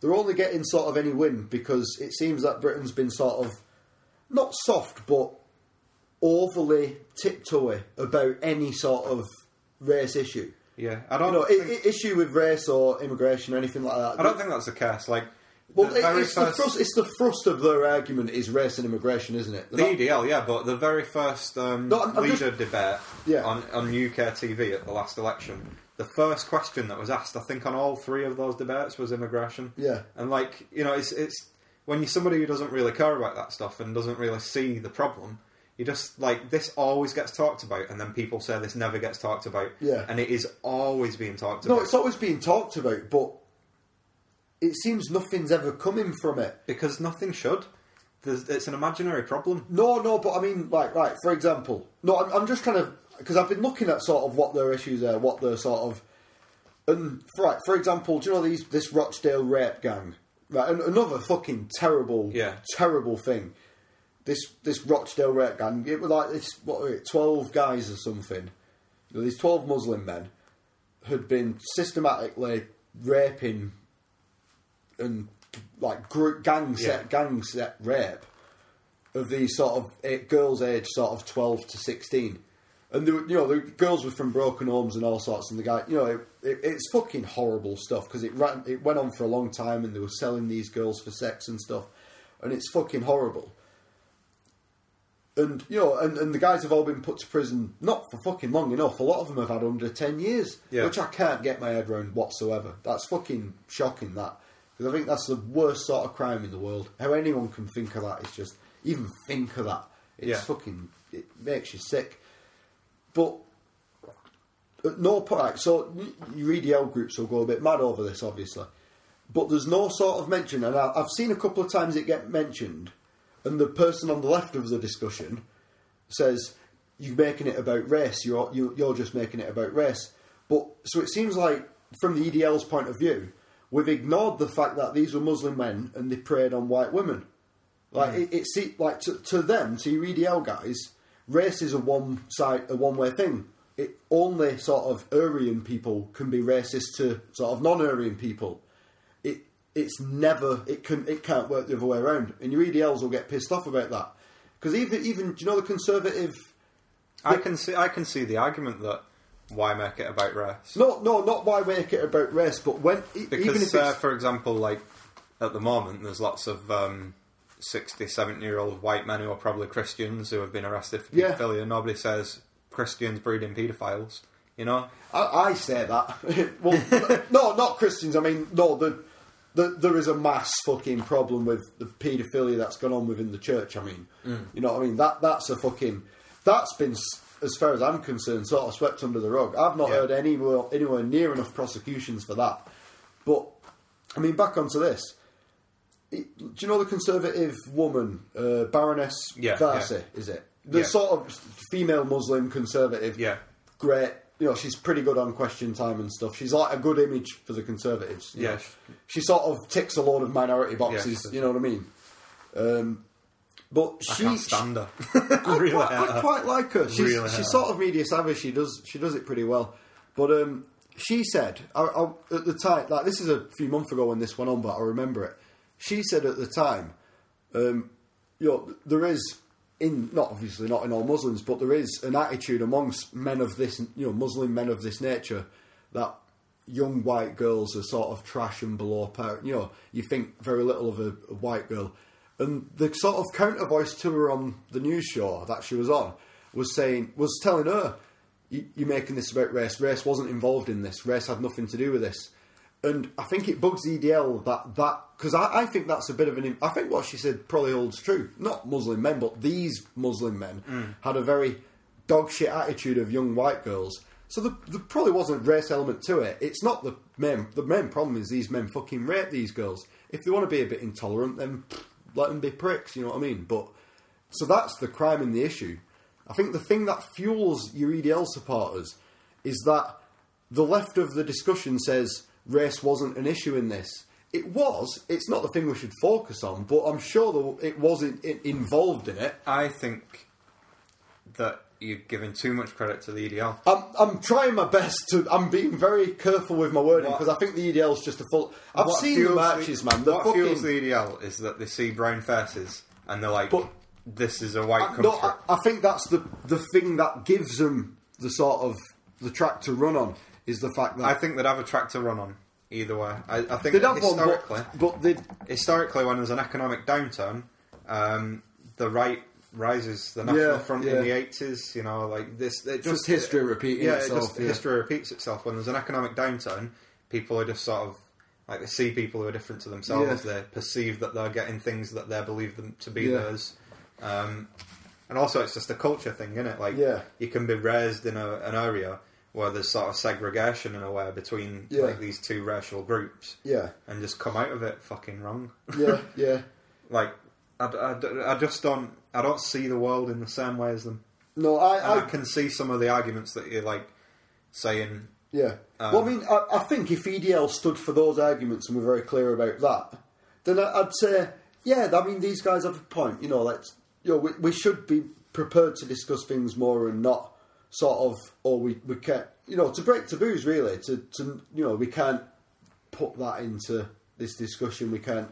[SPEAKER 4] they're only getting sort of any win because it seems that Britain's been sort of not soft but overly tiptoey about any sort of race issue.
[SPEAKER 5] Yeah, I don't
[SPEAKER 4] You know, i-
[SPEAKER 5] think-
[SPEAKER 4] i- issue with race or immigration or anything like that.
[SPEAKER 5] I don't think that's the case. Like,
[SPEAKER 4] Well,
[SPEAKER 5] the
[SPEAKER 4] it-
[SPEAKER 5] very
[SPEAKER 4] it's,
[SPEAKER 5] first
[SPEAKER 4] the thrust, it's the thrust of their argument is race and immigration, isn't it?
[SPEAKER 5] the E
[SPEAKER 4] They're not-
[SPEAKER 5] EDL, yeah, but the very first um,
[SPEAKER 4] No, I'm- I'm
[SPEAKER 5] leader debate
[SPEAKER 4] Yeah.
[SPEAKER 5] on on UK TV at the last election, the first question that was asked, I think, on all three of those debates was immigration.
[SPEAKER 4] Yeah.
[SPEAKER 5] and like you know, it's it's when you're somebody who doesn't really care about that stuff and doesn't really see the problem. You just like this always gets talked about, and then people say this never gets talked about.
[SPEAKER 4] Yeah.
[SPEAKER 5] and it is always being talked
[SPEAKER 4] no,
[SPEAKER 5] about.
[SPEAKER 4] it's always being talked about, but it seems nothing's ever coming from it.
[SPEAKER 5] Because nothing should. There's, it's an imaginary problem.
[SPEAKER 4] No, no, but I mean, like, right, for example, no, I'm, I'm just kind of, because I've been looking at sort of what their issues are, what their sort of, and, right, for example, do you know these this Rochdale rape gang? Right, an, another fucking terrible,
[SPEAKER 5] Yeah.
[SPEAKER 4] terrible thing. This this Rochdale rape gang, it was like this, what were it, 12 guys or something. You know, these 12 Muslim men had been systematically raping and like group gang set gang set rape of these sort of eh, girls aged sort of twelve to sixteen, and they were, you know the girls were from broken homes and all sorts, and the guy you know it, it, it's fucking horrible stuff because it ran it went on for a long time and they were selling these girls for sex and stuff, and it's fucking horrible. And you know, and, and the guys have all been put to prison not for fucking long enough. A lot of them have had under ten years,
[SPEAKER 5] Yeah.
[SPEAKER 4] which I can't get my head around whatsoever. That's fucking shocking. That because I think that's the worst sort of crime in the world. How anyone can think of that is just even think of that. It's
[SPEAKER 5] Yeah.
[SPEAKER 4] fucking it makes you sick. But at no point, like, so your EDL groups will go a bit mad over this, obviously. But there's no sort of mention, and I, I've seen a couple of times it get mentioned, and the person on the left of the discussion says, "You're making it about race. You're you, you're just making it about race." But so it seems like, from the EDL's point of view, we've ignored the fact that these were Muslim men and they preyed on white women. Like it, it see, like to, to them, to your EDL guys, race is a one side, a one way thing. It only sort of Aryan people can be racist to sort of non-Aryan people. It it's never it can it can't work the other way around. And your EDLs will get pissed off about that because even even do you know the conservative?
[SPEAKER 5] I can see I can see the argument that why make it about race?
[SPEAKER 4] No, no, not why make it about race, but when e- even if
[SPEAKER 5] Because
[SPEAKER 4] it's,
[SPEAKER 5] uh, for example, like at the moment, there's lots of um, 60, 70 year old white men who are probably Christians who have been arrested for
[SPEAKER 4] Yeah.
[SPEAKER 5] paedophilia. Nobody says Christians breeding paedophiles. You know,
[SPEAKER 4] I, I say that. well, no, not Christians. I mean, no, the, the, there is a mass fucking problem with the paedophilia that's gone on within the church. I mean,
[SPEAKER 5] Mm.
[SPEAKER 4] you know what I mean? That That's a fucking. That's been, s- as far as I'm concerned, sort of swept under the rug. I've not heard anywhere, anywhere near enough prosecutions for that. But, I mean, back onto this. It- do you know the conservative woman, uh, Baroness
[SPEAKER 5] Yeah,
[SPEAKER 4] Darcy,
[SPEAKER 5] yeah.
[SPEAKER 4] is it? The
[SPEAKER 5] Yeah.
[SPEAKER 4] sort of female Muslim conservative. Yeah. Great. You know, she's pretty good on question time and stuff. She's like a good image for the conservatives. you
[SPEAKER 5] Yeah,
[SPEAKER 4] know. She
[SPEAKER 5] she-
[SPEAKER 4] sort of ticks a lot of minority boxes,
[SPEAKER 5] Yeah, she
[SPEAKER 4] you know what I mean? Um, but
[SPEAKER 5] I
[SPEAKER 4] she.
[SPEAKER 5] can't stand her.
[SPEAKER 4] I
[SPEAKER 5] Really
[SPEAKER 4] quite,
[SPEAKER 5] hate
[SPEAKER 4] I
[SPEAKER 5] her.
[SPEAKER 4] quite like her. She's,
[SPEAKER 5] Really hate
[SPEAKER 4] she's sort of media savvy. She does she does it pretty well. But um, she said I, I, at the time, like this is a few months ago when this went on, but I remember it. She said at the time, um, you know, there is in not obviously not in all Muslims, but there is an attitude amongst men of this, you know, Muslim men of this nature that young white girls are sort of trash and below par. You know, you think very little of a, a white girl. And the sort of counter voice to her on the news show that she was on was saying, was telling her, you, you're making this about race. Race wasn't involved in this. Race had nothing to do with this. And I think it bugs EDL that that because I, I think that's a bit of an. I think what she said probably holds true. Not Muslim men, but these Muslim men
[SPEAKER 5] Mm.
[SPEAKER 4] had a very dog shit attitude of young white girls. So there, there probably wasn't a race element to it. It's not the main. The main problem is these men fucking rape these girls. If they want to be a bit intolerant, then pff, let them be pricks. You know what I mean? But so that's the crime and the issue. I think the thing that fuels your EDL supporters is that the left of the discussion says race wasn't an issue in this. It was. It's not the thing we should focus on, but I'm sure the, it wasn't it involved in it.
[SPEAKER 5] I think that you're giving too much credit to the E EDL.
[SPEAKER 4] I'm, I'm trying my best to. I'm being very careful with my wording because I think the E EDL's just a full. I've
[SPEAKER 5] What
[SPEAKER 4] seen the
[SPEAKER 5] fuels
[SPEAKER 4] matches,
[SPEAKER 5] the-
[SPEAKER 4] man. They're
[SPEAKER 5] what
[SPEAKER 4] fucking.
[SPEAKER 5] fuels the EDL is that they see brown faces and they're like, "This is a white country."
[SPEAKER 4] no, I, I think that's the the thing that gives them the sort of the track to run on is the fact that
[SPEAKER 5] I think they'd have a track to run on either way. I, I think
[SPEAKER 4] They'd have one, but-
[SPEAKER 5] historically,
[SPEAKER 4] but, they
[SPEAKER 5] historically, when there's an economic downturn, um, the right rises. The National
[SPEAKER 4] Yeah,
[SPEAKER 5] Front
[SPEAKER 4] yeah.
[SPEAKER 5] in the eighties, you know, like this. It
[SPEAKER 4] Just history repeating
[SPEAKER 5] Yeah, it
[SPEAKER 4] itself,
[SPEAKER 5] just
[SPEAKER 4] yeah.
[SPEAKER 5] history repeats itself. When there's an economic downturn, people are just sort of like they see people who are different to themselves.
[SPEAKER 4] Yeah.
[SPEAKER 5] They perceive that they're getting things that they believe them to be
[SPEAKER 4] Yeah.
[SPEAKER 5] theirs. Um, and also, it's just a culture thing, isn't it? Like,
[SPEAKER 4] Yeah.
[SPEAKER 5] you can be raised in a, an area where there's sort of segregation in a way between
[SPEAKER 4] Yeah.
[SPEAKER 5] like these two racial groups,
[SPEAKER 4] Yeah.
[SPEAKER 5] and just come out of it fucking wrong.
[SPEAKER 4] yeah, yeah.
[SPEAKER 5] Like, I, d- I d- I just don't, I don't see the world in the same way as them.
[SPEAKER 4] No, I-
[SPEAKER 5] And
[SPEAKER 4] I-
[SPEAKER 5] can see some of the arguments that you're like saying.
[SPEAKER 4] Yeah.
[SPEAKER 5] Um,
[SPEAKER 4] well, I mean, I, I think if EDL stood for those arguments and were very clear about that, then I, I'd say, yeah, I mean, these guys have a point. You know, let's, you know, we, we should be prepared to discuss things more and not sort of, or we, we can't, you know, to break taboos, really, to, to, you know, we can't put that into this discussion, we can't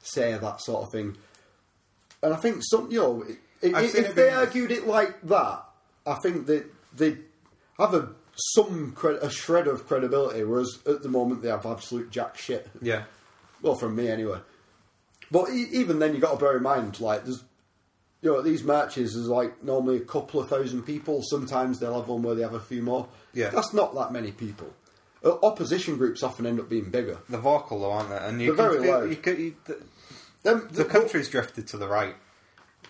[SPEAKER 4] say that sort of thing. And I think some, you know, i- i-
[SPEAKER 5] I've seen
[SPEAKER 4] if
[SPEAKER 5] it
[SPEAKER 4] they
[SPEAKER 5] being-
[SPEAKER 4] argued it like that, I think that they have a some cred, a shred of credibility, whereas at the moment they have absolute jack shit.
[SPEAKER 5] Yeah.
[SPEAKER 4] Well, from me anyway. But e- even then, you got to bear in mind, like there's, you know, at these matches there's like normally a couple of thousand people. Sometimes they'll have one where they have a few more.
[SPEAKER 5] Yeah.
[SPEAKER 4] that's not that many people. Uh, opposition groups often end up being bigger.
[SPEAKER 5] They're vocal though, aren't they? And you
[SPEAKER 4] They're
[SPEAKER 5] can
[SPEAKER 4] very
[SPEAKER 5] feel,
[SPEAKER 4] loud.
[SPEAKER 5] You can, you, the,
[SPEAKER 4] Them-
[SPEAKER 5] the country's drifted to the right.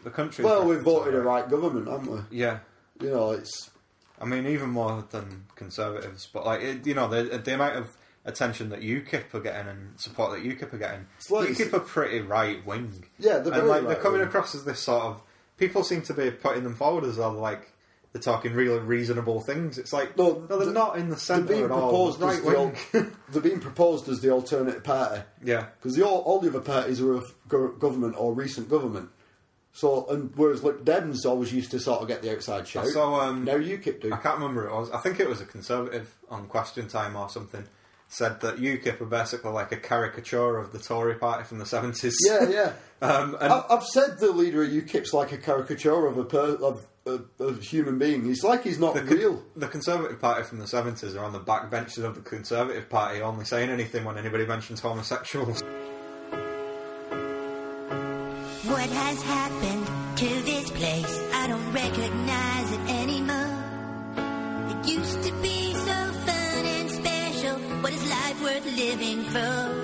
[SPEAKER 5] The country's
[SPEAKER 4] Well,
[SPEAKER 5] drifted
[SPEAKER 4] we've
[SPEAKER 5] to
[SPEAKER 4] voted
[SPEAKER 5] the
[SPEAKER 4] a right government, haven't we?
[SPEAKER 5] Yeah.
[SPEAKER 4] You know, it's.
[SPEAKER 5] I mean, even more than conservatives, but like it, you know, the, the amount of attention that UKIP are getting and support that UKIP are getting.
[SPEAKER 4] like-
[SPEAKER 5] UKIP are pretty right wing.
[SPEAKER 4] Yeah, they're very
[SPEAKER 5] and like they're coming
[SPEAKER 4] right-wing.
[SPEAKER 5] across as this sort of people seem to be putting them forward as well, like they're talking real reasonable things. It's like no, they're not in the centre
[SPEAKER 4] They're being
[SPEAKER 5] at all.
[SPEAKER 4] proposed
[SPEAKER 5] They're
[SPEAKER 4] as the
[SPEAKER 5] right-wing.
[SPEAKER 4] al- they're being proposed as the alternative party.
[SPEAKER 5] Yeah.
[SPEAKER 4] because all, all the other parties are of go- government or recent government. So, and whereas Lib Dems always used to sort of get the outside shout.
[SPEAKER 5] I saw um,
[SPEAKER 4] now UKIP do.
[SPEAKER 5] I can't remember who it was. I think it was a conservative on Question Time or something. Said that UKIP are basically like a caricature of the Tory party from the seventies.
[SPEAKER 4] Yeah, yeah.
[SPEAKER 5] um, and
[SPEAKER 4] I, I've said the leader of UKIP's like a caricature of a per, of, of, of a human being. He's like he's not
[SPEAKER 5] con-
[SPEAKER 4] real.
[SPEAKER 5] The Conservative Party from the 70s are on the back benches of the Conservative Party, only saying anything when anybody mentions homosexuals.
[SPEAKER 13] What has happened to this place? I don't recognize it anymore. It used to be so fun and special. What is life worth living for?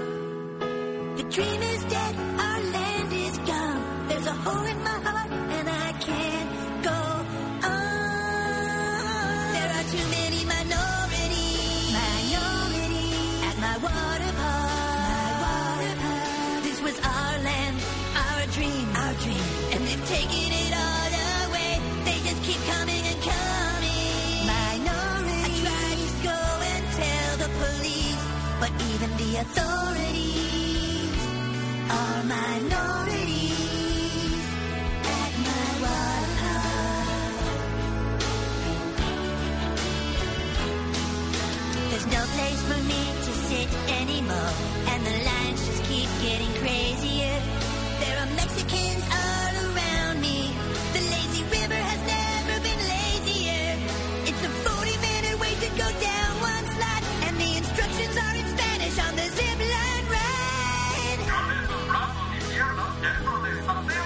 [SPEAKER 13] The dream is dead, our land is gone. There's a hole in my heart, and I can't go on. There are too many minorities. Minorities at my water park. My water park. This was our land, our dream, our dream, and they've taken it all away. They just keep coming and coming. Minorities. I tried to go and tell the police, but even the authorities are minorities at my water park. There's no place for me to sit anymore, and the lines just keep getting crazier. There are Mexicans all around me. The lazy river has never been lazier. It's a 40 minute wait to go down one slide, and the instructions are in Spanish on the zip line ride.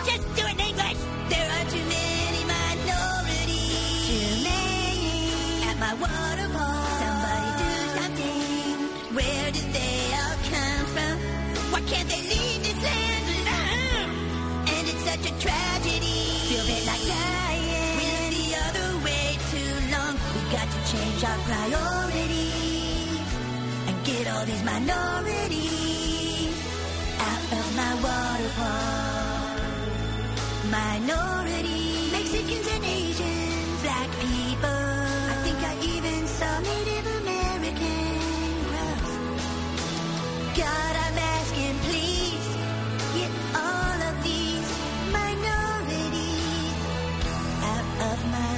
[SPEAKER 13] Just do it in English. There are too many minorities. Too many at my water park. Somebody do something. Where did they all come from? Why can't they leave this land alone? And it's such a tragedy. Feel bit like dying. We live the other way too long. We got to change our priorities and get all these minorities out of my water park. Minorities, Mexicans and Asians, black people. I think I even saw Native Americans. God, I'm asking, please get all of these minorities out of my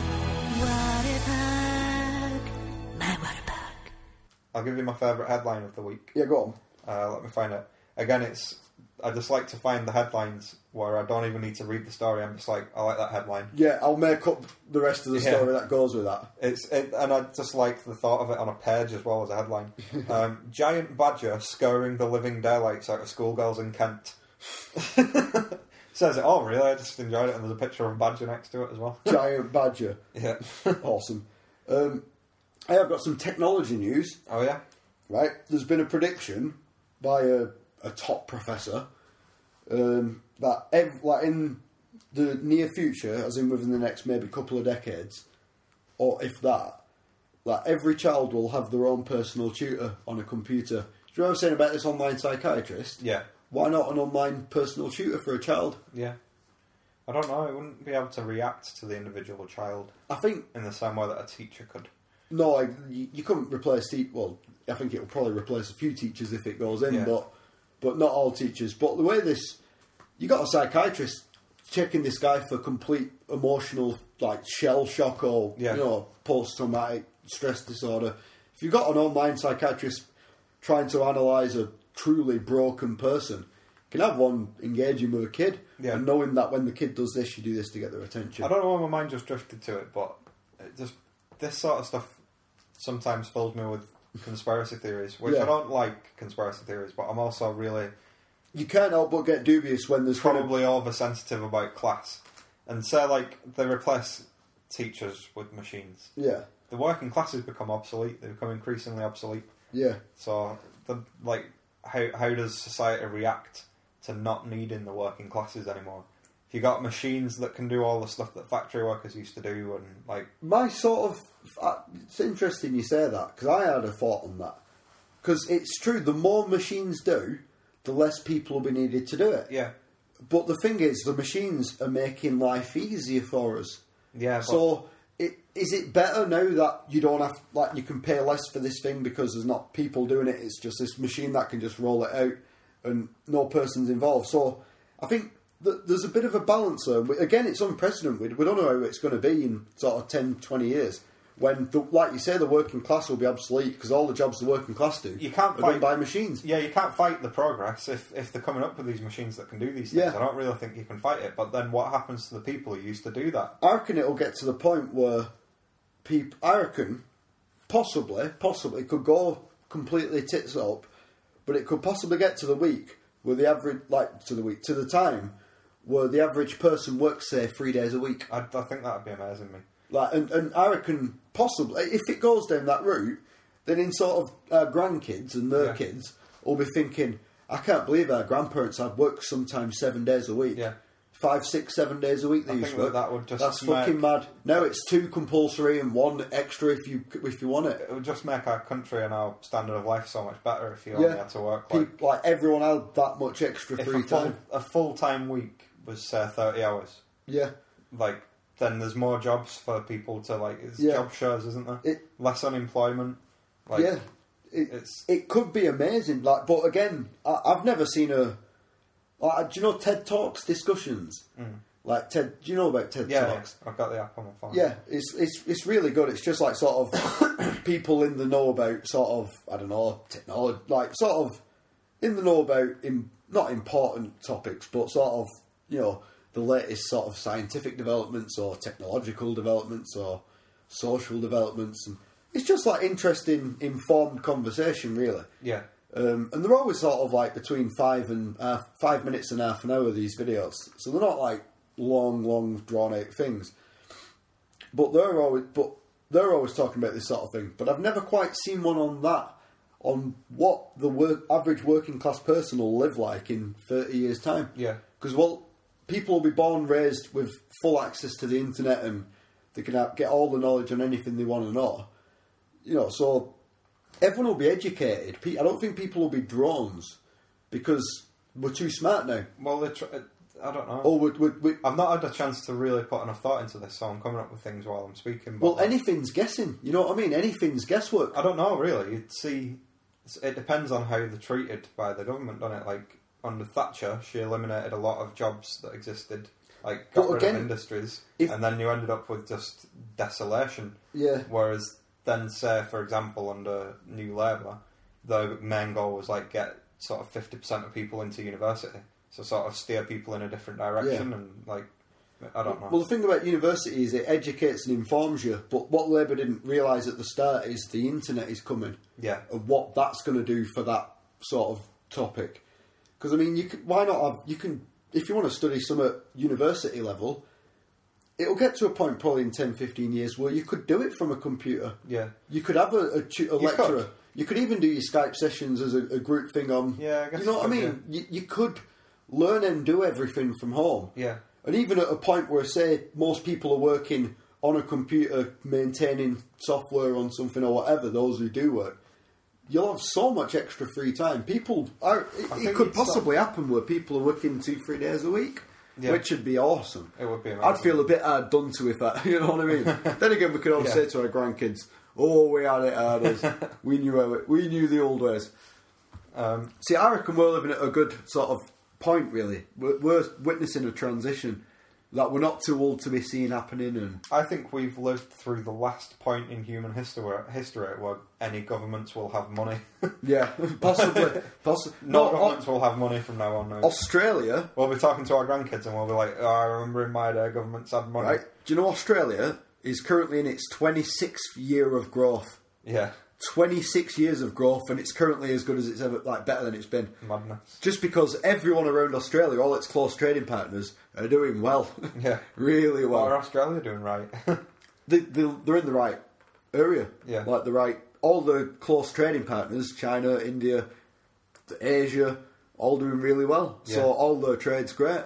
[SPEAKER 5] I'll give you my favourite headline of the week.
[SPEAKER 4] Yeah, go on.
[SPEAKER 5] Uh, let me find it. Again, it's I just like to find the headlines where I don't even need to read the story. I'm just like, I like that headline.
[SPEAKER 4] Yeah, I'll make up the rest of the
[SPEAKER 5] Yeah.
[SPEAKER 4] story that goes with that.
[SPEAKER 5] It's it, and I just like the thought of it on a page as well as a headline. um, Giant badger scaring the living daylights out of schoolgirls in Kent. Says it all, really. I just enjoyed it, and there's a picture of a badger next to it as well.
[SPEAKER 4] Giant badger.
[SPEAKER 5] Yeah.
[SPEAKER 4] awesome. Um, I have got some technology news.
[SPEAKER 5] Oh yeah.
[SPEAKER 4] Right. There's been a prediction by a, a top professor um, that ev- like in the near future, as in within the next maybe couple of decades, or if that, like every child will have their own personal tutor on a computer. Do you remember saying about this online psychiatrist?
[SPEAKER 5] Yeah.
[SPEAKER 4] Why not an online personal tutor for a child?
[SPEAKER 5] Yeah. I don't know. It wouldn't be able to react to the individual child.
[SPEAKER 4] I think
[SPEAKER 5] in the same way that a teacher could.
[SPEAKER 4] No, I, you, you couldn't replace te- well. I think it will probably replace a few teachers if it goes in,
[SPEAKER 5] Yeah.
[SPEAKER 4] but but not all teachers. But the way this, you got a psychiatrist checking this guy for complete emotional like shell shock or
[SPEAKER 5] Yeah.
[SPEAKER 4] you know post traumatic stress disorder. If you've got an online psychiatrist trying to analyze a truly broken person, you can have one engaging with a kid
[SPEAKER 5] Yeah.
[SPEAKER 4] and knowing that when the kid does this, you do this to get their attention.
[SPEAKER 5] I don't know why my mind just drifted to it, but it just this sort of stuff sometimes fills me with conspiracy theories, which
[SPEAKER 4] Yeah.
[SPEAKER 5] I don't like conspiracy theories, but I'm also really
[SPEAKER 4] you can't help but get dubious when there's gonna-
[SPEAKER 5] probably oversensitive about class. And say like they replace teachers with machines.
[SPEAKER 4] Yeah.
[SPEAKER 5] The working classes become obsolete. They become increasingly obsolete.
[SPEAKER 4] Yeah.
[SPEAKER 5] So, the, like, how how does society react to not needing the working classes anymore? If you got machines that can do all the stuff that factory workers used to do, and like,
[SPEAKER 4] my sort of uh, it's interesting you say that because I had a thought on that because it's true the more machines do the less people will be needed to do it
[SPEAKER 5] yeah,
[SPEAKER 4] but the thing is the machines are making life easier for us
[SPEAKER 5] yeah. but-
[SPEAKER 4] so it, is it better now that you don't have like you can pay less for this thing because there's not people doing it it's just this machine that can just roll it out and no person's involved so i think that there's a bit of a balance there We- again it's unprecedented we don't know how it's going to be in sort of 10 20 years when the, like you say the working class will be obsolete because all the jobs the working class do
[SPEAKER 5] you can't
[SPEAKER 4] are done
[SPEAKER 5] fight
[SPEAKER 4] by machines
[SPEAKER 5] Yeah, you can't fight the progress if if they're coming up with these machines that can do these things.
[SPEAKER 4] Yeah.
[SPEAKER 5] I don't really think you can fight it. But then, what happens to the people who used to do that?
[SPEAKER 4] I reckon it'll get to the point where people. I reckon possibly, possibly it could go completely tits up, but it could possibly get to the week where the average, like to the week, to the time where the average person works say three days a week.
[SPEAKER 5] I, I think that'd be amazing. Me,
[SPEAKER 4] Like, and, and I reckon possibly if it goes down that route, then in sort of our grandkids and their
[SPEAKER 5] Yeah.
[SPEAKER 4] kids will be thinking, I can't believe our grandparents had work sometimes seven days a week.
[SPEAKER 5] Yeah.
[SPEAKER 4] Five, six, seven days a week. They
[SPEAKER 5] I
[SPEAKER 4] used
[SPEAKER 5] think
[SPEAKER 4] to
[SPEAKER 5] that
[SPEAKER 4] work.
[SPEAKER 5] that would just
[SPEAKER 4] that's
[SPEAKER 5] make-
[SPEAKER 4] fucking mad. No, it's two compulsory and one extra if you if you want it.
[SPEAKER 5] it would just make our country and our standard of life so much better if you only
[SPEAKER 4] Yeah,
[SPEAKER 5] had Oh, to work like
[SPEAKER 4] Peop- like everyone had that much extra
[SPEAKER 5] if
[SPEAKER 4] free
[SPEAKER 5] a full,
[SPEAKER 4] time.
[SPEAKER 5] a full time week was say thirty hours,
[SPEAKER 4] Yeah,
[SPEAKER 5] like then there's more jobs for people to like. It's
[SPEAKER 4] Yeah.
[SPEAKER 5] job shares, isn't there?
[SPEAKER 4] It-
[SPEAKER 5] Less unemployment. Like,
[SPEAKER 4] yeah. It,
[SPEAKER 5] it's
[SPEAKER 4] it could be amazing. Like, but again, I, I've never seen a. Like, do you know TED Talks discussions? Like TED, do you know about TED
[SPEAKER 5] Mm. yeah.
[SPEAKER 4] Talks?
[SPEAKER 5] I've got the app on my phone.
[SPEAKER 4] Yeah, it's it's it's really good. It's just like sort of people in the know about sort of I don't know technology, like sort of in the know about in not important topics, but sort of you know the latest sort of scientific developments or technological developments or social developments, and it's just like interesting, informed conversation, really.
[SPEAKER 5] yeah.
[SPEAKER 4] Um, and they're always sort of like between five and uh, five minutes and half an hour. These videos, so they're not like long, long drawn out things. But they're always but they're always talking about this sort of thing. But I've never quite seen one on that on what the work, average working class person will live like in thirty years' time.
[SPEAKER 5] Yeah.
[SPEAKER 4] because well, people will be born raised with full access to the internet and they can have, get all the knowledge on anything they want to know. You know, so everyone will be educated. Pe- I don't think people will be drones because we're too smart now.
[SPEAKER 5] Well, they tr- uh, I don't know.
[SPEAKER 4] Or we're, we're, we
[SPEAKER 5] I've not had a chance to really put enough thought into this, so I'm coming up with things while I'm speaking. But
[SPEAKER 4] well, anything's guessing. You know what I mean? Anything's guesswork.
[SPEAKER 5] I don't know really. You'd see, it's- it depends on how they're treated by the government, doesn't it? Like under Thatcher, she eliminated a lot of jobs that existed, like got
[SPEAKER 4] But
[SPEAKER 5] rid
[SPEAKER 4] again,
[SPEAKER 5] of industries,
[SPEAKER 4] if-
[SPEAKER 5] and then you ended up with just desolation.
[SPEAKER 4] Yeah.
[SPEAKER 5] Whereas Then, say for example, under New Labour, the main goal was like get sort of fifty percent of people into university, so sort of steer people in a different direction
[SPEAKER 4] Yeah.
[SPEAKER 5] and like I don't know.
[SPEAKER 4] Well, the thing about university is it educates and informs you, but what Labour didn't realise at the start is the internet is coming.
[SPEAKER 5] Yeah.
[SPEAKER 4] And what that's going to do for that sort of topic. Because, I mean, you could, why not have, you can, if you want to study some at university level, it'll get to a point probably in 10, 15 years where you could do it from a computer.
[SPEAKER 5] yeah,
[SPEAKER 4] You could have a, a, tu- a
[SPEAKER 5] You
[SPEAKER 4] lecturer.
[SPEAKER 5] could.
[SPEAKER 4] You could even do your Skype sessions as a, a group thing on.
[SPEAKER 5] Yeah, I guess
[SPEAKER 4] you know what I
[SPEAKER 5] you could,
[SPEAKER 4] mean. You, you could learn and do everything from home.
[SPEAKER 5] yeah,
[SPEAKER 4] And even at a point where, say, most people are working on a computer, maintaining software on something or whatever, those who do work, you'll have so much extra free time. People are.
[SPEAKER 5] I
[SPEAKER 4] It,
[SPEAKER 5] think
[SPEAKER 4] it could
[SPEAKER 5] it's that-
[SPEAKER 4] possibly happen where people are working two, three days a week,
[SPEAKER 5] Yeah.
[SPEAKER 4] which would be awesome.
[SPEAKER 5] it would be. Amazing.
[SPEAKER 4] I'd feel a bit hard done to if that, you know what I mean? then again, we could all
[SPEAKER 5] Yeah.
[SPEAKER 4] say to our grandkids, oh, we had it hard. us. we, knew how it, we knew the old ways.
[SPEAKER 5] Um,
[SPEAKER 4] See, I reckon we're living at a good sort of point, really. We're, we're witnessing a transition that we're not too old to be seeing happening. And
[SPEAKER 5] I think we've lived through the last point in human history history where any governments will have money.
[SPEAKER 4] yeah, possibly, possibly.
[SPEAKER 5] no,
[SPEAKER 4] no,
[SPEAKER 5] governments
[SPEAKER 4] Au-
[SPEAKER 5] will have money from now on. No.
[SPEAKER 4] Oh. Australia,
[SPEAKER 5] We'll be talking to our grandkids and we'll be like, oh, I remember in my day governments had money.
[SPEAKER 4] right? Do you know Australia is currently in its 26th year of growth?
[SPEAKER 5] Yeah,
[SPEAKER 4] 26 years of growth, and it's currently as good as it's ever, like better than it's been.
[SPEAKER 5] madness.
[SPEAKER 4] Just because everyone around Australia, all its close trading partners, are doing well.
[SPEAKER 5] Yeah.
[SPEAKER 4] really well.
[SPEAKER 5] What are Australia doing right?
[SPEAKER 4] they, they, they're in the right area.
[SPEAKER 5] Yeah.
[SPEAKER 4] Like the right, all the close trading partners, China, India, th- Asia, all doing really well.
[SPEAKER 5] Yeah.
[SPEAKER 4] So all their trade's great.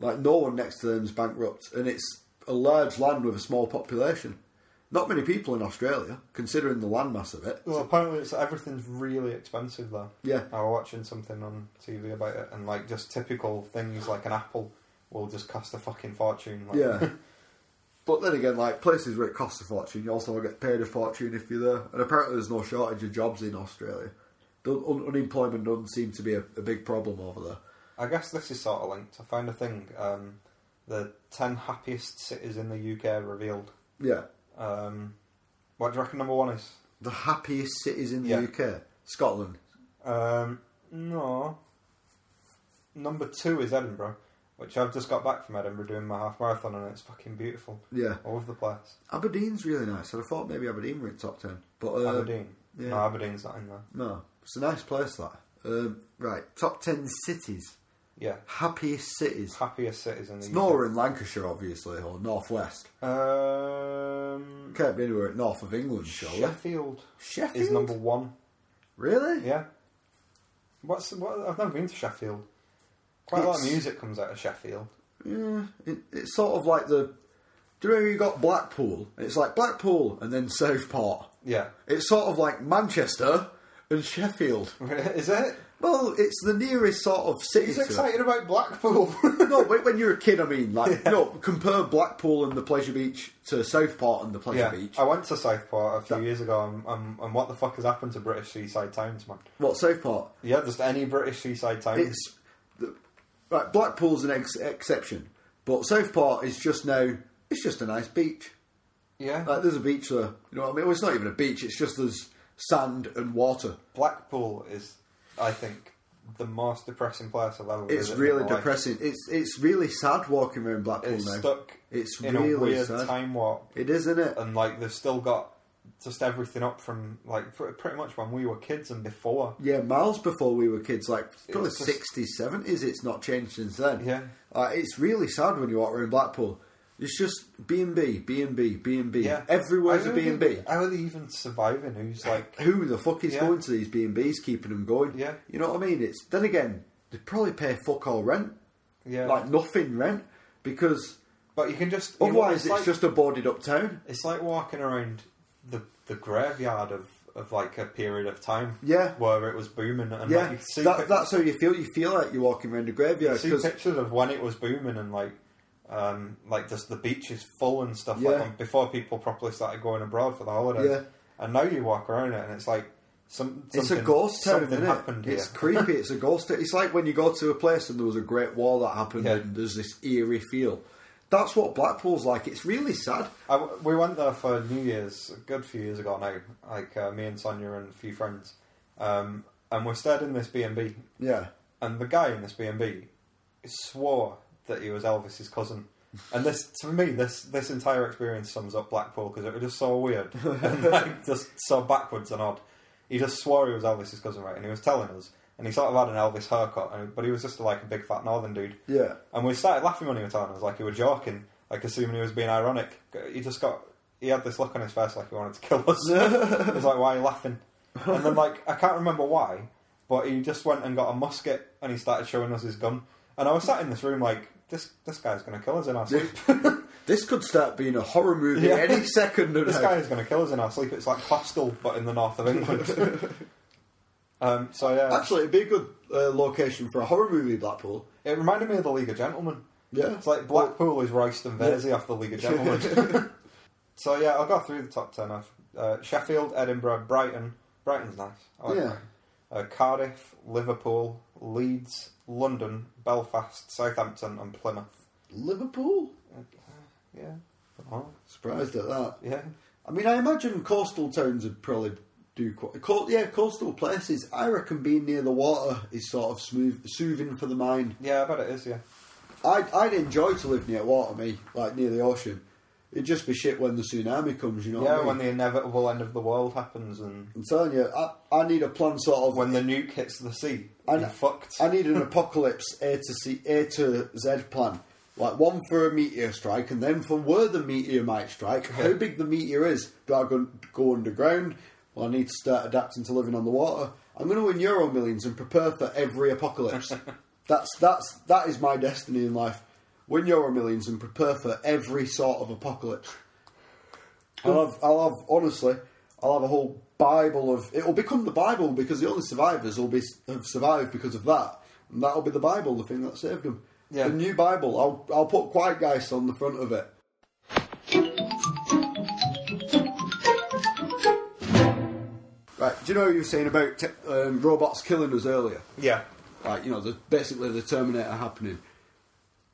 [SPEAKER 4] Like no one next to them's bankrupt. And it's a large land with a small population. Not many people in Australia, considering the landmass of it.
[SPEAKER 5] well, apparently it's, everything's really expensive though.
[SPEAKER 4] Yeah.
[SPEAKER 5] I was watching something on TV about it and like just typical things like an apple will just cost a fucking fortune. Like,
[SPEAKER 4] Yeah. But then again, like places where it costs a fortune, you also get paid a fortune if you're there. And apparently, there's no shortage of jobs in Australia. The un- unemployment doesn't seem to be a, a big problem over there.
[SPEAKER 5] I guess this is sort of linked. I found a thing. Um, the 10 happiest cities in the UK revealed.
[SPEAKER 4] Yeah,
[SPEAKER 5] Um, what do you reckon number one is?
[SPEAKER 4] the happiest cities in the
[SPEAKER 5] Yeah.
[SPEAKER 4] UK, Scotland.
[SPEAKER 5] Um, no. Number two is Edinburgh, which I've just got back from Edinburgh doing my half marathon and it's fucking beautiful.
[SPEAKER 4] Yeah,
[SPEAKER 5] All over the place.
[SPEAKER 4] Aberdeen's really nice. And I thought maybe Aberdeen were in top ten, but uh,
[SPEAKER 5] Aberdeen.
[SPEAKER 4] yeah.
[SPEAKER 5] No, Aberdeen's not in there.
[SPEAKER 4] No, it's a nice place that. Um, right, top ten cities,
[SPEAKER 5] Yeah.
[SPEAKER 4] happiest cities.
[SPEAKER 5] Happiest cities in the
[SPEAKER 4] It's
[SPEAKER 5] UK.
[SPEAKER 4] nowhere in Lancashire, obviously, or northwest.
[SPEAKER 5] Um,
[SPEAKER 4] Can't be anywhere north of England, surely.
[SPEAKER 5] Sheffield,
[SPEAKER 4] Sheffield
[SPEAKER 5] is number one.
[SPEAKER 4] Really?
[SPEAKER 5] Yeah. What's what? I've never been to Sheffield. Quite a lot of
[SPEAKER 4] It's-
[SPEAKER 5] music comes out of Sheffield.
[SPEAKER 4] Yeah, it, it's sort of like the. Do you remember you got Blackpool? It's like Blackpool and then Southport.
[SPEAKER 5] Yeah.
[SPEAKER 4] It's sort of like Manchester and Sheffield.
[SPEAKER 5] is it?
[SPEAKER 4] Well, it's the nearest sort of city.
[SPEAKER 5] He's
[SPEAKER 4] to it.
[SPEAKER 5] excited about Blackpool.
[SPEAKER 4] no, when when you're a kid, I mean, like, no, compare Blackpool and the Pleasure Beach to Southport and the Pleasure
[SPEAKER 5] yeah.
[SPEAKER 4] Beach.
[SPEAKER 5] I went to Southport a few years ago, and, and, and what the fuck has happened to British seaside towns, man?
[SPEAKER 4] What, Southport?
[SPEAKER 5] Yeah, just any British seaside town.
[SPEAKER 4] It's. The, right, Blackpool's an ex- exception, but Southport is just now. It's just a nice beach.
[SPEAKER 5] yeah.
[SPEAKER 4] Like, there's a beach there. You know what I mean? Well, it's not even a beach, it's just there's sand and water.
[SPEAKER 5] Blackpool is, I think, the most depressing place I've ever.
[SPEAKER 4] It's
[SPEAKER 5] visited in
[SPEAKER 4] really
[SPEAKER 5] my life.
[SPEAKER 4] depressing. It's it's really sad walking around Blackpool
[SPEAKER 5] It's
[SPEAKER 4] now.
[SPEAKER 5] stuck
[SPEAKER 4] It's
[SPEAKER 5] in
[SPEAKER 4] really
[SPEAKER 5] a weird
[SPEAKER 4] sad.
[SPEAKER 5] time warp.
[SPEAKER 4] It is, isn't it?
[SPEAKER 5] and like they've still got just everything up from like pr- pretty much when we were kids and before.
[SPEAKER 4] Yeah, miles before we were kids, like probably
[SPEAKER 5] It's just-
[SPEAKER 4] sixties, seventies. It's not changed since then.
[SPEAKER 5] Yeah.
[SPEAKER 4] uh, it's really sad when you walk around Blackpool. It's just B and B, B and B, B and B.
[SPEAKER 5] Yeah,
[SPEAKER 4] Everywhere's
[SPEAKER 5] How
[SPEAKER 4] a
[SPEAKER 5] are
[SPEAKER 4] B
[SPEAKER 5] they-
[SPEAKER 4] and B.
[SPEAKER 5] How are they even surviving? Who's like
[SPEAKER 4] Who the fuck is
[SPEAKER 5] Yeah.
[SPEAKER 4] going to these B and Bs, keeping them going?
[SPEAKER 5] Yeah.
[SPEAKER 4] you know what I mean. It's then again, they probably pay fuck all rent,
[SPEAKER 5] yeah,
[SPEAKER 4] like nothing rent, because
[SPEAKER 5] but you can just you know,
[SPEAKER 4] otherwise it's,
[SPEAKER 5] like,
[SPEAKER 4] just a boarded up town.
[SPEAKER 5] it's like walking around the the graveyard of. Of like a period of time,
[SPEAKER 4] Yeah.
[SPEAKER 5] where it was booming, and
[SPEAKER 4] Yeah,
[SPEAKER 5] like you see,
[SPEAKER 4] that,
[SPEAKER 5] pic-
[SPEAKER 4] that's how you feel. You feel like you're walking around a
[SPEAKER 5] you
[SPEAKER 4] graveyard
[SPEAKER 5] see
[SPEAKER 4] 'cause-
[SPEAKER 5] pictures of when it was booming, and like, um, like just the beach is full and stuff.
[SPEAKER 4] Yeah.
[SPEAKER 5] Like um, before people properly started going abroad for the holidays,
[SPEAKER 4] Yeah.
[SPEAKER 5] and now you walk around it, and it's like some
[SPEAKER 4] it's a
[SPEAKER 5] something-
[SPEAKER 4] ghost town,
[SPEAKER 5] Something
[SPEAKER 4] isn't it?
[SPEAKER 5] happened here.
[SPEAKER 4] It's creepy. It's a ghost town. It's like when you go to a place and there was a great war that happened,
[SPEAKER 5] Yeah.
[SPEAKER 4] and there's this eerie feel. That's what Blackpool's like. It's really sad.
[SPEAKER 5] I w we went there for New Year's a good few years ago now, like uh, me and Sonia and a few friends, um, and we stayed in this B and B.
[SPEAKER 4] Yeah.
[SPEAKER 5] And the guy in this B and B swore that he was Elvis's cousin. And this, to me, this this entire experience sums up Blackpool because it was just so weird and like just so backwards and odd. He just swore he was Elvis's cousin, right? And he was telling us, and he sort of had an Elvis haircut, and, but he was just like a big fat northern dude.
[SPEAKER 4] Yeah.
[SPEAKER 5] And we started laughing when he was telling us, like he was joking, like assuming he was being ironic. He just got, he had this look on his face like he wanted to kill us. it was like, why are you laughing? And then, like, I can't remember why, but he just went and got a musket and he started showing us his gun. And I was sat in this room, like, this this guy's going to kill us in our sleep.
[SPEAKER 4] This could start being a horror movie
[SPEAKER 5] Yeah.
[SPEAKER 4] any second.
[SPEAKER 5] this
[SPEAKER 4] now.
[SPEAKER 5] guy is going to kill us in our sleep. It's like Claskell, but in the north of England. um, so, yeah.
[SPEAKER 4] Actually, it'd be a good uh, location for a horror movie, Blackpool.
[SPEAKER 5] It reminded me of the League of Gentlemen.
[SPEAKER 4] Yeah.
[SPEAKER 5] It's like Blackpool is Royston Versey off the League of Gentlemen. so yeah, I'll go through the top ten. I've, uh, Sheffield, Edinburgh, Brighton. Brighton's nice. I like
[SPEAKER 4] Yeah.
[SPEAKER 5] Brighton. Uh, Cardiff, Liverpool, Leeds, London, Belfast, Southampton, and Plymouth.
[SPEAKER 4] Liverpool?
[SPEAKER 5] Yeah. Oh.
[SPEAKER 4] Surprised at that.
[SPEAKER 5] Yeah.
[SPEAKER 4] I mean, I imagine coastal towns would probably do quite. Co- yeah, coastal places. I reckon being near the water is sort of smooth, soothing for the mind.
[SPEAKER 5] Yeah, I bet it is. Yeah.
[SPEAKER 4] I'd, I'd enjoy to live near water, me, like near the ocean. It'd just be shit when the tsunami comes, you know. what I
[SPEAKER 5] Yeah,
[SPEAKER 4] mean?
[SPEAKER 5] when the inevitable end of the world happens and
[SPEAKER 4] I'm telling you, I, I need a plan sort of.
[SPEAKER 5] when the nuke hits the sea,
[SPEAKER 4] I,
[SPEAKER 5] you're fucked.
[SPEAKER 4] I need an apocalypse A to C, A to Z plan. Like one for a meteor strike, and then for where the meteor might strike, how big the meteor is. Do I go, go underground? Well, I need to start adapting to living on the water. I'm going to win Euro Millions and prepare for every apocalypse. that's that's that is my destiny in life. Win Euro Millions and prepare for every sort of apocalypse. I'll have, I'll have, honestly, I'll have a whole Bible of. It'll become the Bible because the only survivors will be have survived because of that, and that'll be the Bible, the thing that saved them.
[SPEAKER 5] Yeah.
[SPEAKER 4] The new Bible. I'll I'll put Quiet Geist on the front of it. Right. Do you know what you were saying about te- um, robots killing us earlier?
[SPEAKER 5] Yeah.
[SPEAKER 4] Like you know, the, basically the Terminator happening.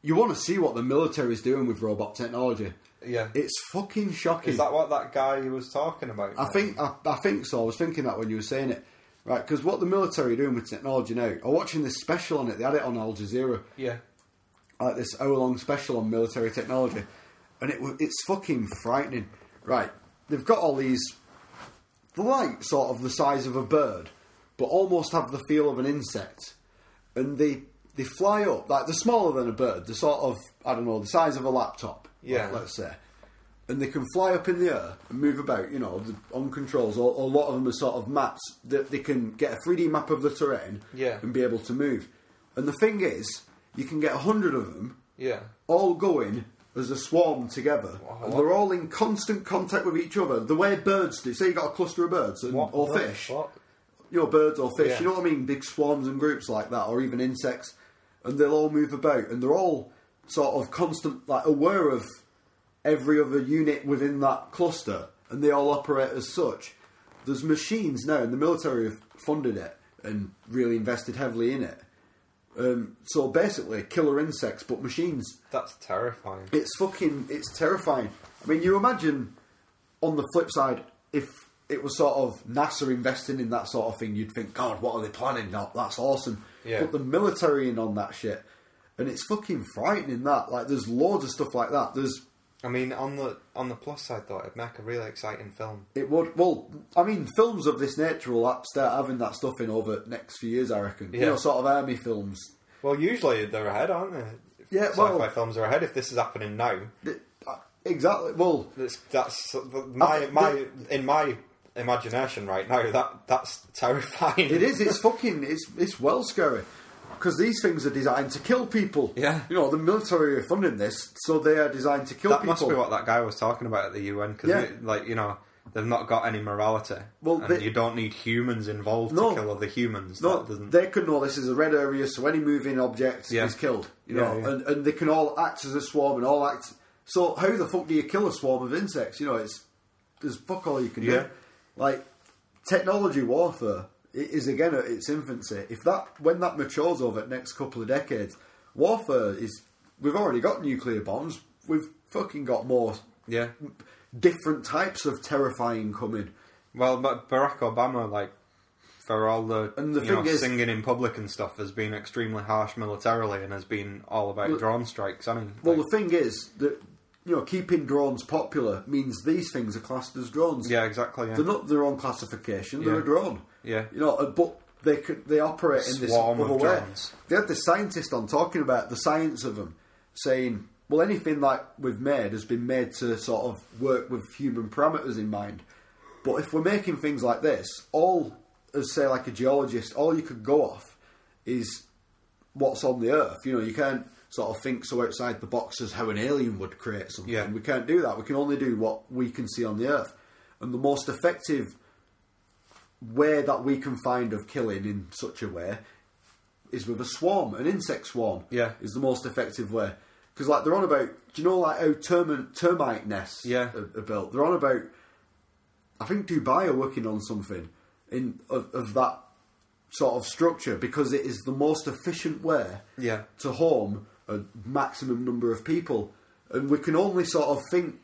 [SPEAKER 4] You want to see what the military's doing with robot technology.
[SPEAKER 5] Yeah.
[SPEAKER 4] It's fucking shocking.
[SPEAKER 5] Is that what that guy was talking about?
[SPEAKER 4] I think I, I think so. I was thinking that when you were saying it, right? Because what the military are doing with technology now, I'm watching this special on it. They had it on Al Jazeera,
[SPEAKER 5] Yeah.
[SPEAKER 4] like this hour-long special on military technology, and it wa- it's fucking frightening, right? They've got all these, they're like sort of the size of a bird, but almost have the feel of an insect, and they they fly up like they're smaller than a bird. They're sort of I don't know the size of a laptop,
[SPEAKER 5] Yeah.
[SPEAKER 4] let- let's say. And they can fly up in the air and move about, you know, the, on controls. A, a lot of them are sort of maps that they can get a 3D map of the terrain
[SPEAKER 5] Yeah.
[SPEAKER 4] and be able to move. And the thing is, you can get a 100 of them
[SPEAKER 5] Yeah.
[SPEAKER 4] all going as a swarm together, and they're all in constant contact with each other. The way birds do. Say you got a cluster of birds and,
[SPEAKER 5] What
[SPEAKER 4] or
[SPEAKER 5] the
[SPEAKER 4] fish,
[SPEAKER 5] fuck?
[SPEAKER 4] you know, birds or fish.
[SPEAKER 5] Yeah.
[SPEAKER 4] You know what I mean? Big swarms and groups like that, or even insects, and they'll all move about, and they're all sort of constant, like aware of every other unit within that cluster, and they all operate as such. There's machines now, and the military have funded it and really invested heavily in it. Um, so basically, killer insects, but machines.
[SPEAKER 5] That's terrifying.
[SPEAKER 4] It's fucking. It's terrifying. I mean, you imagine on the flip side, if it was sort of NASA investing in that sort of thing, you'd think, God, what are they planning? That that's awesome.
[SPEAKER 5] Yeah.
[SPEAKER 4] But the military in on that shit, and it's fucking frightening. That like, there's loads of stuff like that. There's
[SPEAKER 5] I mean, on the on the plus side, though, it'd make a really exciting film.
[SPEAKER 4] it would well, I mean, films of this nature will up- start having that stuff in over the next few years. I reckon. You
[SPEAKER 5] Yeah.
[SPEAKER 4] know, sort of army films.
[SPEAKER 5] Well, usually they're ahead, aren't they?
[SPEAKER 4] Yeah,
[SPEAKER 5] Sci-fi
[SPEAKER 4] well-
[SPEAKER 5] films are ahead. If this is happening now,
[SPEAKER 4] Th- uh, Exactly. Well,
[SPEAKER 5] that's, that's my my in my imagination right now. That that's terrifying.
[SPEAKER 4] It is. It's fucking. It's it's well scary because these things are designed to kill people.
[SPEAKER 5] Yeah.
[SPEAKER 4] You know the military are funding this, so they are designed to kill
[SPEAKER 5] that
[SPEAKER 4] people.
[SPEAKER 5] must be what that guy was talking about at the UN because,
[SPEAKER 4] Yeah.
[SPEAKER 5] like you know, they've not got any morality.
[SPEAKER 4] Well,
[SPEAKER 5] and
[SPEAKER 4] they-
[SPEAKER 5] you don't need humans involved
[SPEAKER 4] No.
[SPEAKER 5] to kill other humans.
[SPEAKER 4] no,
[SPEAKER 5] that doesn't.
[SPEAKER 4] they can know this is a red area, so any moving object
[SPEAKER 5] Yeah.
[SPEAKER 4] is killed. You
[SPEAKER 5] Yeah,
[SPEAKER 4] know,
[SPEAKER 5] yeah.
[SPEAKER 4] And, and they can all act as a swarm and all act. So how the fuck do you kill a swarm of insects? You know, it's there's fuck all you can
[SPEAKER 5] Yeah.
[SPEAKER 4] do. Like technology warfare i- is again at its infancy. If that when that matures over the next couple of decades, warfare is we've already got nuclear bombs. we've fucking got more
[SPEAKER 5] yeah
[SPEAKER 4] different types of terrifying coming.
[SPEAKER 5] Well, but Barack Obama, like, for all the,
[SPEAKER 4] And the
[SPEAKER 5] you
[SPEAKER 4] thing
[SPEAKER 5] know,
[SPEAKER 4] is-
[SPEAKER 5] singing in public and stuff, has been extremely harsh militarily and has been all about
[SPEAKER 4] Well-
[SPEAKER 5] drone strikes. I mean,
[SPEAKER 4] Well, the thing is that you know keeping drones popular means these things are classed as drones.
[SPEAKER 5] Yeah, exactly, yeah.
[SPEAKER 4] They're not their own classification. They're
[SPEAKER 5] Yeah.
[SPEAKER 4] a drone.
[SPEAKER 5] Yeah.
[SPEAKER 4] you know, uh, but they could, they operate in this
[SPEAKER 5] Swarm
[SPEAKER 4] other
[SPEAKER 5] of
[SPEAKER 4] way.
[SPEAKER 5] drones.
[SPEAKER 4] They had the scientist on talking about the science of them, saying, "Well, anything like we've made has been made to sort of work with human parameters in mind." But if we're making things like this, all as say like a geologist, all you could go off is what's on the earth. You know, you can't sort of think so outside the box as how an alien would create something.
[SPEAKER 5] Yeah.
[SPEAKER 4] We can't do that. We can only do what we can see on the earth. And the most effective way that we can find of killing in such a way is with a swarm, an insect swarm.
[SPEAKER 5] Yeah.
[SPEAKER 4] Is the most effective way. Because, like, they're on about, do you know, like, how termite, termite nests
[SPEAKER 5] Yeah.
[SPEAKER 4] are, are built? They're on about, I think Dubai are working on something in of, of that sort of structure because it is the most efficient way
[SPEAKER 5] Yeah.
[SPEAKER 4] to harm a maximum number of people. And we can only sort of think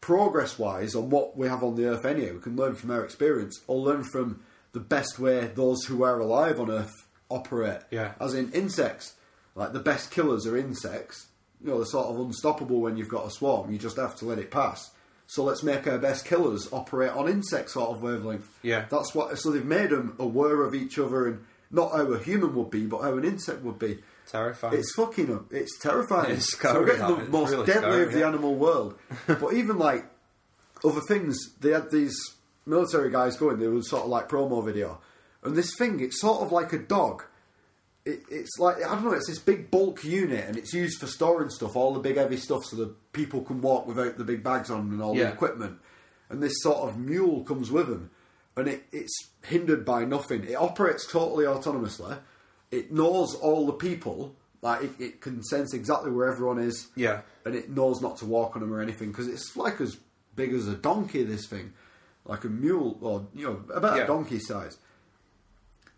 [SPEAKER 4] progress wise on what we have on the earth anyway. We can learn from our experience or learn from the best way those who are alive on earth operate.
[SPEAKER 5] Yeah.
[SPEAKER 4] As in insects. Like the best killers are insects. You know, they're sort of unstoppable when you've got a swarm. You just have to let it pass. So let's make our best killers operate on insect sort of wavelength.
[SPEAKER 5] Yeah.
[SPEAKER 4] That's what. So they've made them aware of each other and not how a human would be, but how an insect would be.
[SPEAKER 5] terrifying.
[SPEAKER 4] It's fucking. It's terrifying.
[SPEAKER 5] It's
[SPEAKER 4] so
[SPEAKER 5] scary,
[SPEAKER 4] we're getting
[SPEAKER 5] that.
[SPEAKER 4] the
[SPEAKER 5] It's
[SPEAKER 4] most
[SPEAKER 5] really
[SPEAKER 4] deadly
[SPEAKER 5] scary,
[SPEAKER 4] of the
[SPEAKER 5] yeah.
[SPEAKER 4] animal world. but even like other things, they had these military guys going. They were sort of like promo video, and this thing. It's sort of like a dog. It, it's like I don't know. It's this big bulk unit, and it's used for storing stuff, all the big heavy stuff, so that people can walk without the big bags on 'em and all
[SPEAKER 5] Yeah.
[SPEAKER 4] the equipment. And this sort of mule comes with them, and it, it's hindered by nothing. It operates totally autonomously. It knows all the people. Like it, it can sense exactly where everyone is.
[SPEAKER 5] Yeah.
[SPEAKER 4] and it knows not to walk on them or anything because it's like as big as a donkey. This thing, like a mule, or you know, about
[SPEAKER 5] Yeah.
[SPEAKER 4] a donkey size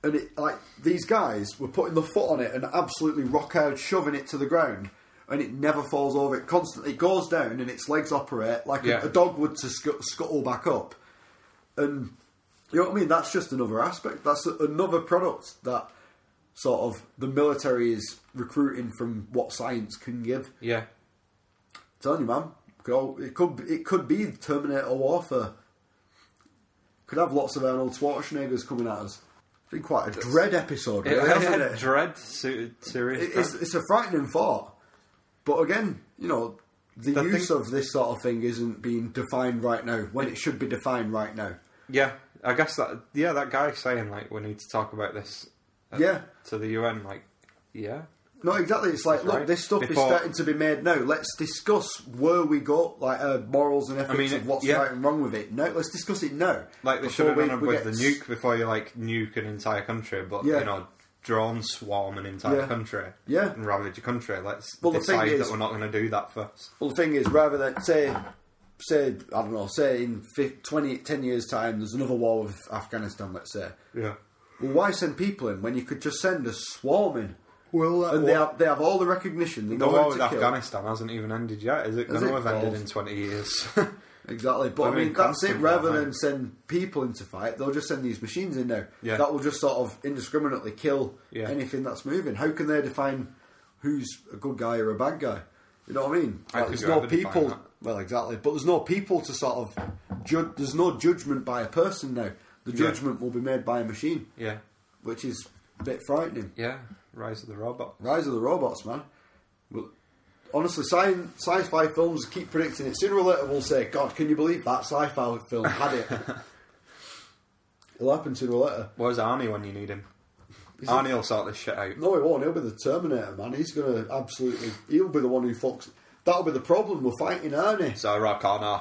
[SPEAKER 4] and it like these guys were putting the foot on it and absolutely rock out, shoving it to the ground, and it never falls over. It constantly goes down, and its legs operate like
[SPEAKER 5] Yeah.
[SPEAKER 4] a, a dog would to scut scuttle back up. And you know what I mean? That's just another aspect. That's a, another product that sort of the military is recruiting from what science can give.
[SPEAKER 5] yeah.
[SPEAKER 4] telling you, man, go. It could it could be Terminator warfare. Could have lots of Arnold Schwarzeneggers coming at us. It's been quite a dread episode, really, hasn't it?
[SPEAKER 5] dread, su- serious.
[SPEAKER 4] It- it's,
[SPEAKER 5] dread.
[SPEAKER 4] it's a frightening thought. But again, you know, the,
[SPEAKER 5] The
[SPEAKER 4] use
[SPEAKER 5] thing-
[SPEAKER 4] of this sort of thing isn't being defined right now when it should be defined right now.
[SPEAKER 5] Yeah, I guess that. Yeah, that guy saying like we need to talk about this. uh,
[SPEAKER 4] Yeah.
[SPEAKER 5] To the UN, like, yeah,
[SPEAKER 4] No, exactly. It's like,
[SPEAKER 5] That's
[SPEAKER 4] look,
[SPEAKER 5] right.
[SPEAKER 4] this stuff
[SPEAKER 5] Before-
[SPEAKER 4] is starting to be made now. Let's discuss where we go, like uh, morals and ethics
[SPEAKER 5] mean,
[SPEAKER 4] of what's
[SPEAKER 5] yeah.
[SPEAKER 4] right and wrong with it. No, let's discuss it now.
[SPEAKER 5] like they
[SPEAKER 4] before
[SPEAKER 5] should have
[SPEAKER 4] we-
[SPEAKER 5] done it
[SPEAKER 4] we
[SPEAKER 5] with
[SPEAKER 4] get
[SPEAKER 5] the
[SPEAKER 4] s-
[SPEAKER 5] nuke before you like nuke an entire country, but
[SPEAKER 4] Yeah.
[SPEAKER 5] you know, drone swarm an entire
[SPEAKER 4] Yeah.
[SPEAKER 5] country,
[SPEAKER 4] Yeah.
[SPEAKER 5] and ravage a country. Let's
[SPEAKER 4] Well, the thing
[SPEAKER 5] decide
[SPEAKER 4] is-
[SPEAKER 5] that we're not going to do that first.
[SPEAKER 4] Well, the thing is, rather than say, say I don't know, say in 50, 20, 10 years' time, there's another war with Afghanistan. Let's say,
[SPEAKER 5] Yeah.
[SPEAKER 4] Well, why send people in when you could just send a swarm in?
[SPEAKER 5] Well,
[SPEAKER 4] and they have, they have all the recognition. They
[SPEAKER 5] The
[SPEAKER 4] know
[SPEAKER 5] war
[SPEAKER 4] who
[SPEAKER 5] with
[SPEAKER 4] to kill.
[SPEAKER 5] Afghanistan hasn't even ended yet, is it
[SPEAKER 4] Has
[SPEAKER 5] going to
[SPEAKER 4] it? Oh.
[SPEAKER 5] have ended
[SPEAKER 4] Well-
[SPEAKER 5] in 20 years?
[SPEAKER 4] Exactly, but
[SPEAKER 5] We're
[SPEAKER 4] I mean
[SPEAKER 5] in
[SPEAKER 4] that's it.
[SPEAKER 5] constant
[SPEAKER 4] Rather
[SPEAKER 5] war,
[SPEAKER 4] than
[SPEAKER 5] mate.
[SPEAKER 4] send people into fight, they'll just send these machines in now.
[SPEAKER 5] Yeah.
[SPEAKER 4] That will just sort of indiscriminately kill
[SPEAKER 5] Yeah.
[SPEAKER 4] anything that's moving. How can they define who's a good guy or a bad guy? You know what I mean?
[SPEAKER 5] How
[SPEAKER 4] Like,
[SPEAKER 5] could
[SPEAKER 4] there's
[SPEAKER 5] you
[SPEAKER 4] no
[SPEAKER 5] ever define
[SPEAKER 4] people.
[SPEAKER 5] that?
[SPEAKER 4] Well, exactly, but there's no people to sort of judge. There's no judgment by a person now. The
[SPEAKER 5] Yeah.
[SPEAKER 4] judgment will be made by a machine,
[SPEAKER 5] yeah.
[SPEAKER 4] which is a bit frightening.
[SPEAKER 5] Yeah. Rise of the Robot.
[SPEAKER 4] Rise of the Robots, man. Well, honestly, sci- sci-fi films keep predicting it. Sooner or later, we'll say, "God, can you believe that sci-fi film had it?" It'll happen sooner or later.
[SPEAKER 5] Where's Arnie when you need him? Arnie will sort this shit out.
[SPEAKER 4] No, he won't. He'll be the Terminator, man. He's gonna absolutely. He'll be the one who fucks. That'll be the problem. We're fighting Arnie,
[SPEAKER 5] Sarah Connor.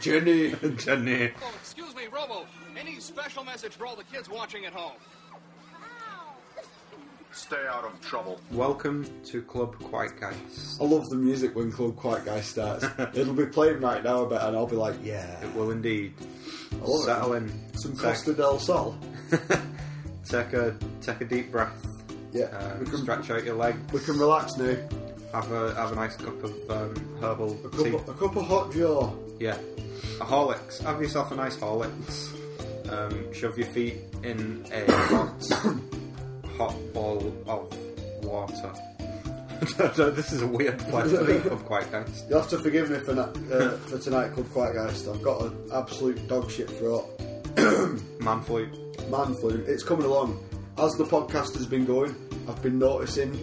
[SPEAKER 4] Jenny.
[SPEAKER 5] Jenny.
[SPEAKER 14] Oh, excuse me, Robo. Any special message for all the kids watching at home?
[SPEAKER 15] Stay out of trouble.
[SPEAKER 5] Welcome to Club Quiet Guys.
[SPEAKER 4] I love the music when Club Quiet Guy starts. It'll be playing right now, I bet, and I'll be like, "Yeah."
[SPEAKER 5] It will indeed.
[SPEAKER 4] love it.
[SPEAKER 5] Settle in.
[SPEAKER 4] Some
[SPEAKER 5] Take-
[SPEAKER 4] Costa del Sol.
[SPEAKER 5] Take a take a deep breath.
[SPEAKER 4] Yeah,
[SPEAKER 5] Uh,
[SPEAKER 4] we can-
[SPEAKER 5] stretch out your leg.
[SPEAKER 4] We can relax now.
[SPEAKER 5] Have a have a nice cup of um, herbal
[SPEAKER 4] A
[SPEAKER 5] tea.
[SPEAKER 4] cup, of, a cup of hot jaw.
[SPEAKER 5] Yeah. A Horlicks. Have yourself a nice Horlicks. Um, shove your feet in a hot, hot bowl of water. this is a weird place to be, of quite nice.
[SPEAKER 4] You'll have to forgive me for, na- uh, for tonight, Club Quiet Geist. I've got an absolute dog shit throat.
[SPEAKER 5] Man flute.
[SPEAKER 4] Man flu. It's coming along. As the podcast has been going, I've been noticing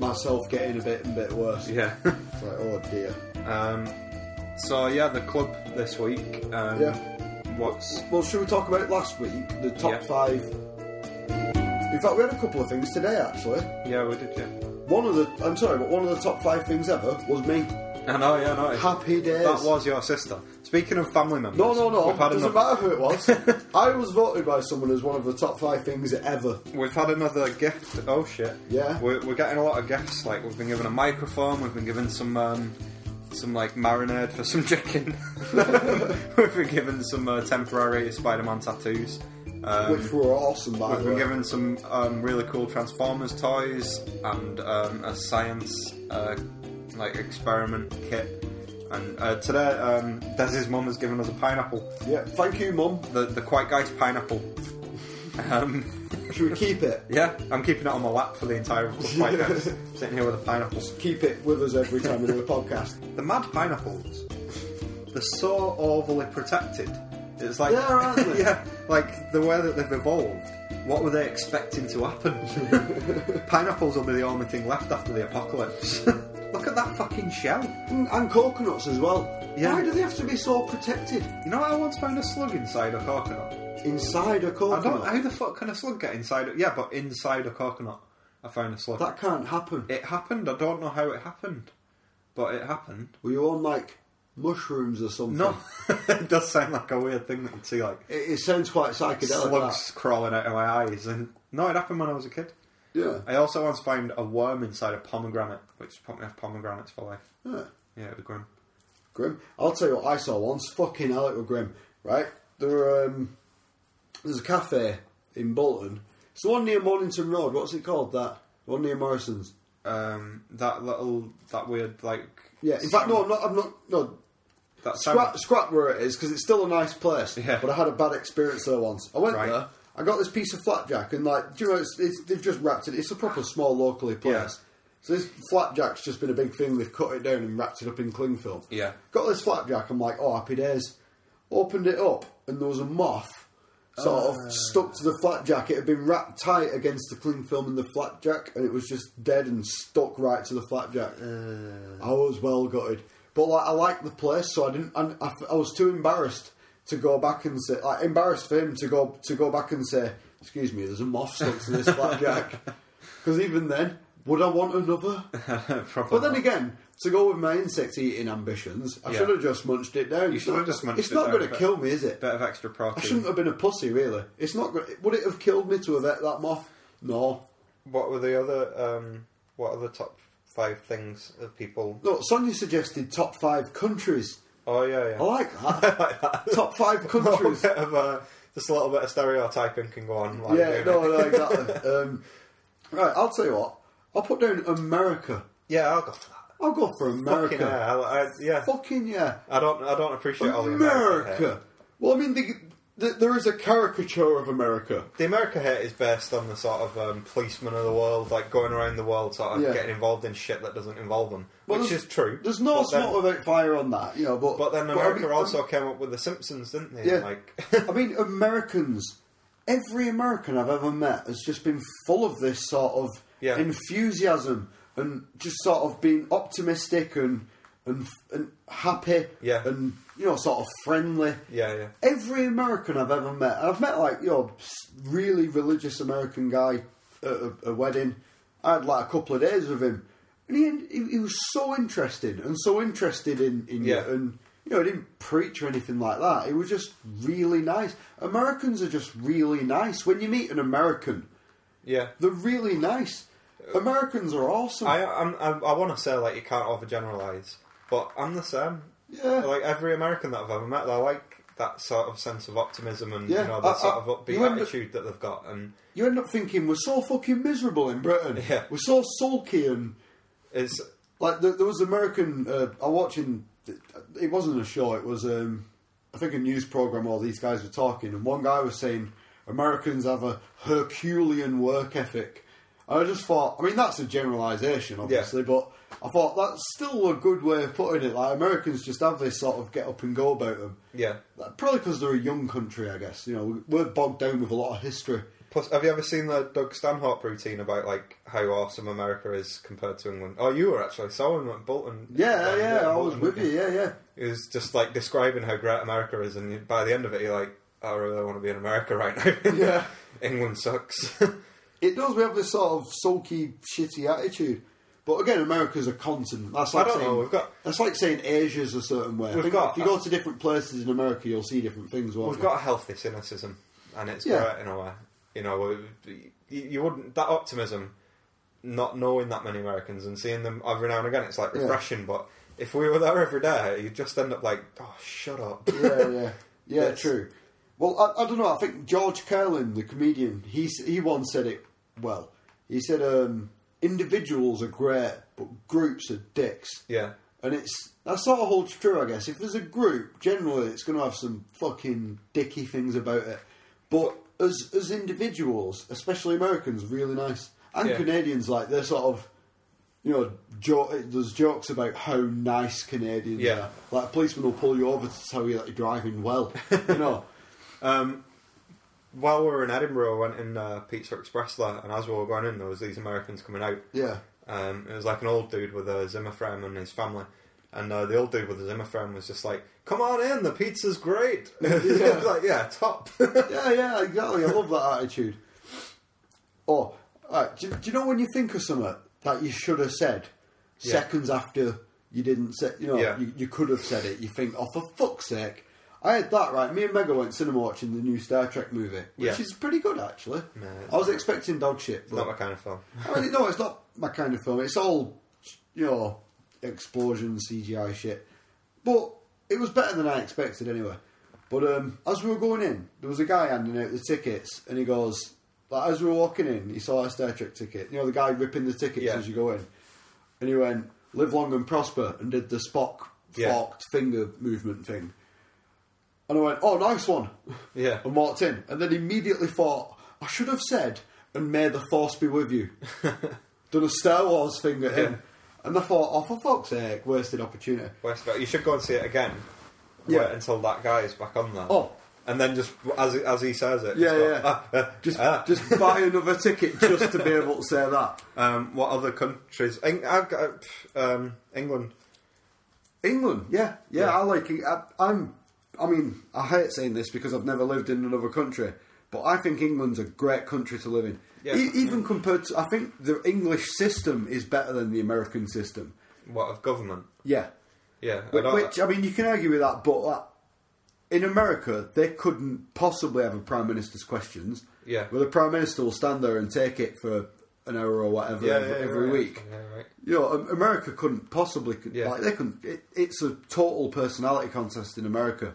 [SPEAKER 4] myself getting a bit and bit worse.
[SPEAKER 5] Yeah.
[SPEAKER 4] It's like, oh dear.
[SPEAKER 5] Um, so yeah, the club this week. Um,
[SPEAKER 4] Yeah.
[SPEAKER 5] What's
[SPEAKER 4] Well, should we talk about last week? The top
[SPEAKER 5] Yeah.
[SPEAKER 4] five. In fact, we had a couple of things today, actually.
[SPEAKER 5] yeah? We did yeah.
[SPEAKER 4] One of the, I'm sorry, but one of the top five things ever was me.
[SPEAKER 5] I know, yeah, no. it's-
[SPEAKER 4] Happy days.
[SPEAKER 5] That was your sister. Speaking of family members,
[SPEAKER 4] No, no, no.
[SPEAKER 5] We've
[SPEAKER 4] It
[SPEAKER 5] had
[SPEAKER 4] doesn't
[SPEAKER 5] another.
[SPEAKER 4] matter who it was. I was voted by someone as one of the top five things ever.
[SPEAKER 5] We've had another gift. Oh shit!
[SPEAKER 4] Yeah.
[SPEAKER 5] we're, we're getting a lot of gifts. Like we've been given a microphone. We've been given some um, some like marinade for some chicken. we've been given some uh, temporary Spider-Man tattoos. Um,
[SPEAKER 4] which were awesome, by
[SPEAKER 5] We've
[SPEAKER 4] the
[SPEAKER 5] been
[SPEAKER 4] way.
[SPEAKER 5] given some um, really cool Transformers toys and um, a science uh, like experiment kit. And uh, today, um, Dez's mum has given us a pineapple.
[SPEAKER 4] Yeah, thank you, mum.
[SPEAKER 5] The the quite guys pineapple. Um,
[SPEAKER 4] Should we keep it?
[SPEAKER 5] yeah, I'm keeping it on my lap for the entire quite guys. Sitting here with a pineapple.
[SPEAKER 4] Keep it with us every time we do a podcast.
[SPEAKER 5] The mad pineapples. They're so overly protected. It's like
[SPEAKER 4] They are, aren't they?
[SPEAKER 5] yeah, like the way that they've evolved. What were they expecting to happen? Pineapples will be the only thing left after the apocalypse. Look at that fucking shell.
[SPEAKER 4] And, and coconuts as well.
[SPEAKER 5] Yeah.
[SPEAKER 4] Why do they have to be so protected?
[SPEAKER 5] You know, I once found a slug inside a coconut.
[SPEAKER 4] Inside a
[SPEAKER 5] I don't.
[SPEAKER 4] coconut.
[SPEAKER 5] How the fuck can a slug get inside? A, yeah, but inside a coconut, I found a slug.
[SPEAKER 4] That can't happen.
[SPEAKER 5] it happened. I don't know how it happened, but it happened.
[SPEAKER 4] Were you on like mushrooms or something?
[SPEAKER 5] No, it does sound like a weird thing that you'd see, like
[SPEAKER 4] It, it sounds quite psychedelic.
[SPEAKER 5] slugs
[SPEAKER 4] that.
[SPEAKER 5] crawling out of my eyes. And no, it happened when I was a kid.
[SPEAKER 4] Yeah.
[SPEAKER 5] I also once found a worm inside a pomegranate, which put me off pomegranates for life.
[SPEAKER 4] Yeah.
[SPEAKER 5] Yeah, it was grim.
[SPEAKER 4] Grim. I'll tell you what I saw once. Fucking hell, it was grim. Right? There were, um, there's a cafe in Bolton. It's the one near Mornington Road. What's it called? That the one near Morrison's.
[SPEAKER 5] Um, that little, that weird, like
[SPEAKER 4] Yeah. In fact, no, I'm not. I'm not. No.
[SPEAKER 5] That
[SPEAKER 4] Scrap, scrap where it is because it's still a nice place.
[SPEAKER 5] Yeah.
[SPEAKER 4] But I had a bad experience there once. I went
[SPEAKER 5] Right.
[SPEAKER 4] there. I got this piece of flapjack and like, do you know, it's, it's, they've just wrapped it. It's a proper small locally place.
[SPEAKER 5] Yeah.
[SPEAKER 4] So this flapjack's just been a big thing. They've cut it down and wrapped it up in cling film.
[SPEAKER 5] Yeah.
[SPEAKER 4] Got this flapjack. I'm like, oh, happy days. Opened it up, and there was a moth sort
[SPEAKER 5] Ah.
[SPEAKER 4] of stuck to the flapjack. It had been wrapped tight against the cling film and the flapjack, and it was just dead and stuck right to the flapjack.
[SPEAKER 5] Ah.
[SPEAKER 4] I was well gutted, but like I liked the place, so I didn't. And I, I was too embarrassed to go back and say, like, embarrassed for him to go to go back and say, excuse me, there's a moth stuck to this flapjack. Because even then, would I want another?
[SPEAKER 5] Probably.
[SPEAKER 4] But then again, to go with my insect eating ambitions, I
[SPEAKER 5] Yeah.
[SPEAKER 4] should have just munched it down.
[SPEAKER 5] You should have just munched
[SPEAKER 4] It's
[SPEAKER 5] it
[SPEAKER 4] not
[SPEAKER 5] down
[SPEAKER 4] going
[SPEAKER 5] a
[SPEAKER 4] to
[SPEAKER 5] bit.
[SPEAKER 4] kill me, is it?
[SPEAKER 5] bit of extra
[SPEAKER 4] I
[SPEAKER 5] protein.
[SPEAKER 4] shouldn't have been a pussy, really. It's not. Go- would it have killed me to have ate that moth? No.
[SPEAKER 5] What were the other? Um, what are the top five things of people?
[SPEAKER 4] No. Sonia suggested top five countries.
[SPEAKER 5] Oh yeah, yeah.
[SPEAKER 4] I like that. top five
[SPEAKER 5] A little
[SPEAKER 4] countries.
[SPEAKER 5] bit of, uh, just a little bit of stereotyping can go on. Like,
[SPEAKER 4] yeah.
[SPEAKER 5] doing
[SPEAKER 4] No.
[SPEAKER 5] it.
[SPEAKER 4] No. Exactly. um, right. I'll tell you what. I'll put down America.
[SPEAKER 5] Yeah, I'll go for that.
[SPEAKER 4] I'll go for America.
[SPEAKER 5] Fucking yeah, I, I, yeah.
[SPEAKER 4] Fucking yeah.
[SPEAKER 5] I don't, I don't appreciate all the America. hate.
[SPEAKER 4] America. Well, I mean, the, the, there is a caricature of America.
[SPEAKER 5] The America hate is based on the sort of um, policeman of the world, like going around the world, sort of
[SPEAKER 4] Yeah.
[SPEAKER 5] getting involved in shit that doesn't involve them,
[SPEAKER 4] Well,
[SPEAKER 5] which
[SPEAKER 4] there's-
[SPEAKER 5] is true.
[SPEAKER 4] There's no
[SPEAKER 5] but then-
[SPEAKER 4] smoke without fire on that, you know. But
[SPEAKER 5] But then
[SPEAKER 4] I
[SPEAKER 5] America
[SPEAKER 4] mean-
[SPEAKER 5] also came up with the Simpsons, didn't they?
[SPEAKER 4] yeah.
[SPEAKER 5] Like,
[SPEAKER 4] I mean, Americans. Every American I've ever met has just been full of this sort of
[SPEAKER 5] Yeah.
[SPEAKER 4] enthusiasm and just sort of being optimistic and and and happy
[SPEAKER 5] Yeah.
[SPEAKER 4] and you know sort of friendly.
[SPEAKER 5] yeah, yeah.
[SPEAKER 4] Every American I've ever met, and I've met like you know s- really religious American guy at a, a wedding. I had like a couple of days with him, and he he, he was so interested and so interested in in
[SPEAKER 5] Yeah.
[SPEAKER 4] you, and you know he didn't preach or anything like that. It was just really nice. Americans are just really nice. When you meet an American,
[SPEAKER 5] Yeah.
[SPEAKER 4] they're really nice. Americans are awesome.
[SPEAKER 5] I, I'm, I, I want to say like you can't overgeneralize, but I'm the same.
[SPEAKER 4] Yeah.
[SPEAKER 5] Like every American that I've ever met, I like that sort of sense of optimism and
[SPEAKER 4] Yeah,
[SPEAKER 5] you know
[SPEAKER 4] I-
[SPEAKER 5] the sort
[SPEAKER 4] I-
[SPEAKER 5] of upbeat
[SPEAKER 4] you end up-
[SPEAKER 5] attitude that they've got, and
[SPEAKER 4] you end up thinking we're so fucking miserable in Britain.
[SPEAKER 5] Yeah.
[SPEAKER 4] We're so sulky and
[SPEAKER 5] It's
[SPEAKER 4] like there, there was American. Uh, I watching. It wasn't a show. It was um, I think a news program. All these guys were talking, and one guy was saying Americans have a Herculean work ethic. And I just thought. I mean, that's a generalisation, obviously, but I thought that's still a good way of putting it. Like Americans just have this sort of get up and go about them.
[SPEAKER 5] yeah.
[SPEAKER 4] Probably because they're a young country, I guess. You know, we're bogged down with a lot of history.
[SPEAKER 5] Plus, have you ever seen the Doug Stanhope routine about like how awesome America is compared to England? Oh, you were actually saw him at Bolton.
[SPEAKER 4] Yeah,
[SPEAKER 5] down there
[SPEAKER 4] yeah,
[SPEAKER 5] at
[SPEAKER 4] I was
[SPEAKER 5] Bolton,
[SPEAKER 4] with you.
[SPEAKER 5] weren't
[SPEAKER 4] Yeah, yeah.
[SPEAKER 5] He was just like describing how great America is, and you- by the end of it, you're like, "Oh, I really want to be in America right now.
[SPEAKER 4] Yeah.
[SPEAKER 5] England sucks.
[SPEAKER 4] It does. We have this sort of sulky, shitty attitude. But again, America's a continent. That's
[SPEAKER 5] I
[SPEAKER 4] like
[SPEAKER 5] don't
[SPEAKER 4] saying,
[SPEAKER 5] know, we've got-
[SPEAKER 4] that's like saying Asia's a certain way. I
[SPEAKER 5] We've
[SPEAKER 4] think
[SPEAKER 5] got-
[SPEAKER 4] if you go to different places in America, you'll see different things. Won't
[SPEAKER 5] We've
[SPEAKER 4] you?
[SPEAKER 5] got a healthy cynicism, and it's
[SPEAKER 4] Yeah.
[SPEAKER 5] great in a way. You know, you, you wouldn't that optimism, not knowing that many Americans and seeing them every now and again, it's like
[SPEAKER 4] Yeah.
[SPEAKER 5] refreshing. But if we were there every day, you'd just end up like, oh, shut up.
[SPEAKER 4] yeah, yeah, yeah.
[SPEAKER 5] That's-
[SPEAKER 4] True. Well, I, I don't know. I think George Carlin, the comedian, he s- he once said it well. He said, um, "Individuals are great, but groups are dicks."
[SPEAKER 5] Yeah.
[SPEAKER 4] And it's that sort of holds true, I guess. If there's a group, generally it's going to have some fucking dicky things about it. But as as individuals, especially Americans, really nice, and
[SPEAKER 5] Yeah.
[SPEAKER 4] Canadians, like they're sort of, you know, jo- there's jokes about how nice Canadians
[SPEAKER 5] Yeah.
[SPEAKER 4] are. Like a policeman will pull you over to tell you that you're driving well. You know,
[SPEAKER 5] Um, while we were in Edinburgh, I went in uh, Pizza Express there, and as we were going in, there was these Americans coming out.
[SPEAKER 4] Yeah.
[SPEAKER 5] Um, it was like an old dude with a Zimmer frame and his family. And uh, the old dude with the Zimmer frame was just like, "Come on in, the pizza's great."
[SPEAKER 4] Yeah.
[SPEAKER 5] like, yeah, top.
[SPEAKER 4] yeah, yeah, exactly. I love that attitude. Oh, alright, do, do you know when you think of something that you should have said
[SPEAKER 5] Yeah.
[SPEAKER 4] seconds after you didn't say, you know,
[SPEAKER 5] Yeah.
[SPEAKER 4] you, you could have said it. You think, oh, for fuck's sake. I had that right. Me and Mega went cinema watching the new Star Trek movie, which
[SPEAKER 5] Yeah.
[SPEAKER 4] is pretty good actually.
[SPEAKER 5] No, it's
[SPEAKER 4] I was expecting dog shit,
[SPEAKER 5] It's
[SPEAKER 4] but
[SPEAKER 5] not my kind of film.
[SPEAKER 4] I mean, no, it's not my kind of film. It's all, you know, explosion, CGI shit. But it was better than I expected anyway. But um, as we were going in, there was a guy handing out the tickets, and he goes, like, as we were walking in, he saw a Star Trek ticket. You know, the guy ripping the tickets
[SPEAKER 5] Yeah.
[SPEAKER 4] as you go in. And he went, live long and prosper, and did the Spock
[SPEAKER 5] Yeah.
[SPEAKER 4] forked finger movement thing. And I went, oh, nice one.
[SPEAKER 5] Yeah.
[SPEAKER 4] And walked in. And then immediately thought, I should have said, and may the force be with you. Done a Star Wars thing at him. And I thought, oh, for fuck's sake, wasted opportunity.
[SPEAKER 5] West Coast. You should go and see it again.
[SPEAKER 4] Yeah.
[SPEAKER 5] Wait until that guy is back on there.
[SPEAKER 4] Oh.
[SPEAKER 5] And then just as as he says it.
[SPEAKER 4] Yeah,
[SPEAKER 5] just go,
[SPEAKER 4] yeah.
[SPEAKER 5] "Ah, ah,
[SPEAKER 4] uh, just
[SPEAKER 5] ah."
[SPEAKER 4] just buy another ticket just to be able to say that.
[SPEAKER 5] Um, what other countries? Eng- I've got, um, England.
[SPEAKER 4] England, yeah, yeah. I like. I, I'm. I mean, I hate saying this because I've never lived in another country, but I think England's a great country to live in.
[SPEAKER 5] Yeah.
[SPEAKER 4] E- even compared to, I think the English system is better than the American system.
[SPEAKER 5] What of government?
[SPEAKER 4] Yeah,
[SPEAKER 5] Yeah. I
[SPEAKER 4] Which,
[SPEAKER 5] don't-
[SPEAKER 4] which, I mean, you can argue with that, but like, in America, they couldn't possibly have a prime minister's questions.
[SPEAKER 5] Yeah.
[SPEAKER 4] where the prime minister will stand there and take it for an hour or whatever
[SPEAKER 5] yeah,
[SPEAKER 4] every,
[SPEAKER 5] yeah,
[SPEAKER 4] every
[SPEAKER 5] right,
[SPEAKER 4] week.
[SPEAKER 5] actually, yeah, right.
[SPEAKER 4] You know, Am- America couldn't possibly.
[SPEAKER 5] Yeah.
[SPEAKER 4] Like, they couldn't. It, it's a total personality contest in America,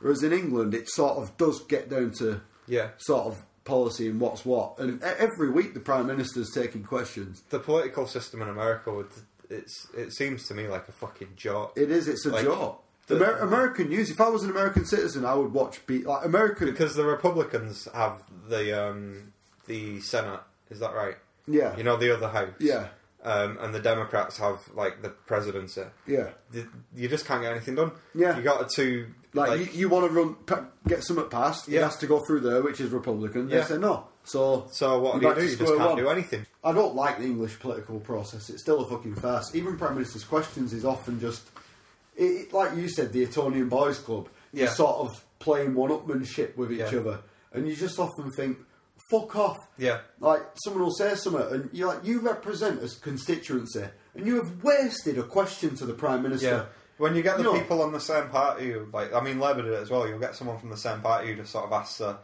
[SPEAKER 4] whereas in England, it sort of does get down to
[SPEAKER 5] Yeah.
[SPEAKER 4] sort of policy and what's what. And e- every week, the prime minister's taking questions.
[SPEAKER 5] The political system in America would. It's it seems to me like a fucking joke.
[SPEAKER 4] It is. It's a
[SPEAKER 5] Like,
[SPEAKER 4] job.
[SPEAKER 5] the-
[SPEAKER 4] Amer- American news. If I was an American citizen, I would watch. Be- like American.
[SPEAKER 5] because the Republicans have the um, the Senate. Is that right?
[SPEAKER 4] Yeah.
[SPEAKER 5] You know the other house.
[SPEAKER 4] Yeah.
[SPEAKER 5] Um, and the Democrats have like the presidency.
[SPEAKER 4] Yeah.
[SPEAKER 5] The- you just can't get anything done.
[SPEAKER 4] Yeah.
[SPEAKER 5] You got to two.
[SPEAKER 4] Like,
[SPEAKER 5] Like,
[SPEAKER 4] you, you want to run, pa- get something passed. It
[SPEAKER 5] Yeah.
[SPEAKER 4] has to go through there, which is Republican. They
[SPEAKER 5] Yeah.
[SPEAKER 4] say no. So,
[SPEAKER 5] so what
[SPEAKER 4] you're
[SPEAKER 5] do you
[SPEAKER 4] back
[SPEAKER 5] do?
[SPEAKER 4] to
[SPEAKER 5] You just
[SPEAKER 4] square
[SPEAKER 5] can't
[SPEAKER 4] one.
[SPEAKER 5] do anything.
[SPEAKER 4] I don't like the English political process. It's still a fucking farce. Even Prime Minister's questions is often just, it, it- like you said, the Etonian Boys Club.
[SPEAKER 5] Yeah.
[SPEAKER 4] You're sort of playing one-upmanship with each
[SPEAKER 5] Yeah.
[SPEAKER 4] other, and you just often think, "Fuck off."
[SPEAKER 5] Yeah.
[SPEAKER 4] Like someone will say something, and you are like you represent a constituency, and you have wasted a question to the Prime Minister.
[SPEAKER 5] Yeah. When you get the
[SPEAKER 4] You know-
[SPEAKER 5] people on the same party, who, like I mean, Labour did it as well. You'll get someone from the same party who just sort of asks, uh,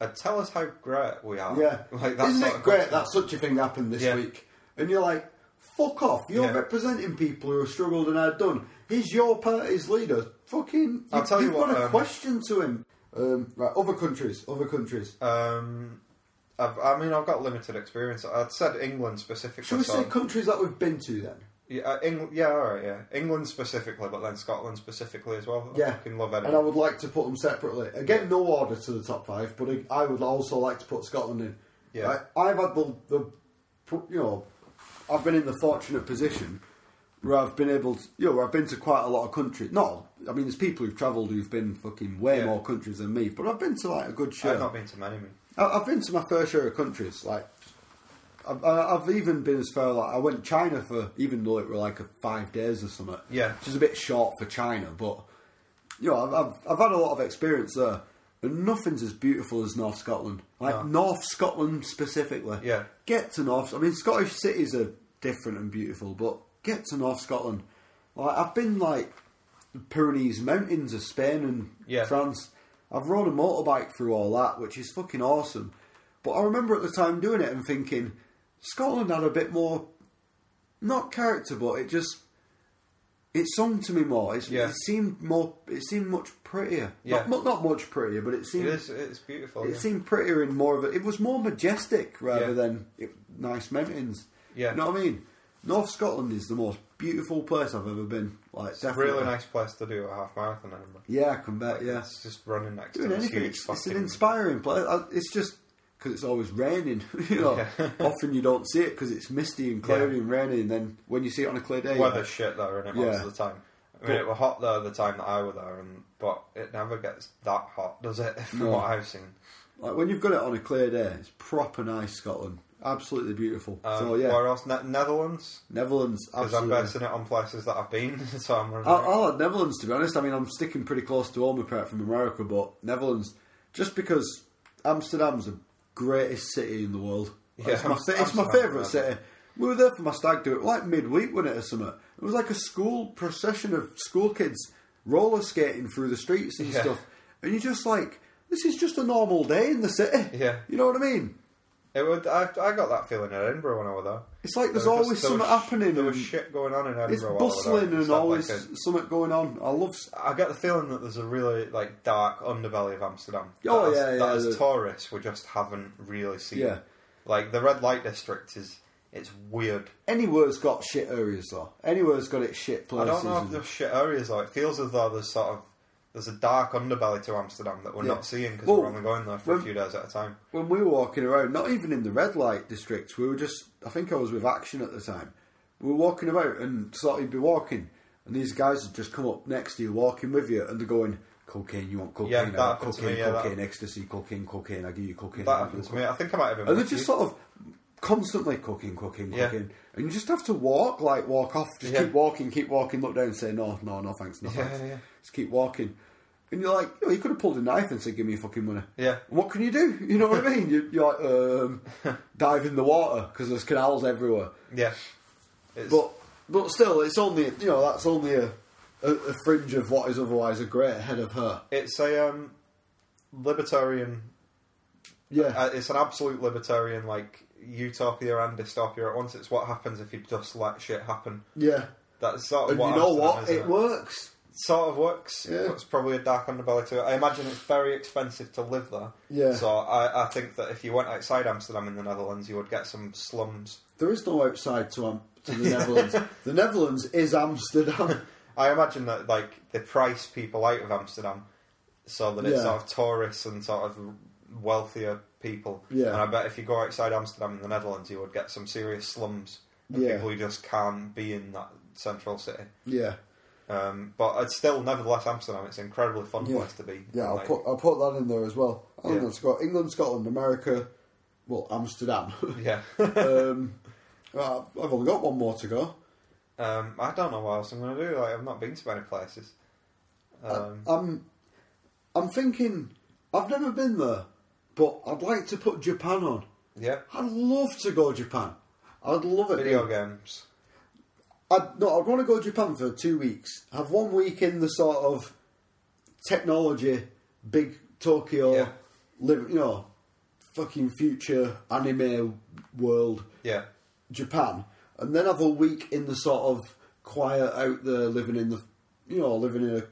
[SPEAKER 5] uh, "Tell us how great we are."
[SPEAKER 4] Yeah.
[SPEAKER 5] Like that
[SPEAKER 4] Isn't
[SPEAKER 5] sort
[SPEAKER 4] it
[SPEAKER 5] of
[SPEAKER 4] great
[SPEAKER 5] question.
[SPEAKER 4] that such a thing happened this
[SPEAKER 5] Yeah.
[SPEAKER 4] week? And you're like, fuck off. You're
[SPEAKER 5] Yeah.
[SPEAKER 4] representing people who have struggled and are done. He's your party's leader. Fucking.
[SPEAKER 5] I'll tell you
[SPEAKER 4] have
[SPEAKER 5] what,
[SPEAKER 4] got a
[SPEAKER 5] um,
[SPEAKER 4] question to him. Um, right, other countries. Other countries.
[SPEAKER 5] Um, I've, I mean, I've got limited experience. I'd said England specifically.
[SPEAKER 4] Should we
[SPEAKER 5] so-
[SPEAKER 4] say countries that we've been to then?
[SPEAKER 5] Yeah, uh, Eng- yeah, all right, yeah. England specifically, but then Scotland specifically as well. I
[SPEAKER 4] Yeah.
[SPEAKER 5] fucking love Edinburgh.
[SPEAKER 4] And I would like to put them separately. Again, no order to the top five, but I- I would also like to put Scotland in.
[SPEAKER 5] Yeah.
[SPEAKER 4] I, have had the, the, you know, I've been in the fortunate position where I've been able to, you know, I've been to quite a lot of countries. No, I mean, there's people who've travelled who've been fucking way more countries than me, but I've been to like a good share.
[SPEAKER 5] I've not been to many. me.
[SPEAKER 4] I- I've been to my fair share of countries. Like, I've, I- I've even been as far like I went China for, even though it were like a five days or something.
[SPEAKER 5] Yeah.
[SPEAKER 4] which is a bit short for China, but you know, I've, I've, I've had a lot of experience there, and nothing's as beautiful as North Scotland. Like
[SPEAKER 5] No.
[SPEAKER 4] North Scotland specifically.
[SPEAKER 5] Yeah.
[SPEAKER 4] get to North. I mean, Scottish cities are different and beautiful, but get to North Scotland. Like I've been like the Pyrenees mountains of Spain and
[SPEAKER 5] Yeah.
[SPEAKER 4] France. I've rode a motorbike through all that, which is fucking awesome. But I remember at the time doing it and thinking Scotland had a bit more, not character, but it just it sung to me more. It's,
[SPEAKER 5] Yeah.
[SPEAKER 4] It seemed more. It seemed much prettier.
[SPEAKER 5] Yeah.
[SPEAKER 4] Not, not not much prettier, but it
[SPEAKER 5] It
[SPEAKER 4] seemed
[SPEAKER 5] is, it's beautiful.
[SPEAKER 4] it
[SPEAKER 5] yeah.
[SPEAKER 4] seemed prettier and more of a. It was more majestic rather
[SPEAKER 5] Yeah.
[SPEAKER 4] than it, nice mountains.
[SPEAKER 5] Yeah.
[SPEAKER 4] you know what I mean. North Scotland is the most beautiful place I've ever been. Like,
[SPEAKER 5] It's a
[SPEAKER 4] definitely.
[SPEAKER 5] really nice place to do a half marathon, Edinburgh.
[SPEAKER 4] Yeah, I can bet. Yeah,
[SPEAKER 5] It's just running next
[SPEAKER 4] doing
[SPEAKER 5] to this
[SPEAKER 4] anything.
[SPEAKER 5] huge
[SPEAKER 4] It's, it's
[SPEAKER 5] fucking...
[SPEAKER 4] an inspiring place. I- It's just because it's always raining. You know, often you don't see it because it's misty and cloudy
[SPEAKER 5] Yeah.
[SPEAKER 4] and rainy. And then when you see it on a clear day,
[SPEAKER 5] weather
[SPEAKER 4] like,
[SPEAKER 5] shit there, and it
[SPEAKER 4] Yeah.
[SPEAKER 5] most of the time. I mean,
[SPEAKER 4] But-
[SPEAKER 5] it were hot there the time that I were there, and but it never gets that hot, does it? From
[SPEAKER 4] No.
[SPEAKER 5] what I've seen.
[SPEAKER 4] like when you've got it on a clear day, it's proper nice Scotland. Absolutely beautiful.
[SPEAKER 5] Um,
[SPEAKER 4] so yeah,
[SPEAKER 5] Where else? Ne- Netherlands.
[SPEAKER 4] Netherlands.
[SPEAKER 5] Because I'm
[SPEAKER 4] Absolutely.
[SPEAKER 5] basing it on places that I've been, so I'm.
[SPEAKER 4] I, I like Oh, Netherlands to be honest. I mean, I'm sticking pretty close to home apart from America, but Netherlands, just because Amsterdam's the greatest city in the world. Like,
[SPEAKER 5] Yeah,
[SPEAKER 4] it's my,
[SPEAKER 5] Am-
[SPEAKER 4] it's my
[SPEAKER 5] Amsterdam's
[SPEAKER 4] favourite
[SPEAKER 5] amazing.
[SPEAKER 4] city. We were there for my stag do. It was like midweek, wasn't it, or something? It was like a school procession of school kids roller skating through the streets and
[SPEAKER 5] Yeah.
[SPEAKER 4] stuff. And you're just like, this is just a normal day in the city.
[SPEAKER 5] Yeah.
[SPEAKER 4] You know what I mean?
[SPEAKER 5] It would. I, I got that feeling in Edinburgh when I was there.
[SPEAKER 4] It's like there's
[SPEAKER 5] There was
[SPEAKER 4] always
[SPEAKER 5] just- there
[SPEAKER 4] something
[SPEAKER 5] was sh-
[SPEAKER 4] happening.
[SPEAKER 5] There was
[SPEAKER 4] and
[SPEAKER 5] shit going on in Edinburgh.
[SPEAKER 4] It's
[SPEAKER 5] while I was there.
[SPEAKER 4] bustling
[SPEAKER 5] It's
[SPEAKER 4] and
[SPEAKER 5] not
[SPEAKER 4] always
[SPEAKER 5] Like a,
[SPEAKER 4] something going on. I love
[SPEAKER 5] I get the feeling that there's a really like dark underbelly of Amsterdam.
[SPEAKER 4] Oh,
[SPEAKER 5] that
[SPEAKER 4] yeah,
[SPEAKER 5] as,
[SPEAKER 4] yeah,
[SPEAKER 5] That as
[SPEAKER 4] the-
[SPEAKER 5] tourists, we just haven't really seen.
[SPEAKER 4] Yeah.
[SPEAKER 5] Like the red light district is it's weird.
[SPEAKER 4] Anywhere's got shit areas though. Anywhere's got its shit
[SPEAKER 5] I
[SPEAKER 4] places.
[SPEAKER 5] don't know if there's shit areas though. It feels as though there's sort of there's a dark underbelly to Amsterdam that we're
[SPEAKER 4] Yeah.
[SPEAKER 5] not seeing because
[SPEAKER 4] Well,
[SPEAKER 5] we're only going there for a
[SPEAKER 4] when-
[SPEAKER 5] few days at a time.
[SPEAKER 4] when we were walking around, not even in the red light district, we were just, I think I was with Action at the time. We were walking about and sort of be walking, and these guys had just come up next to you, walking with you, and they're going, cocaine, you want cocaine,
[SPEAKER 5] Yeah,
[SPEAKER 4] I
[SPEAKER 5] that
[SPEAKER 4] want
[SPEAKER 5] happened to
[SPEAKER 4] cocaine,
[SPEAKER 5] me, yeah, that-
[SPEAKER 4] cocaine, ecstasy, cocaine, cocaine, I give you cocaine.
[SPEAKER 5] That
[SPEAKER 4] I give you
[SPEAKER 5] happened to
[SPEAKER 4] cocaine."
[SPEAKER 5] me. I think I might have been.
[SPEAKER 4] And they're
[SPEAKER 5] with
[SPEAKER 4] just
[SPEAKER 5] you.
[SPEAKER 4] sort of constantly cooking, cooking,
[SPEAKER 5] Yeah.
[SPEAKER 4] cooking. And you just have to walk, like walk off, just
[SPEAKER 5] Yeah.
[SPEAKER 4] keep walking, keep walking, look down and say, no, no, no thanks, no
[SPEAKER 5] Yeah,
[SPEAKER 4] thanks.
[SPEAKER 5] yeah.
[SPEAKER 4] Just keep walking. And you're like, "Oh, you, know, you could have pulled a knife and said, give me your fucking money.
[SPEAKER 5] Yeah.
[SPEAKER 4] What can you do? You know what I mean? You, you're like, um, dive in the water because there's canals everywhere.
[SPEAKER 5] yeah. It's,
[SPEAKER 4] But but still, it's only, you know, that's only a, a, a fringe of what is otherwise a great head of hair.
[SPEAKER 5] it's a um, libertarian.
[SPEAKER 4] Yeah.
[SPEAKER 5] uh, it's an absolute libertarian like utopia and dystopia at once. It's what happens if you just let shit happen.
[SPEAKER 4] Yeah.
[SPEAKER 5] That's sort of
[SPEAKER 4] And
[SPEAKER 5] what
[SPEAKER 4] you know
[SPEAKER 5] Amsterdam
[SPEAKER 4] what?
[SPEAKER 5] is, isn't
[SPEAKER 4] It works.
[SPEAKER 5] sort of works.
[SPEAKER 4] Yeah.
[SPEAKER 5] It's probably a dark underbelly to it. I imagine it's very expensive to live there.
[SPEAKER 4] Yeah.
[SPEAKER 5] So I, I think that if you went outside Amsterdam in the Netherlands, you would get some slums.
[SPEAKER 4] There is no outside to, Am- to the Netherlands. the Netherlands is Amsterdam.
[SPEAKER 5] I imagine that like they price people out of Amsterdam so that it's
[SPEAKER 4] Yeah.
[SPEAKER 5] sort of tourists and sort of wealthier people.
[SPEAKER 4] Yeah.
[SPEAKER 5] And I bet if you go outside Amsterdam in the Netherlands, you would get some serious slums of
[SPEAKER 4] Yeah.
[SPEAKER 5] people who just can't be in that central city.
[SPEAKER 4] Yeah,
[SPEAKER 5] Um, but it's still, nevertheless, Amsterdam. It's an incredibly fun
[SPEAKER 4] Yeah.
[SPEAKER 5] place to be.
[SPEAKER 4] yeah. I'll
[SPEAKER 5] Like,
[SPEAKER 4] put I'll put that in there as well. I think
[SPEAKER 5] Yeah.
[SPEAKER 4] that's got England, Scotland, America, well Amsterdam.
[SPEAKER 5] yeah.
[SPEAKER 4] um, uh, I've only got one more to go.
[SPEAKER 5] Um, I don't know what else I'm going to do. Like, I've not been to many places. Um,
[SPEAKER 4] I'm I'm thinking I've never been there, but I'd like to put Japan on.
[SPEAKER 5] yeah,
[SPEAKER 4] I'd love to go Japan. I'd love it.
[SPEAKER 5] video games.
[SPEAKER 4] I'd, no, I'd want to go to Japan for two weeks. Have one week in the sort of technology, big Tokyo,
[SPEAKER 5] Yeah.
[SPEAKER 4] live, you know, fucking future anime world,
[SPEAKER 5] Yeah,
[SPEAKER 4] Japan, and then have a week in the sort of quiet out there, living in the, you know, living in a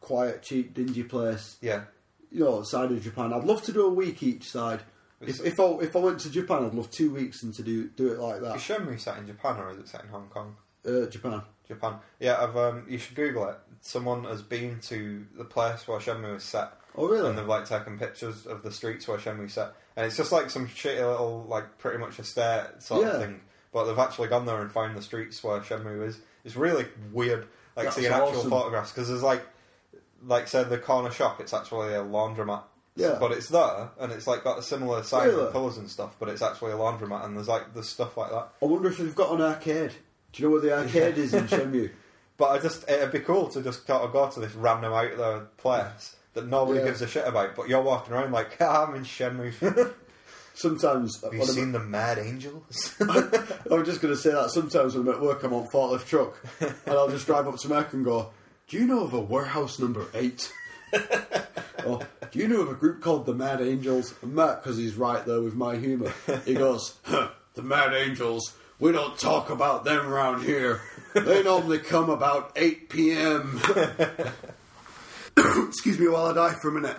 [SPEAKER 4] quiet, cheap, dingy place,
[SPEAKER 5] yeah.
[SPEAKER 4] you know, side of Japan. I'd love to do a week each side. If, if I if I went to Japan, I'd love two weeks and to do do it like that.
[SPEAKER 5] Is Shenmue set in Japan or is it set in Hong Kong?
[SPEAKER 4] Uh, Japan.
[SPEAKER 5] Japan. Yeah, I've, um, you should Google it. Someone has been to the place where Shenmue is set.
[SPEAKER 4] Oh, really?
[SPEAKER 5] And they've like taken pictures of the streets where Shenmue's set, and it's just like some shitty little, like pretty much a estate sort
[SPEAKER 4] Yeah.
[SPEAKER 5] of thing. But they've actually gone there and found the streets where Shenmue is. It's really weird, like
[SPEAKER 4] That's
[SPEAKER 5] seeing actual
[SPEAKER 4] awesome.
[SPEAKER 5] photographs because there's like, like said the corner shop. It's actually a laundromat.
[SPEAKER 4] Yeah.
[SPEAKER 5] But it's there, and it's like got a similar size
[SPEAKER 4] Really?
[SPEAKER 5] and colours and stuff. But it's actually a laundromat, and there's like there's stuff like that.
[SPEAKER 4] I wonder if they've got an arcade. Do you know where the arcade is in Shenmue?
[SPEAKER 5] But I just it'd be cool to just sort of go to this random out there place that nobody
[SPEAKER 4] Yeah.
[SPEAKER 5] gives a shit about, but you're walking around like "Ah, I'm in Shenmue.
[SPEAKER 4] Sometimes
[SPEAKER 5] Have you
[SPEAKER 4] one of
[SPEAKER 5] seen the Mad Angels?
[SPEAKER 4] I was just going to say that sometimes when I'm at work, I'm on forklift truck, and I'll just drive up to Merck and go, "Do you know of a warehouse number eight? or do you know of a group called the Mad Angels?" And Merck, because he's right there with my humour, he goes, huh, "The Mad Angels. We don't talk about them round here. They normally come about eight p.m." Excuse me while I die for a minute.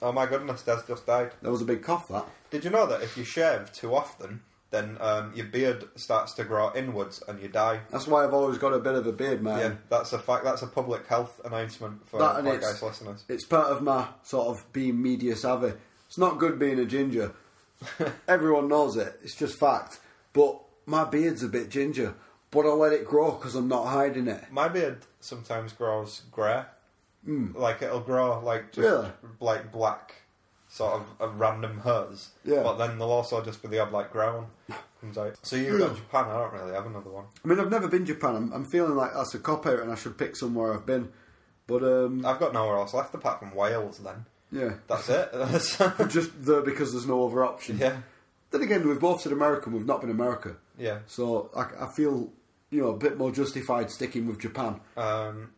[SPEAKER 5] oh my goodness, Des just died.
[SPEAKER 4] That was a big cough. That
[SPEAKER 5] Did you know that if you shave too often, then um, your beard starts to grow inwards and you die?
[SPEAKER 4] That's why I've always got a bit of a beard, man.
[SPEAKER 5] Yeah, that's a fact. That's a public health announcement for
[SPEAKER 4] That and
[SPEAKER 5] podcast
[SPEAKER 4] it's-
[SPEAKER 5] listeners.
[SPEAKER 4] It's part of my sort of being media savvy. It's not good being a ginger. Everyone knows it. It's just fact. But my beard's a bit ginger, but I let it grow because I'm not hiding it.
[SPEAKER 5] My beard sometimes grows grey. Like it'll grow like just
[SPEAKER 4] Really?
[SPEAKER 5] like black, sort of a random hairs.
[SPEAKER 4] Yeah.
[SPEAKER 5] But then there'll also just be the odd like grey one comes out. So you've got
[SPEAKER 4] Yeah.
[SPEAKER 5] Japan. I don't really have another one.
[SPEAKER 4] I mean, I've never been to Japan. I'm, I'm feeling like that's a cop out, and I should pick somewhere I've been. But um,
[SPEAKER 5] I've got nowhere else left apart from Wales. Then
[SPEAKER 4] yeah,
[SPEAKER 5] that's it.
[SPEAKER 4] I'm just there because there's no other option.
[SPEAKER 5] Yeah.
[SPEAKER 4] Then again, we've both said America. and We've not been America.
[SPEAKER 5] yeah.
[SPEAKER 4] So I, I feel, you know, a bit more justified sticking with Japan.
[SPEAKER 5] Um,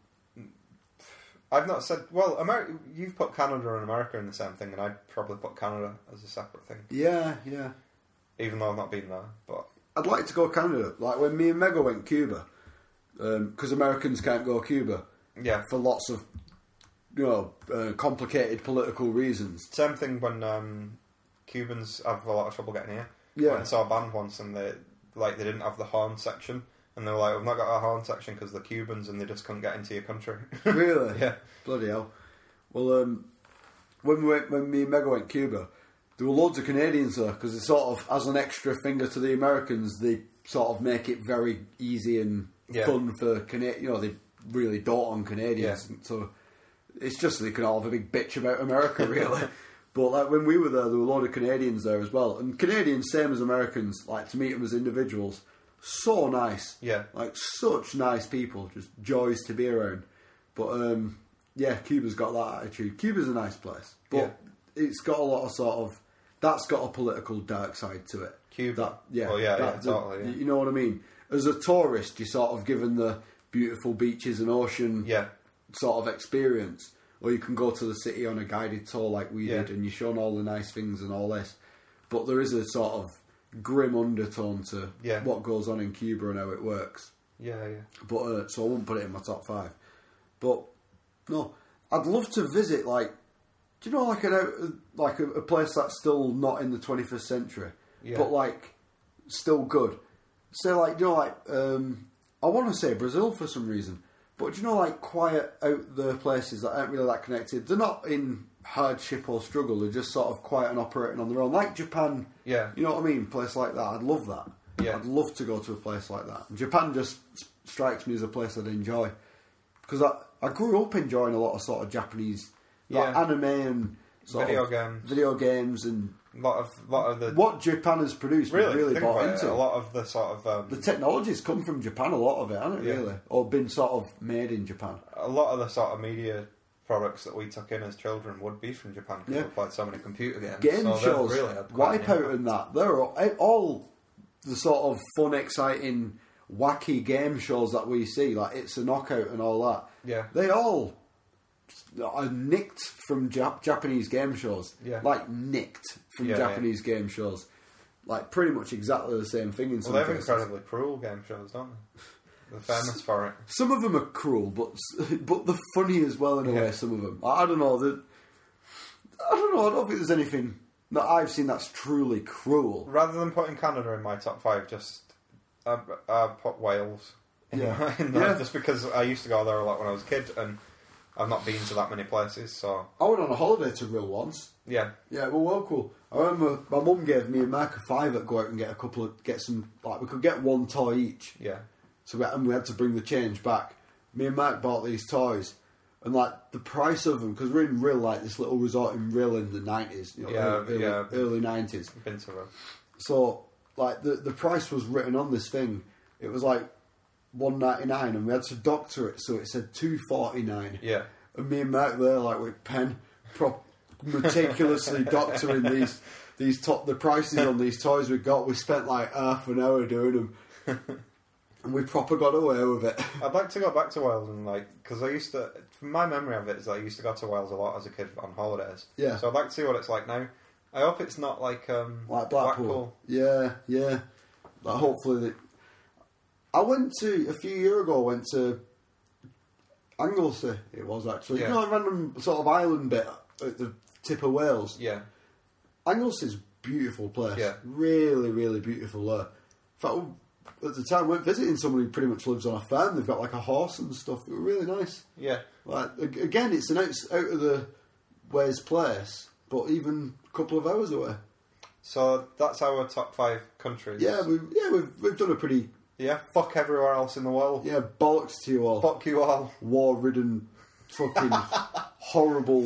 [SPEAKER 5] I've not said. Well, America. You've put Canada and America in the same thing, and I'd probably put Canada as a separate thing,
[SPEAKER 4] Yeah, yeah.
[SPEAKER 5] even though I've not been there. But
[SPEAKER 4] I'd like to go Canada. Like when me and Mega went Cuba, because Americans can't go Cuba.
[SPEAKER 5] Yeah.
[SPEAKER 4] For lots of, you know, uh, complicated political reasons.
[SPEAKER 5] Same thing when um, Cubans have a lot of trouble getting here.
[SPEAKER 4] Yeah.
[SPEAKER 5] When I saw a band once and they like they didn't have the horn section, and they were like, "We've not got our horn section because they're Cubans and they just couldn't get into your country."
[SPEAKER 4] really?
[SPEAKER 5] Yeah.
[SPEAKER 4] Bloody hell. Well, um, when we went, when me and Mega went Cuba, there were loads of Canadians there because they sort of, as an extra finger to the Americans, they sort of make it very easy and
[SPEAKER 5] Yeah.
[SPEAKER 4] fun for Canadians. You know, they really dote on Canadians.
[SPEAKER 5] Yeah.
[SPEAKER 4] So it's just they can all have a big bitch about America, really. but like when we were there, there were a lot of Canadians there as well, and Canadians, same as Americans, like to meet them as individuals. So nice,
[SPEAKER 5] Yeah.
[SPEAKER 4] like such nice people, just joys to be around. But um, yeah, Cuba's got that attitude. Cuba's a nice place, but
[SPEAKER 5] Yeah.
[SPEAKER 4] it's got a lot of sort of that's got a political dark side to it.
[SPEAKER 5] Cuba.
[SPEAKER 4] That, yeah,
[SPEAKER 5] Well, yeah,
[SPEAKER 4] that-
[SPEAKER 5] yeah,
[SPEAKER 4] the-
[SPEAKER 5] totally, yeah.
[SPEAKER 4] You know what I mean? As a tourist, you're sort of given the beautiful beaches and ocean
[SPEAKER 5] Yeah.
[SPEAKER 4] sort of experience, or you can go to the city on a guided tour like we
[SPEAKER 5] Yeah.
[SPEAKER 4] did, and you're shown all the nice things and all this. But there is a sort of grim undertone to
[SPEAKER 5] Yeah.
[SPEAKER 4] what goes on in Cuba and how it works.
[SPEAKER 5] Yeah, yeah.
[SPEAKER 4] But uh, so I wouldn't put it in my top five. But no, I'd love to visit. Like, do you know like an out- like a, a place that's still not in the twenty first century,
[SPEAKER 5] Yeah.
[SPEAKER 4] but like still good. Say like you know like um, I want to say Brazil for some reason, but do you know like quiet out there places that aren't really that connected. They're not in hardship or struggle. They're just sort of quiet and operating on their own, like Japan.
[SPEAKER 5] Yeah.
[SPEAKER 4] you know what I mean. Place like that, I'd love that.
[SPEAKER 5] Yeah.
[SPEAKER 4] I'd love to go to a place like that. Japan just s- strikes me as a place I'd enjoy because I, I grew up enjoying a lot of sort of Japanese like
[SPEAKER 5] Yeah.
[SPEAKER 4] anime and sort
[SPEAKER 5] Video
[SPEAKER 4] of
[SPEAKER 5] games.
[SPEAKER 4] video games and
[SPEAKER 5] lot of lot of the
[SPEAKER 4] what Japan has produced. we've
[SPEAKER 5] really,
[SPEAKER 4] really
[SPEAKER 5] think
[SPEAKER 4] bought
[SPEAKER 5] about it,
[SPEAKER 4] into
[SPEAKER 5] a lot of the sort of um,
[SPEAKER 4] the technology's come from Japan. A lot of it, hasn't it?
[SPEAKER 5] Yeah.
[SPEAKER 4] Really, or been sort of made in Japan.
[SPEAKER 5] a lot of the sort of media products that we took in as children would be from Japan because
[SPEAKER 4] Yeah.
[SPEAKER 5] we played so many computer games.
[SPEAKER 4] Game
[SPEAKER 5] so they've
[SPEAKER 4] shows,
[SPEAKER 5] really had quite an
[SPEAKER 4] Wipeout, and that. They're all, eh, all the sort of fun, exciting, wacky game shows that we see, like It's a Knockout and all that.
[SPEAKER 5] Yeah.
[SPEAKER 4] They all are nicked from Jap- Japanese game shows.
[SPEAKER 5] Yeah.
[SPEAKER 4] Like, nicked from
[SPEAKER 5] Yeah, yeah.
[SPEAKER 4] Japanese game shows. Like, pretty much exactly the same thing in some
[SPEAKER 5] Well, they're
[SPEAKER 4] cases.
[SPEAKER 5] incredibly cruel game shows, don't they? They're famous for it.
[SPEAKER 4] Some of them are cruel, but but they're funny as well in a way.
[SPEAKER 5] Yeah.
[SPEAKER 4] Some of them, I, I don't know. That I don't know. I don't think there's anything that I've seen that's truly cruel.
[SPEAKER 5] Rather than putting Canada in my top five, just I, I uh, put Wales anymore.
[SPEAKER 4] Yeah.
[SPEAKER 5] Just because I used to go there a lot when I was a kid, and I've not been to that many places, so
[SPEAKER 4] I went on a holiday to Rill once.
[SPEAKER 5] yeah.
[SPEAKER 4] Yeah, well, well, cool. I remember my mum gave me and Mark a five at go out and get a couple of get some like we could get one toy each.
[SPEAKER 5] Yeah.
[SPEAKER 4] So we, and we had to bring the change back. Me and Mark bought these toys, and like the price of them because we're in Rill, like this little resort in Rill in the nineties. You know,
[SPEAKER 5] Yeah,
[SPEAKER 4] early,
[SPEAKER 5] yeah.
[SPEAKER 4] early nineties.
[SPEAKER 5] Been to them.
[SPEAKER 4] So like the the price was written on this thing. It was like one ninety nine, and we had to doctor it, so it said two forty nine.
[SPEAKER 5] Yeah.
[SPEAKER 4] And me and Mark there, like with pen, prop, meticulously doctoring these these top the prices on these toys we got. We spent like half an hour doing them, and we proper got away with it.
[SPEAKER 5] I'd like to go back to Wales and like because I used to. From my memory of it is that I used to go to Wales a lot as a kid on holidays.
[SPEAKER 4] Yeah.
[SPEAKER 5] So I'd like to see what it's like now. I hope it's not like um
[SPEAKER 4] Like Blackpool. Yeah, yeah. Like hopefully that. I went to a few year ago. I went to Anglesey. It was actually
[SPEAKER 5] Yeah.
[SPEAKER 4] you know a random sort of island bit at the tip of Wales.
[SPEAKER 5] Yeah.
[SPEAKER 4] Anglesey's a beautiful place.
[SPEAKER 5] Yeah.
[SPEAKER 4] Really, really beautiful there. In fact, we- at the time we went visiting someone who pretty much lives on a farm. They've got like a horse and stuff. It was really nice.
[SPEAKER 5] Yeah.
[SPEAKER 4] Like a- again, it's an out, out of the ways place, but even a couple of hours away.
[SPEAKER 5] So that's our top five countries.
[SPEAKER 4] Yeah, we yeah we've we've done a pretty
[SPEAKER 5] yeah fuck everywhere else in the world.
[SPEAKER 4] Yeah, bollocks to you all.
[SPEAKER 5] Fuck you all.
[SPEAKER 4] War ridden, fucking horrible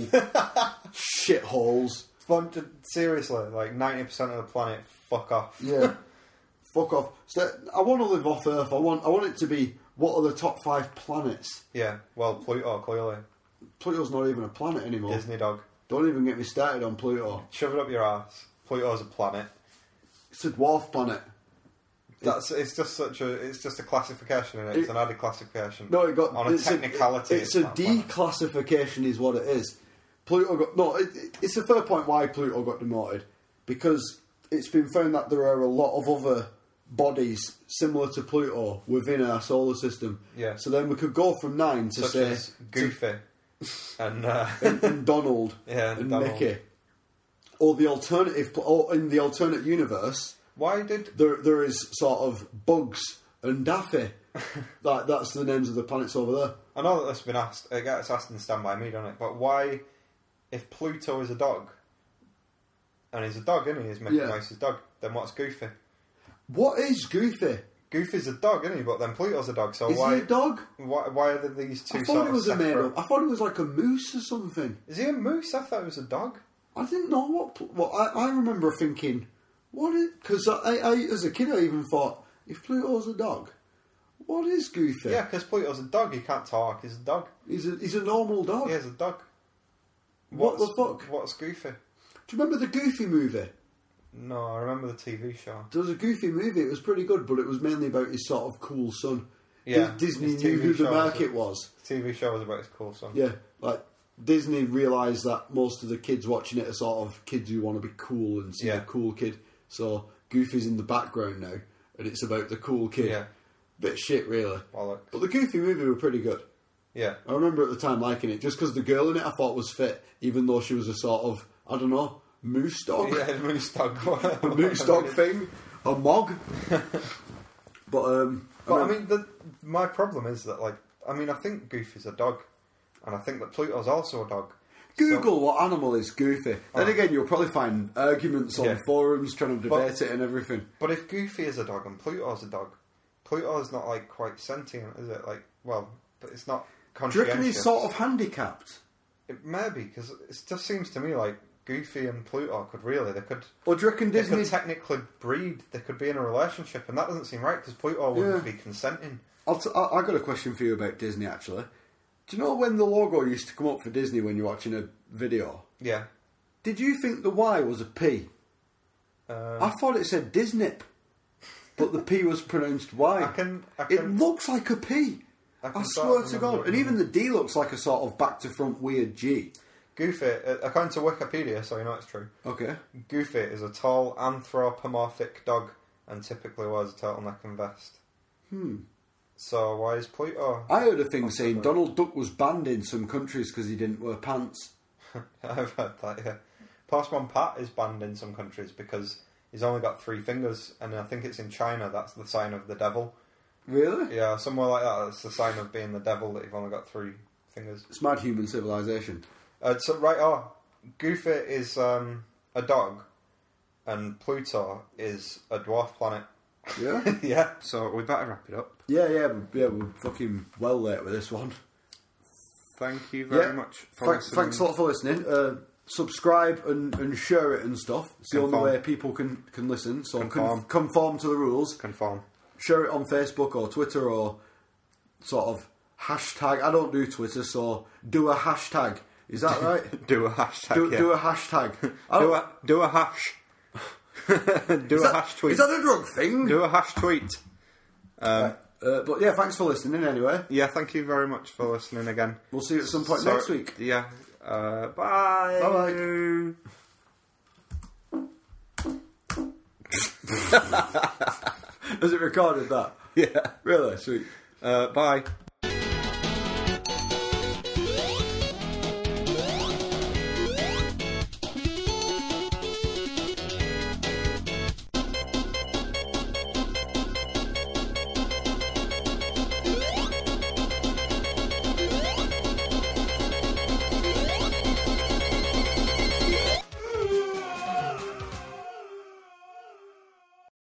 [SPEAKER 4] shitholes.
[SPEAKER 5] Fuck, seriously, like ninety percent of the planet, fuck off.
[SPEAKER 4] Yeah, fuck off. So I want to live off Earth. I want I want it to be what are the top five planets?
[SPEAKER 5] Yeah, well, Pluto clearly.
[SPEAKER 4] Pluto's not even a planet anymore.
[SPEAKER 5] Disney dog.
[SPEAKER 4] Don't even get me started on Pluto.
[SPEAKER 5] Shove it up your ass. Pluto's a planet.
[SPEAKER 4] It's a dwarf planet.
[SPEAKER 5] That's it's just such a it's just a classification in it. It's
[SPEAKER 4] It-
[SPEAKER 5] an added classification.
[SPEAKER 4] No, it got
[SPEAKER 5] on a
[SPEAKER 4] it's
[SPEAKER 5] technicality.
[SPEAKER 4] it's a
[SPEAKER 5] not planet.
[SPEAKER 4] declassification, is what it is. Pluto got no. It, it- it's a fair point why Pluto got demoted because it's been found that there are a lot of other bodies similar to Pluto within our solar system.
[SPEAKER 5] Yeah.
[SPEAKER 4] So then we could go from nine to
[SPEAKER 5] such
[SPEAKER 4] say
[SPEAKER 5] as Goofy and uh,
[SPEAKER 4] and, and Donald
[SPEAKER 5] Yeah,
[SPEAKER 4] and
[SPEAKER 5] Donald.
[SPEAKER 4] Mickey, or the alternative, pl- or in the alternate universe,
[SPEAKER 5] why did
[SPEAKER 4] there there is sort of Bugs and Daffy. that that's the names of the planets over there.
[SPEAKER 5] I know that this has been asked. It gets asked in Stand By Me, don't it? But why, if Pluto is a dog, and he's a dog, isn't he? He's Mickey
[SPEAKER 4] Yeah.
[SPEAKER 5] Mouse's dog. Then what's Goofy?
[SPEAKER 4] What is Goofy?
[SPEAKER 5] Goofy's a dog, isn't he? But then Pluto's a dog. So
[SPEAKER 4] Is
[SPEAKER 5] why
[SPEAKER 4] he a dog?
[SPEAKER 5] Why, why are there these two?
[SPEAKER 4] I
[SPEAKER 5] sort
[SPEAKER 4] thought it was
[SPEAKER 5] of
[SPEAKER 4] a made
[SPEAKER 5] separate-
[SPEAKER 4] up. I thought it was like a moose or something.
[SPEAKER 5] Is he a moose? I thought it was a dog.
[SPEAKER 4] I didn't know what. pl- Well, I, I remember thinking, what is. Because I, I, as a kid, I even thought, if Pluto's a dog, what is Goofy?
[SPEAKER 5] Yeah, because Pluto's a dog. He can't talk. He's a dog.
[SPEAKER 4] He's a, he's a normal dog.
[SPEAKER 5] He is a dog.
[SPEAKER 4] What the
[SPEAKER 5] What's-
[SPEAKER 4] fuck?
[SPEAKER 5] What's Goofy?
[SPEAKER 4] Do you remember the Goofy movie?
[SPEAKER 5] No, I remember the TV show.
[SPEAKER 4] There was a Goofy movie, it was pretty good, but it was mainly about his sort of cool son. Di-
[SPEAKER 5] Yeah,
[SPEAKER 4] Disney
[SPEAKER 5] his
[SPEAKER 4] knew
[SPEAKER 5] TV
[SPEAKER 4] who the
[SPEAKER 5] show,
[SPEAKER 4] market
[SPEAKER 5] isn't it?
[SPEAKER 4] was.
[SPEAKER 5] The TV show was about his cool son.
[SPEAKER 4] Yeah, like Disney realised that most of the kids watching it are sort of kids who want to be cool and see
[SPEAKER 5] Yeah.
[SPEAKER 4] the cool kid. So Goofy's in the background now, and it's about the cool kid.
[SPEAKER 5] Yeah.
[SPEAKER 4] Bit of shit, really.
[SPEAKER 5] Bollocks.
[SPEAKER 4] But the Goofy movie were pretty good.
[SPEAKER 5] Yeah.
[SPEAKER 4] I remember at the time liking it just because the girl in it I thought was fit, even though she was a sort of I don't know moose dog,
[SPEAKER 5] Yeah, moose dog.
[SPEAKER 4] a moose dog thing, a mog. but um,
[SPEAKER 5] But I
[SPEAKER 4] remember-
[SPEAKER 5] mean, the, my problem is that, like, I mean, I think Goofy's a dog, and I think that Pluto's also a dog.
[SPEAKER 4] Google what animal is Goofy. Then
[SPEAKER 5] Oh.
[SPEAKER 4] again, you'll probably find arguments on
[SPEAKER 5] Yeah.
[SPEAKER 4] forums trying to
[SPEAKER 5] But-
[SPEAKER 4] debate it and everything.
[SPEAKER 5] But if Goofy is a dog and Pluto's a dog, Pluto's not like quite sentient, is it? Like, well, but it's
[SPEAKER 4] Do
[SPEAKER 5] not
[SPEAKER 4] you
[SPEAKER 5] conscientious.
[SPEAKER 4] reckon he's sort of handicapped?
[SPEAKER 5] It may be because it just seems to me like Goofy and Pluto could really they could.
[SPEAKER 4] Or do you reckon
[SPEAKER 5] They
[SPEAKER 4] Disney?
[SPEAKER 5] could technically breed. They could be in a relationship, and that doesn't seem right because Pluto wouldn't
[SPEAKER 4] Yeah.
[SPEAKER 5] be consenting.
[SPEAKER 4] I'll t- I I got a question for you about Disney. Actually, do you know when the logo used to come up for Disney when you're watching a video?
[SPEAKER 5] Yeah.
[SPEAKER 4] Did you think the Y was a P? I
[SPEAKER 5] Um,
[SPEAKER 4] thought it said Disney, but the P was pronounced Y.
[SPEAKER 5] I can- I
[SPEAKER 4] it
[SPEAKER 5] can-
[SPEAKER 4] looks like a P. I
[SPEAKER 5] I can
[SPEAKER 4] swear
[SPEAKER 5] sort of
[SPEAKER 4] to
[SPEAKER 5] remember
[SPEAKER 4] God,
[SPEAKER 5] what
[SPEAKER 4] and
[SPEAKER 5] you
[SPEAKER 4] even the D looks like a sort of back to front weird G.
[SPEAKER 5] Goofy, uh, according to Wikipedia, so you know it's true.
[SPEAKER 4] Okay.
[SPEAKER 5] Goofy is a tall anthropomorphic dog and typically wears a turtleneck and vest.
[SPEAKER 4] Hmm.
[SPEAKER 5] So why is Pluto?
[SPEAKER 4] I heard a thing saying Donald Duck was banned in some countries because he didn't wear pants.
[SPEAKER 5] I've heard that. Yeah, Postman Pat is banned in some countries because he's only got three fingers, and I think it's in China that's the sign of the devil.
[SPEAKER 4] Really?
[SPEAKER 5] Yeah, somewhere like that. That's the sign of being the devil that you've only got three fingers.
[SPEAKER 4] It's mad human civilization.
[SPEAKER 5] Uh, so right, oh, Goofy is um, a dog, and Pluto is a dwarf planet.
[SPEAKER 4] Yeah,
[SPEAKER 5] yeah. So we better wrap it up.
[SPEAKER 4] Yeah, yeah, yeah. We're fucking well late with this one.
[SPEAKER 5] Thank you very
[SPEAKER 4] Yeah.
[SPEAKER 5] much. For
[SPEAKER 4] Thanks,
[SPEAKER 5] listening.
[SPEAKER 4] thanks a lot for listening. Uh, subscribe and, and share it and stuff. It's the
[SPEAKER 5] Conform.
[SPEAKER 4] only way people can, can listen. So conform.
[SPEAKER 5] Conform.
[SPEAKER 4] conform to the rules.
[SPEAKER 5] Conform.
[SPEAKER 4] Share it on Facebook or Twitter or sort of hashtag. I don't do Twitter, so do a hashtag. Is that right?
[SPEAKER 5] Do a hashtag.
[SPEAKER 4] do,
[SPEAKER 5] yeah.
[SPEAKER 4] do a hashtag. I
[SPEAKER 5] do
[SPEAKER 4] don't-
[SPEAKER 5] a do a hash. do a
[SPEAKER 4] that-
[SPEAKER 5] hash tweet.
[SPEAKER 4] is that a drug thing?
[SPEAKER 5] Do a hash tweet. Um,
[SPEAKER 4] uh, but yeah, thanks for listening anyway.
[SPEAKER 5] Yeah, thank you very much for listening again.
[SPEAKER 4] We'll see you at some point
[SPEAKER 5] So-
[SPEAKER 4] next week.
[SPEAKER 5] Yeah. Uh, bye.
[SPEAKER 4] Bye bye. Has it recorded that?
[SPEAKER 5] Yeah.
[SPEAKER 4] Really? Sweet.
[SPEAKER 5] Uh, bye.